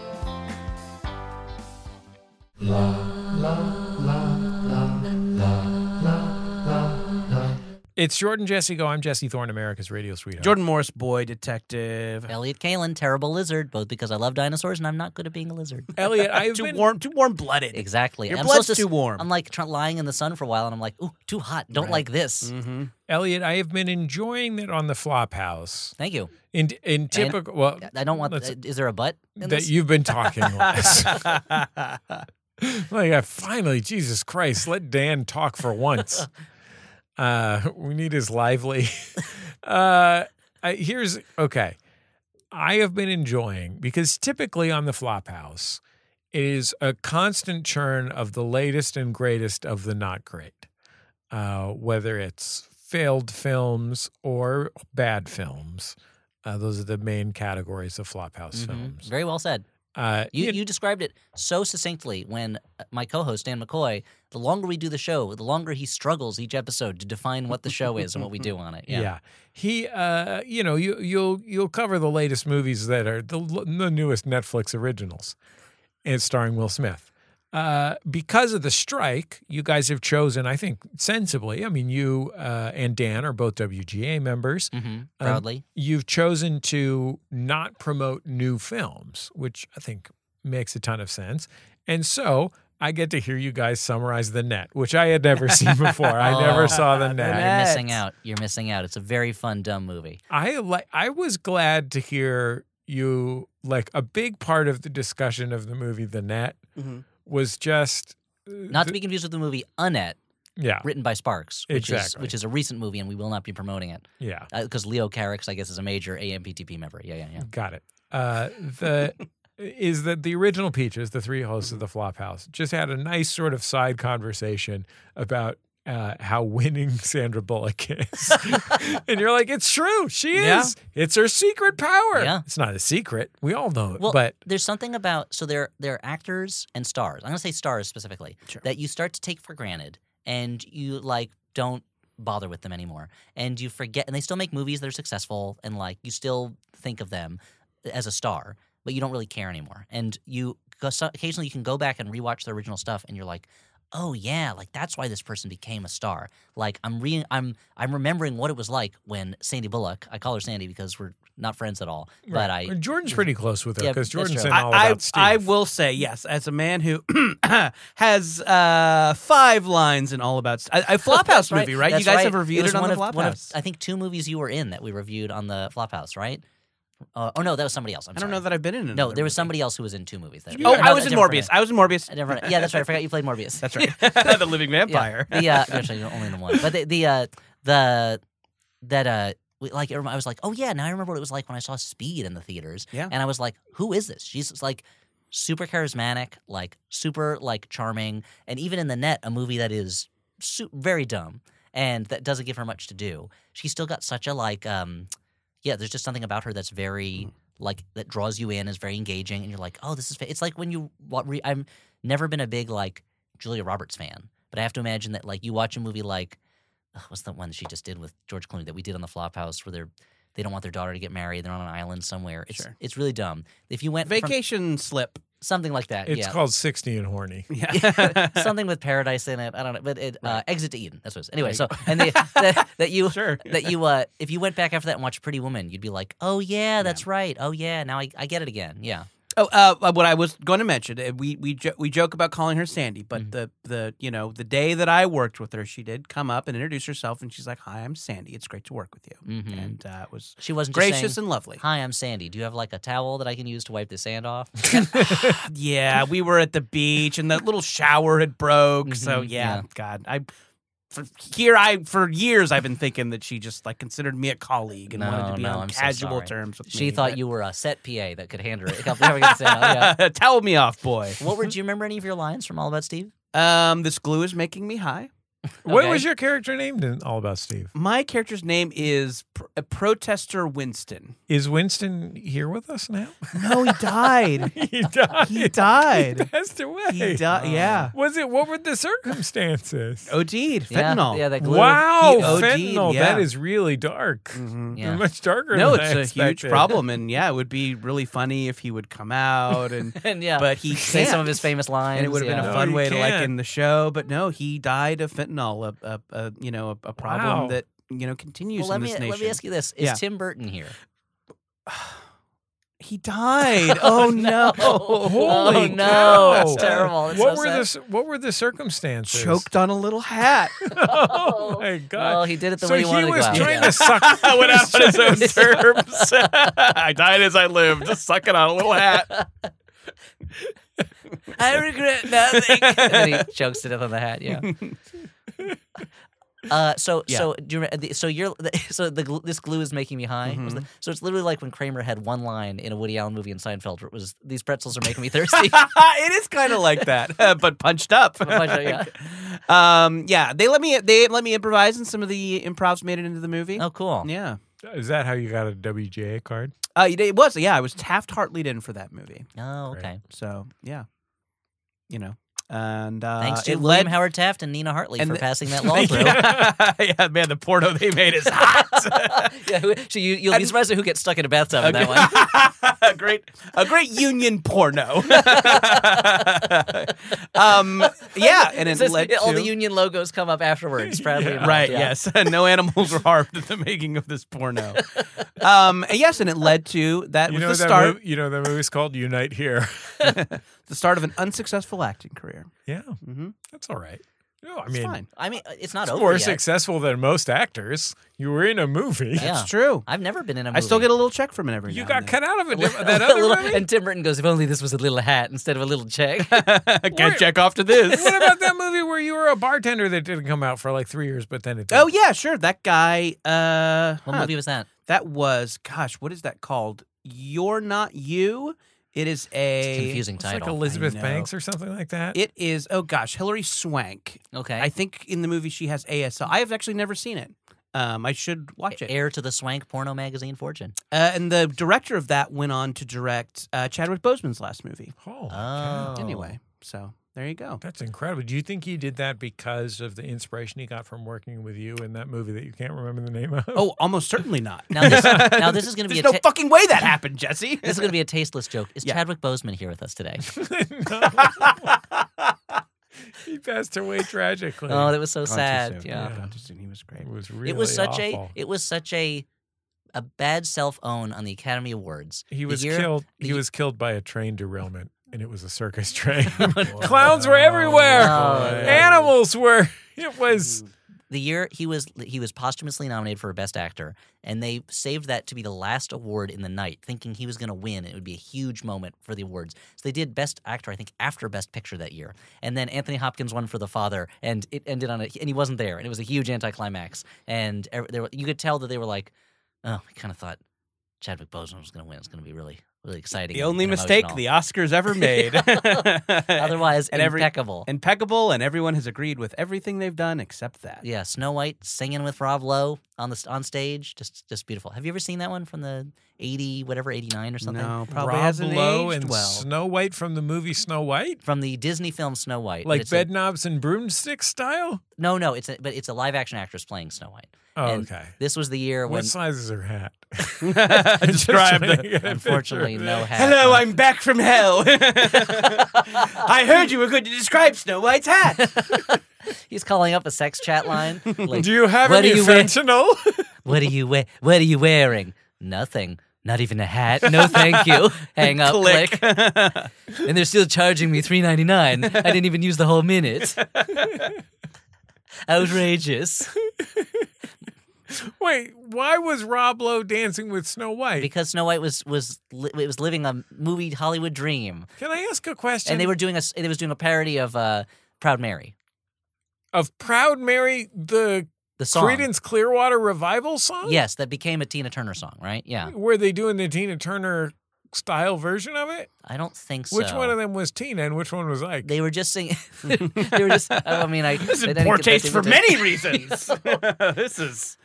Speaker 2: It's Jordan Jesse Go. I'm Jesse Thorne, America's radio sweetheart.
Speaker 3: Jordan Morris, boy detective.
Speaker 5: Elliot Kalin, terrible lizard, both because I love dinosaurs and I'm not good at being a lizard.
Speaker 2: Elliot, I've
Speaker 3: Too
Speaker 2: been
Speaker 3: warm, too warm blooded.
Speaker 5: Exactly.
Speaker 3: Your
Speaker 5: And I'm
Speaker 3: blood's
Speaker 5: supposed to
Speaker 3: too
Speaker 5: s-
Speaker 3: warm.
Speaker 5: I'm like try- lying in the sun for a while, and I'm like, ooh, too hot. Don't like this.
Speaker 3: Mm-hmm.
Speaker 2: Elliot. I have been enjoying that on the Flop House.
Speaker 5: Thank you.
Speaker 2: In in typical, well,
Speaker 5: I don't want.
Speaker 2: let's-
Speaker 5: th- is there a butt? In
Speaker 2: that
Speaker 5: this?
Speaker 2: you've been talking less. like, I finally, Jesus Christ, let Dan talk for once. Uh, we need his lively. Uh, I, here's okay. I have been enjoying because typically on the Flophouse, it is a constant churn of the latest and greatest of the not great, uh, whether it's failed films or bad films. Uh, those are the main categories of Flophouse
Speaker 5: Mhm.
Speaker 2: films.
Speaker 5: Very well said.
Speaker 2: Uh,
Speaker 5: you, you described it so succinctly when uh, my co-host Dan McCoy. The longer we do the show, the longer he struggles each episode to define what the show is and what we do on it.
Speaker 2: Yeah. He, uh, you know, you, you'll you'll cover the latest movies that are the, l- the newest Netflix originals, and starring Will Smith. Uh, because of the strike, you guys have chosen, I think, sensibly. I mean, you uh, and Dan are both WGA members.
Speaker 5: Mhm,
Speaker 2: Um,
Speaker 5: Proudly.
Speaker 2: you've chosen to not promote new films, which I think makes a ton of sense. And so I get to hear you guys summarize The Net, which I had never seen before. I never saw
Speaker 5: Oh,
Speaker 2: The Net.
Speaker 5: You're missing out. You're missing out. It's a very fun, dumb movie.
Speaker 2: I like I was glad to hear you like a big part of the discussion of the movie The Net
Speaker 5: Mhm.
Speaker 2: was just uh,
Speaker 5: Not to be confused with the movie Annette,
Speaker 2: Yeah.
Speaker 5: written by Sparks, which is
Speaker 2: Exactly.
Speaker 5: which is a recent movie, and we will not be promoting it.
Speaker 2: Yeah.
Speaker 5: because Leo Carrix, I guess, is a major AMPTP member. Yeah, yeah, yeah.
Speaker 2: Got it. Uh, the is that the original Peaches, the three hosts of the Flophouse, just had a nice sort of side conversation about uh, how winning Sandra Bullock is, and you're like, it's true, she
Speaker 5: Yeah.
Speaker 2: is. It's her secret power.
Speaker 5: Yeah.
Speaker 2: It's not a secret. We all know it,
Speaker 5: Well,
Speaker 2: but
Speaker 5: there's something about so there there are actors and stars. I'm gonna say stars specifically that you start to take for granted, and you like don't bother with them anymore, and you forget. And they still make movies that are successful, and like you still think of them as a star, but you don't really care anymore. And you 'cause so- occasionally you can go back and rewatch the original stuff, and you're like. Oh yeah, like that's why this person became a star. Like I'm re- I'm I'm remembering what it was like when Sandy Bullock. I call her Sandy because we're not friends at all. But I
Speaker 2: Right. Jordan's pretty close with her
Speaker 5: Yeah,
Speaker 2: because
Speaker 5: that's
Speaker 2: Jordan's
Speaker 5: true.
Speaker 2: in all
Speaker 3: I,
Speaker 2: about Steve.
Speaker 3: I will say yes, as a man who has uh, five lines in All About Steve. A, a Flophouse
Speaker 5: That's
Speaker 3: movie, right?
Speaker 5: That's
Speaker 3: you guys
Speaker 5: right.
Speaker 3: have reviewed
Speaker 5: was
Speaker 3: it, on
Speaker 5: one
Speaker 3: the
Speaker 5: of- one of,
Speaker 3: Flophouse.
Speaker 5: I think two movies you were in that we reviewed on the Flophouse, right? Uh, oh no, that was somebody else.
Speaker 3: I
Speaker 5: I'm
Speaker 3: don't
Speaker 5: sorry.
Speaker 3: know that I've been in.
Speaker 5: No,
Speaker 3: another
Speaker 5: there was somebody else who was in two movies. That
Speaker 3: Oh, I was
Speaker 5: no, that's
Speaker 3: in
Speaker 5: different.
Speaker 3: Morbius. I was in Morbius.
Speaker 5: I never- yeah, that's right. I forgot you played Morbius.
Speaker 3: That's right. the living vampire.
Speaker 5: Yeah, the, uh, actually, you're only in the one. But the the uh, the that uh, we- like I rem- I was like, oh yeah, now I remember what it was like when I saw Speed in the theaters.
Speaker 3: Yeah.
Speaker 5: and I was like, who is this? She's just, like super charismatic, like super like charming, and even in the net, a movie that is su- very dumb and that doesn't give her much to do. She's still got such a like, um, yeah. There's just something about her that's very like that draws you in, is very engaging, and you're like, oh, this is. Fa-. It's like when you wa- re- I'm never been a big like Julia Roberts fan, but I have to imagine that like you watch a movie like ugh, what's the one that she just did with George Clooney that we did on the Flophouse where they're they don't want their daughter to get married, they're on an island somewhere. It's
Speaker 3: Sure.
Speaker 5: it's really dumb. If you went from-
Speaker 3: Vacation slip.
Speaker 5: something like that,
Speaker 2: it's
Speaker 5: yeah.
Speaker 2: called sixty and horny.
Speaker 3: Yeah.
Speaker 5: something with paradise in it. I don't know, but it uh, exit to Eden. That's what. It is. Anyway,
Speaker 3: you
Speaker 5: so
Speaker 3: go.
Speaker 5: and the, that, that you
Speaker 3: Sure.
Speaker 5: that you uh, if you went back after that and watched Pretty Woman, you'd be like, oh yeah, that's right. Oh yeah, now I, I get it again. Yeah,
Speaker 3: Oh, uh, what I was going to mention, uh, we we jo- we joke about calling her Sandy, but
Speaker 5: Mm-hmm.
Speaker 3: the the you know the day that I worked with her, she did come up and introduce herself, and she's like, "Hi, I'm Sandy. It's great to work with you."
Speaker 5: Mhm.
Speaker 3: And uh, it was
Speaker 5: she wasn't just
Speaker 3: gracious
Speaker 5: saying,
Speaker 3: and lovely.
Speaker 5: Hi, I'm Sandy. Do you have like a towel that I can use to wipe the sand off?
Speaker 3: yeah, we were at the beach, and that little shower had broke. So
Speaker 5: Mhm,
Speaker 3: yeah,
Speaker 5: yeah.
Speaker 3: God, I. For here, I for years I've been thinking that she just like considered me a colleague and wanted to be on
Speaker 5: I'm so
Speaker 3: casual
Speaker 5: sorry.
Speaker 3: terms with
Speaker 5: she
Speaker 3: me.
Speaker 5: thought you were a set PA that could handle it. Help her get sand off,
Speaker 3: you towel me off, boy.
Speaker 5: yeah. "Oh, What were? Do you remember any of your lines from All About Steve?
Speaker 3: Um, this glue is making me high.
Speaker 2: What
Speaker 3: Okay.
Speaker 2: was your character named in All About Steve?
Speaker 3: My character's name is Pr- uh, Protester Winston.
Speaker 2: Is Winston here with us now?
Speaker 3: No, he died.
Speaker 2: he died.
Speaker 3: He died.
Speaker 2: He passed away.
Speaker 3: He di- yeah.
Speaker 2: Was it? What were the circumstances?
Speaker 3: OD'd. Fentanyl.
Speaker 5: Oh. Yeah, yeah, that glue.
Speaker 2: Wow,
Speaker 3: He OD'd,
Speaker 2: fentanyl. That
Speaker 3: yeah. Mm,
Speaker 2: is really dark.
Speaker 3: Mm-hmm.
Speaker 5: Yeah.
Speaker 2: Much darker.
Speaker 3: No,
Speaker 2: than I
Speaker 3: it's a huge
Speaker 2: expected.
Speaker 3: problem, and yeah, it would be really funny if he would come out and,
Speaker 5: And yeah,
Speaker 3: but he
Speaker 5: say
Speaker 3: can't.
Speaker 5: some of his famous lines.
Speaker 3: and it would have been
Speaker 5: yeah.
Speaker 3: a
Speaker 2: No,
Speaker 3: fun
Speaker 2: he
Speaker 3: way to like
Speaker 2: can't.
Speaker 3: end the show, but no, he died of fentanyl, a, a, a you know a, a problem
Speaker 2: Wow.
Speaker 3: that you know continues
Speaker 5: Well, let
Speaker 3: in
Speaker 5: me
Speaker 3: this nation.
Speaker 5: let me ask you this: Is
Speaker 3: Yeah.
Speaker 5: Tim Burton here?
Speaker 3: he died. Oh no!
Speaker 2: Holy
Speaker 5: Oh, no.
Speaker 2: cow.
Speaker 5: That's terrible. That's
Speaker 2: what
Speaker 5: so
Speaker 2: were
Speaker 5: sad.
Speaker 2: the c- What were the circumstances?
Speaker 3: Choked on a little hat.
Speaker 2: oh my god!
Speaker 5: Well, he did it the
Speaker 2: so
Speaker 5: way he wanted to go
Speaker 2: was
Speaker 5: out.
Speaker 2: trying
Speaker 5: Yeah.
Speaker 2: to suck.
Speaker 3: I went out on his own
Speaker 5: Yeah.
Speaker 3: terms. I died as I lived, just sucking on a little hat.
Speaker 5: I regret nothing. and then he chokes to death on the hat. Yeah. Uh, so
Speaker 3: Yeah.
Speaker 5: so do you re- the- so you're the- so the gl- this glue is making me high. was
Speaker 3: Mm-hmm.
Speaker 5: the- so it's literally like when Kramer had one line in a Woody Allen movie in Seinfeld. Where it was these pretzels are making me thirsty.
Speaker 3: it is kind of like that, but punched up.
Speaker 5: punched up, "Oh, yeah.
Speaker 3: Um, yeah, they let me they let me improvise, and some of the improvs made it into the movie.
Speaker 5: oh, cool.
Speaker 3: Yeah,
Speaker 2: Is that how you got a WGA card?
Speaker 3: Uh, it- it was yeah, I was Taft Hartley in for that movie.
Speaker 5: Oh, okay.
Speaker 3: So yeah, you know, and uh,
Speaker 5: Thanks to
Speaker 3: it
Speaker 5: William
Speaker 3: led-
Speaker 5: Howard Taft and Nina Hartley
Speaker 3: and
Speaker 5: for
Speaker 3: the-
Speaker 5: passing that law through.
Speaker 3: yeah, yeah, man, the porno they made is hot.
Speaker 5: yeah, who- so you, you'll be
Speaker 3: And-
Speaker 5: surprised at who gets stuck in a bathtub in that
Speaker 3: Okay.
Speaker 5: one.
Speaker 3: a great a great union porno. um, yeah, and it
Speaker 5: says
Speaker 3: led
Speaker 5: all
Speaker 3: to
Speaker 5: the union logos come up afterwards. Proudly involved,
Speaker 3: right.
Speaker 5: yeah.
Speaker 3: Yes, no animals were harmed in the making of this porno. um, yes, and it led to that
Speaker 2: You
Speaker 3: was
Speaker 2: know
Speaker 3: the
Speaker 2: that
Speaker 3: start
Speaker 2: mov- you know that movie's called Unite Here.
Speaker 3: the start of an unsuccessful acting career.
Speaker 2: yeah,
Speaker 3: Mm-hmm.
Speaker 2: that's all right. No, I
Speaker 3: It's
Speaker 2: mean,
Speaker 3: fine.
Speaker 5: I mean, it's not
Speaker 2: it's
Speaker 5: over
Speaker 2: more
Speaker 5: yet.
Speaker 2: successful than most actors. You were in a movie.
Speaker 5: Yeah.
Speaker 3: It's true.
Speaker 5: I've never been in a movie.
Speaker 3: I still get a little check from it every
Speaker 2: You
Speaker 3: now
Speaker 2: got cut out of a, diff- that
Speaker 5: A
Speaker 2: other
Speaker 5: little-
Speaker 2: movie.
Speaker 5: And Tim Burton goes, if only this was a little hat instead of a little check.
Speaker 3: and then. Can't check off to this.
Speaker 2: What about that movie where you were a bartender that didn't come out for like three years, but then it? Did?
Speaker 3: Oh yeah, sure. That guy. Uh,
Speaker 5: What
Speaker 3: huh,
Speaker 5: movie was that?
Speaker 3: That was, gosh, what is that called? You're not you. It is a,
Speaker 5: It's a confusing It's like
Speaker 2: like Elizabeth Banks or something like that.
Speaker 3: It is. Oh gosh, Hilary Swank.
Speaker 5: Okay.
Speaker 3: I think in the movie she has ASL. I have actually never seen it. Um, I should watch it.
Speaker 5: Heir to the swank porno magazine fortune.
Speaker 3: Uh, and the director of that went on to direct uh, Chadwick Boseman's last movie.
Speaker 2: oh,
Speaker 5: Oh.
Speaker 3: Anyway, so there you go.
Speaker 2: that's incredible. Do you think he did that because of the inspiration he got from working with you in that movie that you can't remember the name of?
Speaker 3: Oh, almost certainly not.
Speaker 5: Now this, now this is going to be
Speaker 3: There's
Speaker 5: a
Speaker 3: no
Speaker 5: ta-
Speaker 3: fucking way that happened, Jesse.
Speaker 5: this is going to be a tasteless joke. Is
Speaker 3: Yeah.
Speaker 5: Chadwick Boseman here with us today?
Speaker 2: he passed away tragically.
Speaker 5: oh, that was so
Speaker 3: Gone too
Speaker 5: sad.
Speaker 3: soon.
Speaker 5: Yeah.
Speaker 2: Yeah.
Speaker 3: Gone too soon. He was great.
Speaker 2: It was really
Speaker 5: It was such
Speaker 2: awful.
Speaker 5: a it was such a a bad self own on the Academy Awards.
Speaker 2: He
Speaker 5: The
Speaker 2: was
Speaker 5: year-
Speaker 2: killed.
Speaker 5: the
Speaker 2: He
Speaker 5: ye-
Speaker 2: was killed by a train derailment, and it was a circus train. Clowns were everywhere.
Speaker 5: Oh, boy.
Speaker 2: Animals were. It was.
Speaker 5: the year he was he was posthumously nominated for Best Actor, and they saved that to be the last award in the night, thinking he was going to win. It would be a huge moment for the awards. So they did Best Actor, I think, after Best Picture that year, and then Anthony Hopkins won for The Father, and it ended on a and he wasn't there, and it was a huge anticlimax, and ev- there were- you could tell that they were like, oh, we kind of thought Chadwick Boseman was going to win. It's going to be really really exciting.
Speaker 3: The
Speaker 5: and-
Speaker 3: only
Speaker 5: and
Speaker 3: mistake
Speaker 5: emotional."
Speaker 3: the Oscars ever made.
Speaker 5: Otherwise,
Speaker 3: and every-
Speaker 5: impeccable.
Speaker 3: impeccable, and everyone has agreed with everything they've done except that.
Speaker 5: Yeah, Snow White singing with Rob Lowe on the on stage, just just beautiful. Have you ever seen that one from the eighty whatever eighty nine or something?
Speaker 3: No, probably
Speaker 2: Rob
Speaker 3: hasn't
Speaker 2: Lowe
Speaker 3: aged
Speaker 2: and
Speaker 3: well.
Speaker 2: Snow White from the movie Snow White,
Speaker 5: From the Disney film Snow White, but
Speaker 2: like
Speaker 5: it's a-
Speaker 2: bedknobs and broomsticks style.
Speaker 5: no, no, it's a, but it's a live action actress playing Snow White.
Speaker 2: Oh,
Speaker 5: And
Speaker 2: okay.
Speaker 5: This was the year
Speaker 2: What
Speaker 5: when,
Speaker 2: size is her hat?
Speaker 3: Describe
Speaker 2: trying to get
Speaker 3: the-
Speaker 2: a picture
Speaker 5: unfortunately,
Speaker 2: of
Speaker 5: no
Speaker 2: that.
Speaker 5: hat.
Speaker 3: Hello, I'm back from hell. I heard you were going to describe Snow White's hat.
Speaker 5: He's calling up a sex chat line. Like,
Speaker 2: Do you have
Speaker 5: What do
Speaker 2: any
Speaker 5: you wear?
Speaker 2: fentanyl?
Speaker 5: what are you we- What are you wearing? Nothing. Not even a hat. No, thank you. Hang up.
Speaker 3: Click.
Speaker 5: click. and they're still charging me three ninety nine. I didn't even use the whole minute. Outrageous.
Speaker 2: Wait, why was Rob Lowe dancing with Snow White?
Speaker 5: Because Snow White was was li- it was living a movie Hollywood dream,
Speaker 2: Can I ask a question?
Speaker 5: and they were doing a s- they was doing a parody of uh, Proud Mary,
Speaker 2: of Proud Mary, the
Speaker 5: the song.
Speaker 2: Credence Clearwater Revival song?
Speaker 5: Yes, that became a Tina Turner song, right? Yeah,
Speaker 2: Were they doing the Tina Turner style version of it?
Speaker 5: I don't think so.
Speaker 2: Which one of them was Tina and which one was Ike?
Speaker 5: They were just singing. they were just. I mean, I.
Speaker 3: This
Speaker 5: they
Speaker 3: is
Speaker 5: didn't
Speaker 3: poor
Speaker 5: get that
Speaker 3: taste
Speaker 5: they
Speaker 3: for
Speaker 5: were
Speaker 3: many
Speaker 5: doing-
Speaker 3: reasons. this is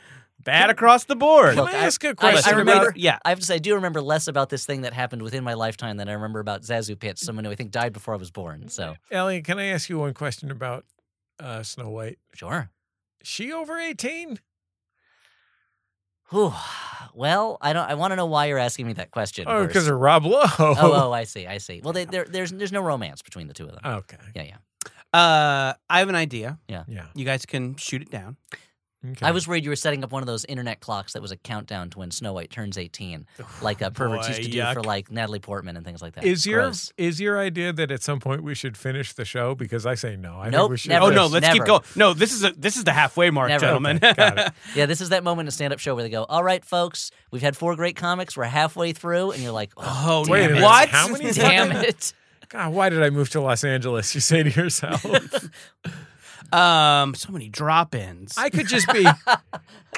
Speaker 3: bad across the board.
Speaker 2: Can
Speaker 5: Look,
Speaker 2: I
Speaker 5: I-
Speaker 2: ask a
Speaker 5: I,
Speaker 2: question
Speaker 5: I remember.
Speaker 2: about
Speaker 3: yeah.
Speaker 5: I have to say, I do remember less about this thing that happened within my lifetime than I remember about Zazu Pitts, someone who I think died before I was born.
Speaker 2: Mm-hmm.
Speaker 5: So
Speaker 2: Elliot? Can I ask you one question about uh, Snow White?
Speaker 5: sure.
Speaker 2: Is She over eighteen?
Speaker 5: Whew. Well, I don't. I want to know why you're asking me that question.
Speaker 2: Oh,
Speaker 5: first.
Speaker 2: because of Rob Lowe.
Speaker 5: Oh, oh, I see, I see. Well, they, there, there's there's no romance between the two of them.
Speaker 2: Okay.
Speaker 5: yeah, yeah.
Speaker 3: Uh, I have an idea.
Speaker 2: Yeah.
Speaker 3: You guys can shoot it down.
Speaker 2: Okay.
Speaker 5: I was worried you were setting up one of those internet clocks that was a countdown to when Snow White turns 18, like a perverts
Speaker 3: boy,
Speaker 5: used to do for
Speaker 3: yuck.
Speaker 5: like Natalie Portman and things like that.
Speaker 2: Is your
Speaker 5: Gross.
Speaker 2: is your idea that at some point we should finish the show? Because I say no. I
Speaker 5: Nope,
Speaker 2: think we should.
Speaker 5: never.
Speaker 3: oh no,
Speaker 2: just-
Speaker 3: let's
Speaker 5: Never.
Speaker 3: keep going. No, this is a, this is the halfway mark,
Speaker 5: Never.
Speaker 3: gentlemen.
Speaker 2: Okay, got it.
Speaker 5: yeah? This is that moment in a stand-up show where they go, "All right, folks, we've had four great comics. We're halfway through," and you're like, "Oh,
Speaker 3: Oh,
Speaker 5: damn
Speaker 2: Wait a
Speaker 5: it.
Speaker 2: minute.
Speaker 3: What?
Speaker 2: How many?
Speaker 5: Damn
Speaker 2: fucking-
Speaker 5: it!
Speaker 2: God, why did I move to Los Angeles? You say to yourself.
Speaker 3: Um, so many drop-ins.
Speaker 2: I could just be.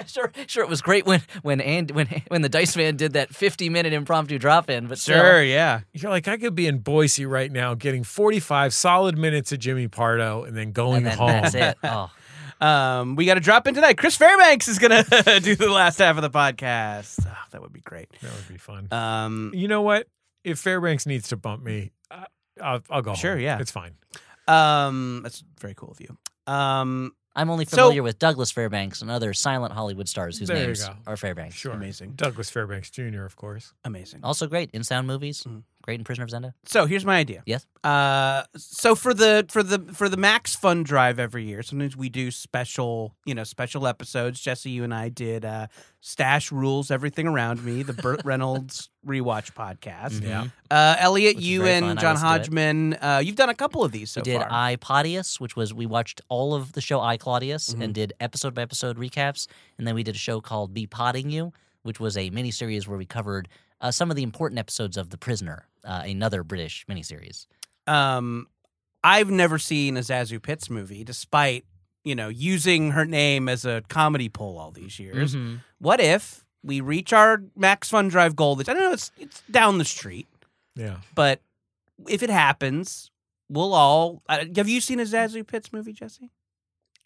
Speaker 5: Sure, sure. It was great when when and when when the Dice Man did that 50 minute impromptu drop in, but still-
Speaker 3: sure, yeah.
Speaker 2: You're like, I could be in Boise right now getting 45 solid minutes of Jimmy Pardo and then going
Speaker 5: and then
Speaker 2: home.
Speaker 5: that's it. Oh,
Speaker 3: Um, we got to drop in tonight. Chris Fairbanks is gonna do the last half of the podcast. Ah, that would be great.
Speaker 2: That would be fun.
Speaker 5: Uh,
Speaker 3: Um,
Speaker 2: you know what? If Fairbanks needs to bump me, I, I'll, I'll go.
Speaker 3: Sure,
Speaker 2: home.
Speaker 3: yeah.
Speaker 2: it's fine.
Speaker 3: Um, that's very cool of you. Um,
Speaker 5: I'm only
Speaker 3: so-
Speaker 5: familiar with Douglas Fairbanks and other silent Hollywood stars whose
Speaker 2: There you
Speaker 5: names
Speaker 2: go.
Speaker 5: are Fairbanks.
Speaker 2: Sure,
Speaker 3: Amazing.
Speaker 2: Douglas Fairbanks Jr. Of course.
Speaker 3: Amazing.
Speaker 5: Also great in sound movies. Great in Prisoner of Zenda.
Speaker 3: So here's my idea.
Speaker 5: Yes.
Speaker 3: Uh, so for the for the for the Max Fund Drive every year, sometimes we do special you know special episodes. Jesse, you and I did uh, Stash Rules Everything Around Me, the Burt Reynolds rewatch podcast.
Speaker 5: Yeah.
Speaker 3: Uh, Elliot,
Speaker 5: Mm-hmm. Which is
Speaker 3: you
Speaker 5: very
Speaker 3: and
Speaker 5: fun. I
Speaker 3: John
Speaker 5: listened to it.
Speaker 3: Hodgman, uh, you've done a couple of these so
Speaker 5: we did
Speaker 3: far.
Speaker 5: I Podius, which was we watched all of the show I Claudius
Speaker 3: Mhm.
Speaker 5: and did episode by episode recaps, and then we did a show called Be Potting You, which was a miniseries where we covered uh, some of the important episodes of The Prisoner, uh, another British miniseries.
Speaker 3: um, I've never seen a Zazu Pitts movie, despite you know using her name as a comedy poll all these years.
Speaker 5: Mhm.
Speaker 3: What if we reach our max fund drive goal? Which I don't know, it's it's down the street,
Speaker 2: Yeah.
Speaker 3: but if it happens, we'll all. Uh, have you seen a Zazu Pitts movie, Jesse?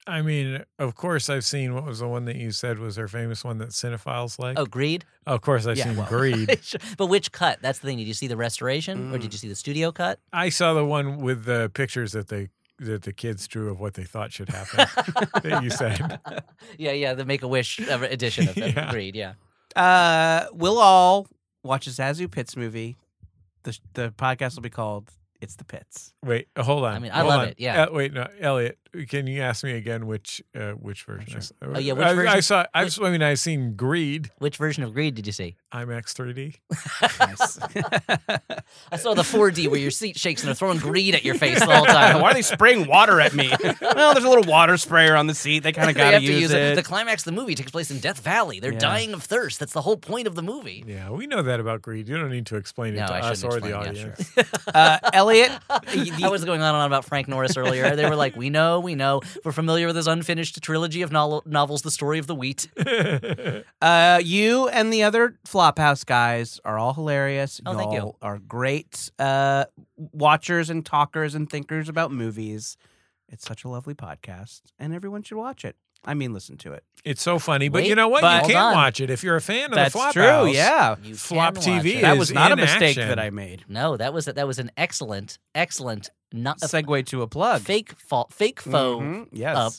Speaker 2: I mean, of course, I've seen what was the one that you said was her famous one that cinephiles like.
Speaker 5: Oh, Greed.
Speaker 2: Of course, I've
Speaker 5: Yeah,
Speaker 2: seen
Speaker 5: well.
Speaker 2: Greed.
Speaker 5: but which cut? That's the thing. Did you see the restoration,
Speaker 3: Mm.
Speaker 5: or did you see the studio cut?
Speaker 2: I saw the one with the pictures that they that the kids drew of what they thought should happen that you said.
Speaker 5: Yeah, yeah, the Make a Wish edition of of
Speaker 2: Yeah.
Speaker 5: Greed. Yeah.
Speaker 3: Uh, we'll all watch a Zazu Pitts movie. The the podcast will be called "It's the Pits."
Speaker 2: Wait, uh, hold on.
Speaker 5: I mean, I
Speaker 2: hold
Speaker 5: love
Speaker 2: on.
Speaker 5: it, yeah.
Speaker 2: Uh, wait, no, Elliot, can you ask me again which uh, which version? I saw?
Speaker 5: Oh, yeah, which
Speaker 2: I, I
Speaker 5: version-
Speaker 2: saw. I've, I mean, I've seen Greed.
Speaker 5: Which version of Greed did you see?
Speaker 2: IMAX 3D.
Speaker 3: Nice.
Speaker 5: I saw the 4D where your seat shakes and they're throwing greed at your face the whole time.
Speaker 3: Why are they spraying water at me? well, there's a little water sprayer on the seat. They kind of
Speaker 5: They
Speaker 3: got
Speaker 5: have
Speaker 3: use, it.
Speaker 5: The climax of the movie takes place in Death Valley. They're
Speaker 3: Yeah.
Speaker 5: dying of thirst. That's the whole point of the movie.
Speaker 2: Yeah, we know that about Greed. You don't need to explain it
Speaker 5: No,
Speaker 2: to
Speaker 5: I
Speaker 2: us
Speaker 5: shouldn't
Speaker 2: or the
Speaker 5: explain, yeah,
Speaker 2: audience.
Speaker 3: uh, Elliot, y-
Speaker 5: I was going on and on about Frank Norris earlier. They were like, "We know, we know. We're familiar with his unfinished trilogy of novel- novels, The Story of the Wheat."
Speaker 3: uh, you and the other Flophouse guys are all hilarious.
Speaker 5: Oh,
Speaker 3: Y'all
Speaker 5: thank you.
Speaker 3: are great uh, watchers and talkers and thinkers about movies. It's such a lovely podcast, and everyone should watch it. I mean, listen to it.
Speaker 2: It's so funny, but
Speaker 5: Wait,
Speaker 2: you know what?
Speaker 3: but-
Speaker 2: you can
Speaker 5: Hold on.
Speaker 2: watch it if you're a fan of
Speaker 3: That's
Speaker 2: the Flophouse.
Speaker 3: true. Yeah,
Speaker 5: You
Speaker 2: Flop
Speaker 5: can watch
Speaker 2: TV
Speaker 5: it.
Speaker 2: is
Speaker 3: that was not a
Speaker 2: in
Speaker 3: mistake
Speaker 2: action.
Speaker 3: that I made.
Speaker 5: No, that was that was an excellent, excellent, not a
Speaker 3: Segue to a plug.
Speaker 5: fake fault, fake faux,
Speaker 3: Mhm, Yes.
Speaker 5: uh,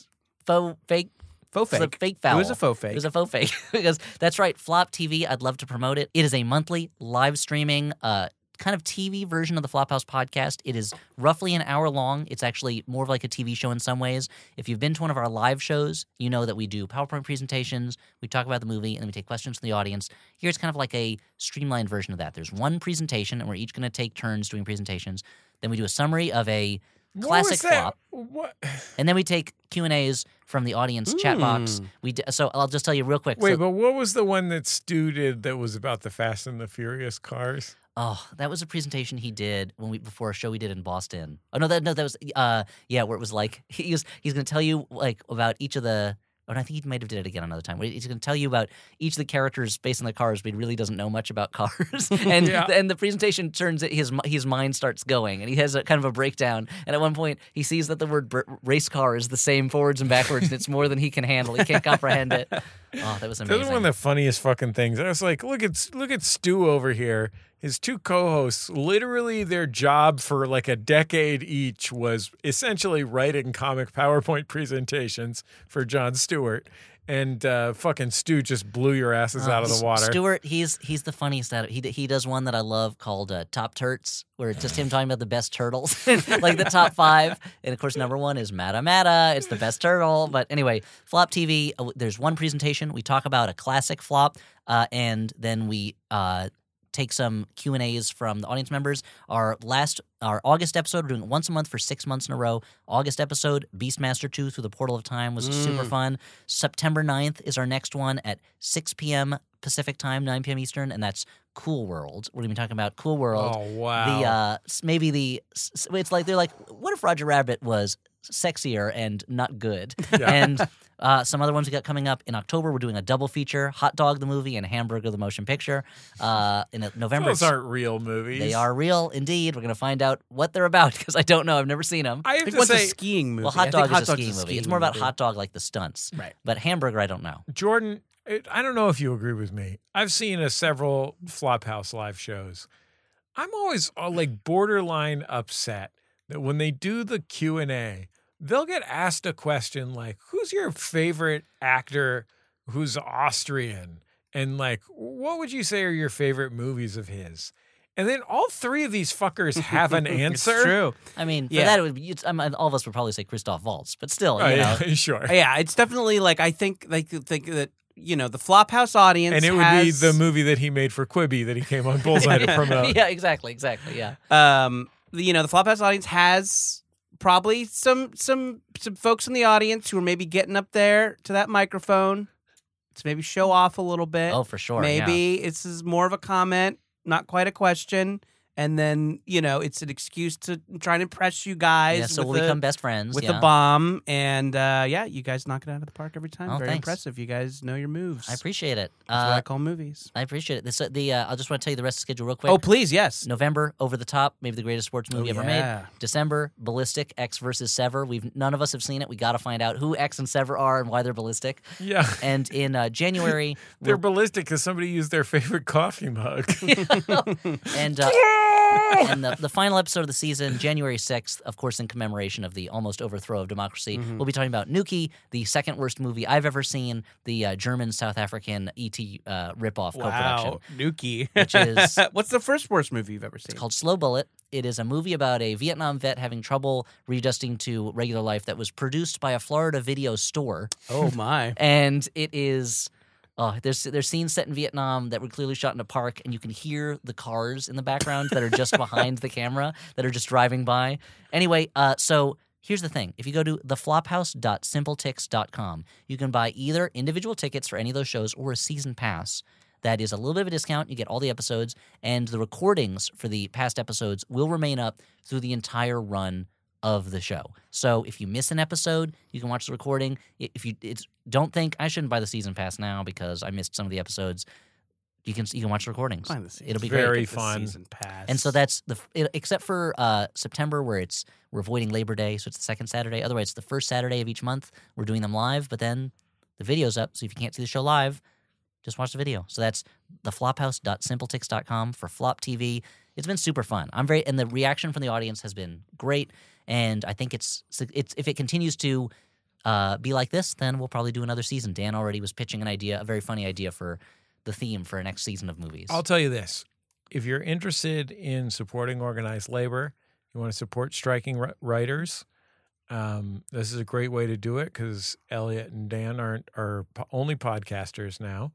Speaker 5: faux, fake
Speaker 3: faux
Speaker 5: It's a
Speaker 3: fake.
Speaker 5: fake
Speaker 3: It
Speaker 5: foul.
Speaker 3: was a faux fake.
Speaker 5: It was a faux fake because that's right. Flop TV. I'd love to promote it. It is a monthly live streaming. Uh, Kind of TV version of the Flophouse podcast. It is roughly an hour long. It's actually more of like a TV show in some ways. If you've been to one of our live shows, you know that we do PowerPoint presentations, we talk about the movie, and then we take questions from the audience. Here it's kind of like a streamlined version of that. There's one presentation, and we're each going to take turns doing presentations. Then we do a summary of a
Speaker 2: What
Speaker 5: classic
Speaker 2: was that?
Speaker 5: flop
Speaker 2: What?
Speaker 5: and then we take Q and A's from the audience chat box. We d- so I'll just tell you real quick.
Speaker 2: Wait,
Speaker 5: so,
Speaker 2: but what was the one that Stu did that was about the Fast and the Furious cars?
Speaker 5: oh, that was a presentation he did when we before a show we did in Boston. Oh no, that no, that was uh yeah, where it was like he was he's gonna tell you like about each of the. Oh, and I think he might have did it again another time. where He's going to tell you about each of the characters based on the cars, but he really doesn't know much about cars. and
Speaker 2: Yeah.
Speaker 5: and the presentation turns his mi- his mind starts going, and he has a kind of a breakdown. And at one point, he sees that the word br- race car is the same forwards and backwards, and it's more than he can handle. He can't comprehend it. Oh, that was
Speaker 2: That was
Speaker 5: amazing.
Speaker 2: one of the funniest fucking things. I was like, look at look at Stu over here. His two co-hosts, literally their job for like a decade each was essentially writing comic PowerPoint presentations for John Stewart. And uh, fucking Stu just blew your asses out of the water.
Speaker 5: Uh, Stewart, he's he's the funniest out of he d- he does one that I love called uh, Top Turts, where it's just him talking about the best turtles, like the top five. And of course, number one is Mata Mata. It's the best turtle. But anyway, Flop TV. uh, w- There's one presentation. We talk about a classic flop, uh, and then we uh, take some Q and A's from the audience members. Our last, our August episode, we're doing it once a month for six months in a row. August episode, Beastmaster Two through the Portal of Time
Speaker 2: Mm.
Speaker 5: was super fun. September 9th is our next one at six p.m. Pacific time, nine p.m. Eastern, and that's Cool World. We're gonna be talking about Cool World.
Speaker 2: Oh wow.
Speaker 5: The uh, s- maybe the s- s- it's like they're like, what if Roger Rabbit was sexier and not good?
Speaker 2: Yeah.
Speaker 5: And Uh, some other ones we got coming up in October. We're doing a double feature: Hot Dog the movie and Hamburger the motion picture. Uh, in uh, November,
Speaker 2: Those
Speaker 5: it's-
Speaker 2: aren't real movies.
Speaker 5: They are real, indeed. We're going to find out what they're about because I don't know. I've never seen them.
Speaker 2: I have I think to one's a say- skiing
Speaker 5: Well,
Speaker 2: movie. I
Speaker 5: hot
Speaker 2: think
Speaker 5: dog
Speaker 2: Hot
Speaker 5: is a
Speaker 2: Dog's
Speaker 5: skiing
Speaker 2: a
Speaker 5: movie.
Speaker 2: skiing
Speaker 5: It's more about
Speaker 2: movie.
Speaker 5: hot dog, like the stunts.
Speaker 2: Right.
Speaker 5: But hamburger, I don't know.
Speaker 2: Jordan, it, I don't know if you agree with me. I've seen a several Flophouse live shows. I'm always uh, like borderline upset that when they do the Q and A, they'll get asked a question like, "Who's your favorite actor who's Austrian?" and like, "What would you say are your favorite movies of his?" And then all three of these fuckers have an
Speaker 5: It's
Speaker 2: answer.
Speaker 5: true. I mean, for
Speaker 2: Yeah.
Speaker 5: that, it would, be- it's, I mean, all of us would probably say Christoph Waltz, but still,
Speaker 2: Oh,
Speaker 5: you
Speaker 2: yeah,
Speaker 5: know.
Speaker 2: sure.
Speaker 3: Uh, Yeah, it's definitely like I think like think that you know the Flophouse audience
Speaker 2: and it would
Speaker 3: has-
Speaker 2: be the movie that he made for Quibi that he came on Bullseye to promote.
Speaker 5: yeah, exactly, exactly. Yeah.
Speaker 3: um, the- you know, the Flophouse audience has probably some some some folks in the audience who are maybe getting up there to that microphone to maybe show off a little bit.
Speaker 5: Oh, for sure, yeah.
Speaker 3: Eh, Maybe this is more of a comment, not quite a question. And then you know it's an excuse to try and impress you guys.
Speaker 5: Yeah, so
Speaker 3: with
Speaker 5: we'll
Speaker 3: a-
Speaker 5: become best friends,
Speaker 3: with
Speaker 5: yeah.
Speaker 3: a bomb, and uh, yeah, you guys knock it out of the park every time.
Speaker 5: Oh,
Speaker 3: Very
Speaker 5: thanks.
Speaker 3: impressive. You guys know your moves.
Speaker 5: I appreciate it.
Speaker 3: That's what
Speaker 5: Uh,
Speaker 3: I call movies.
Speaker 5: I appreciate it. This, uh, the uh, I just want to tell you the rest of the schedule real quick.
Speaker 3: Oh, please, yes.
Speaker 5: November, Over the Top, maybe the greatest sports movie
Speaker 3: Oh,
Speaker 5: ever
Speaker 3: yeah.
Speaker 5: made. December, Ballistic, X versus Sever. We've none of us have seen it. We got to find out who X and Sever are and why they're ballistic.
Speaker 2: Yeah.
Speaker 5: And in uh, January,
Speaker 2: They're ballistic because somebody used their favorite coffee mug.
Speaker 5: and uh, and the, the final episode of the season, January 6th, of course, in commemoration of the almost overthrow of democracy,
Speaker 3: Mhm.
Speaker 5: we'll be talking about Nuki, the second worst movie I've ever seen, the uh, German South African ET uh, ripoff co-production.
Speaker 3: Wow, Nuki.
Speaker 5: Which is-
Speaker 3: what's the first worst movie you've ever seen?
Speaker 5: It's called Slow Bullet. It is a movie about a Vietnam vet having trouble readjusting to regular life that was produced by a Florida video store.
Speaker 3: Oh my!
Speaker 5: and it is oh, there's there's scenes set in Vietnam that were clearly shot in a park, and you can hear the cars in the background that are just behind the camera that are just driving by. Anyway, uh, so. Here's the thing. If you go to theflophouse.simpletix.com, you can buy either individual tickets for any of those shows or a season pass. That is a little bit of a discount. You get all the episodes, and the recordings for the past episodes will remain up through the entire run of the show. So if you miss an episode, you can watch the recording. I- If you it's don't think I shouldn't buy the season pass now because I missed some of the episodes. You can you can watch the recordings.
Speaker 3: Find the season.
Speaker 5: It'll be
Speaker 2: Very
Speaker 5: great.
Speaker 2: Get the fun.
Speaker 3: season pass.
Speaker 5: And so that's the f- it, except for uh, September where it's we're avoiding Labor Day, so it's the second Saturday. Otherwise, it's the first Saturday of each month. We're doing them live, but then the video's up. So if you can't see the show live, just watch the video. So that's theflophouse.simpletix.com for Flop TV. It's been super fun. I'm very and the reaction from the audience has been great. And I think it's it's if it continues to uh, be like this, then we'll probably do another season. Dan already was pitching an idea, a very funny idea for the theme for next season of movies.
Speaker 2: I'll tell you this. If you're interested in supporting organized labor, you want to support striking ri- writers, um, this is a great way to do it because Elliot and Dan aren't are po- only podcasters now,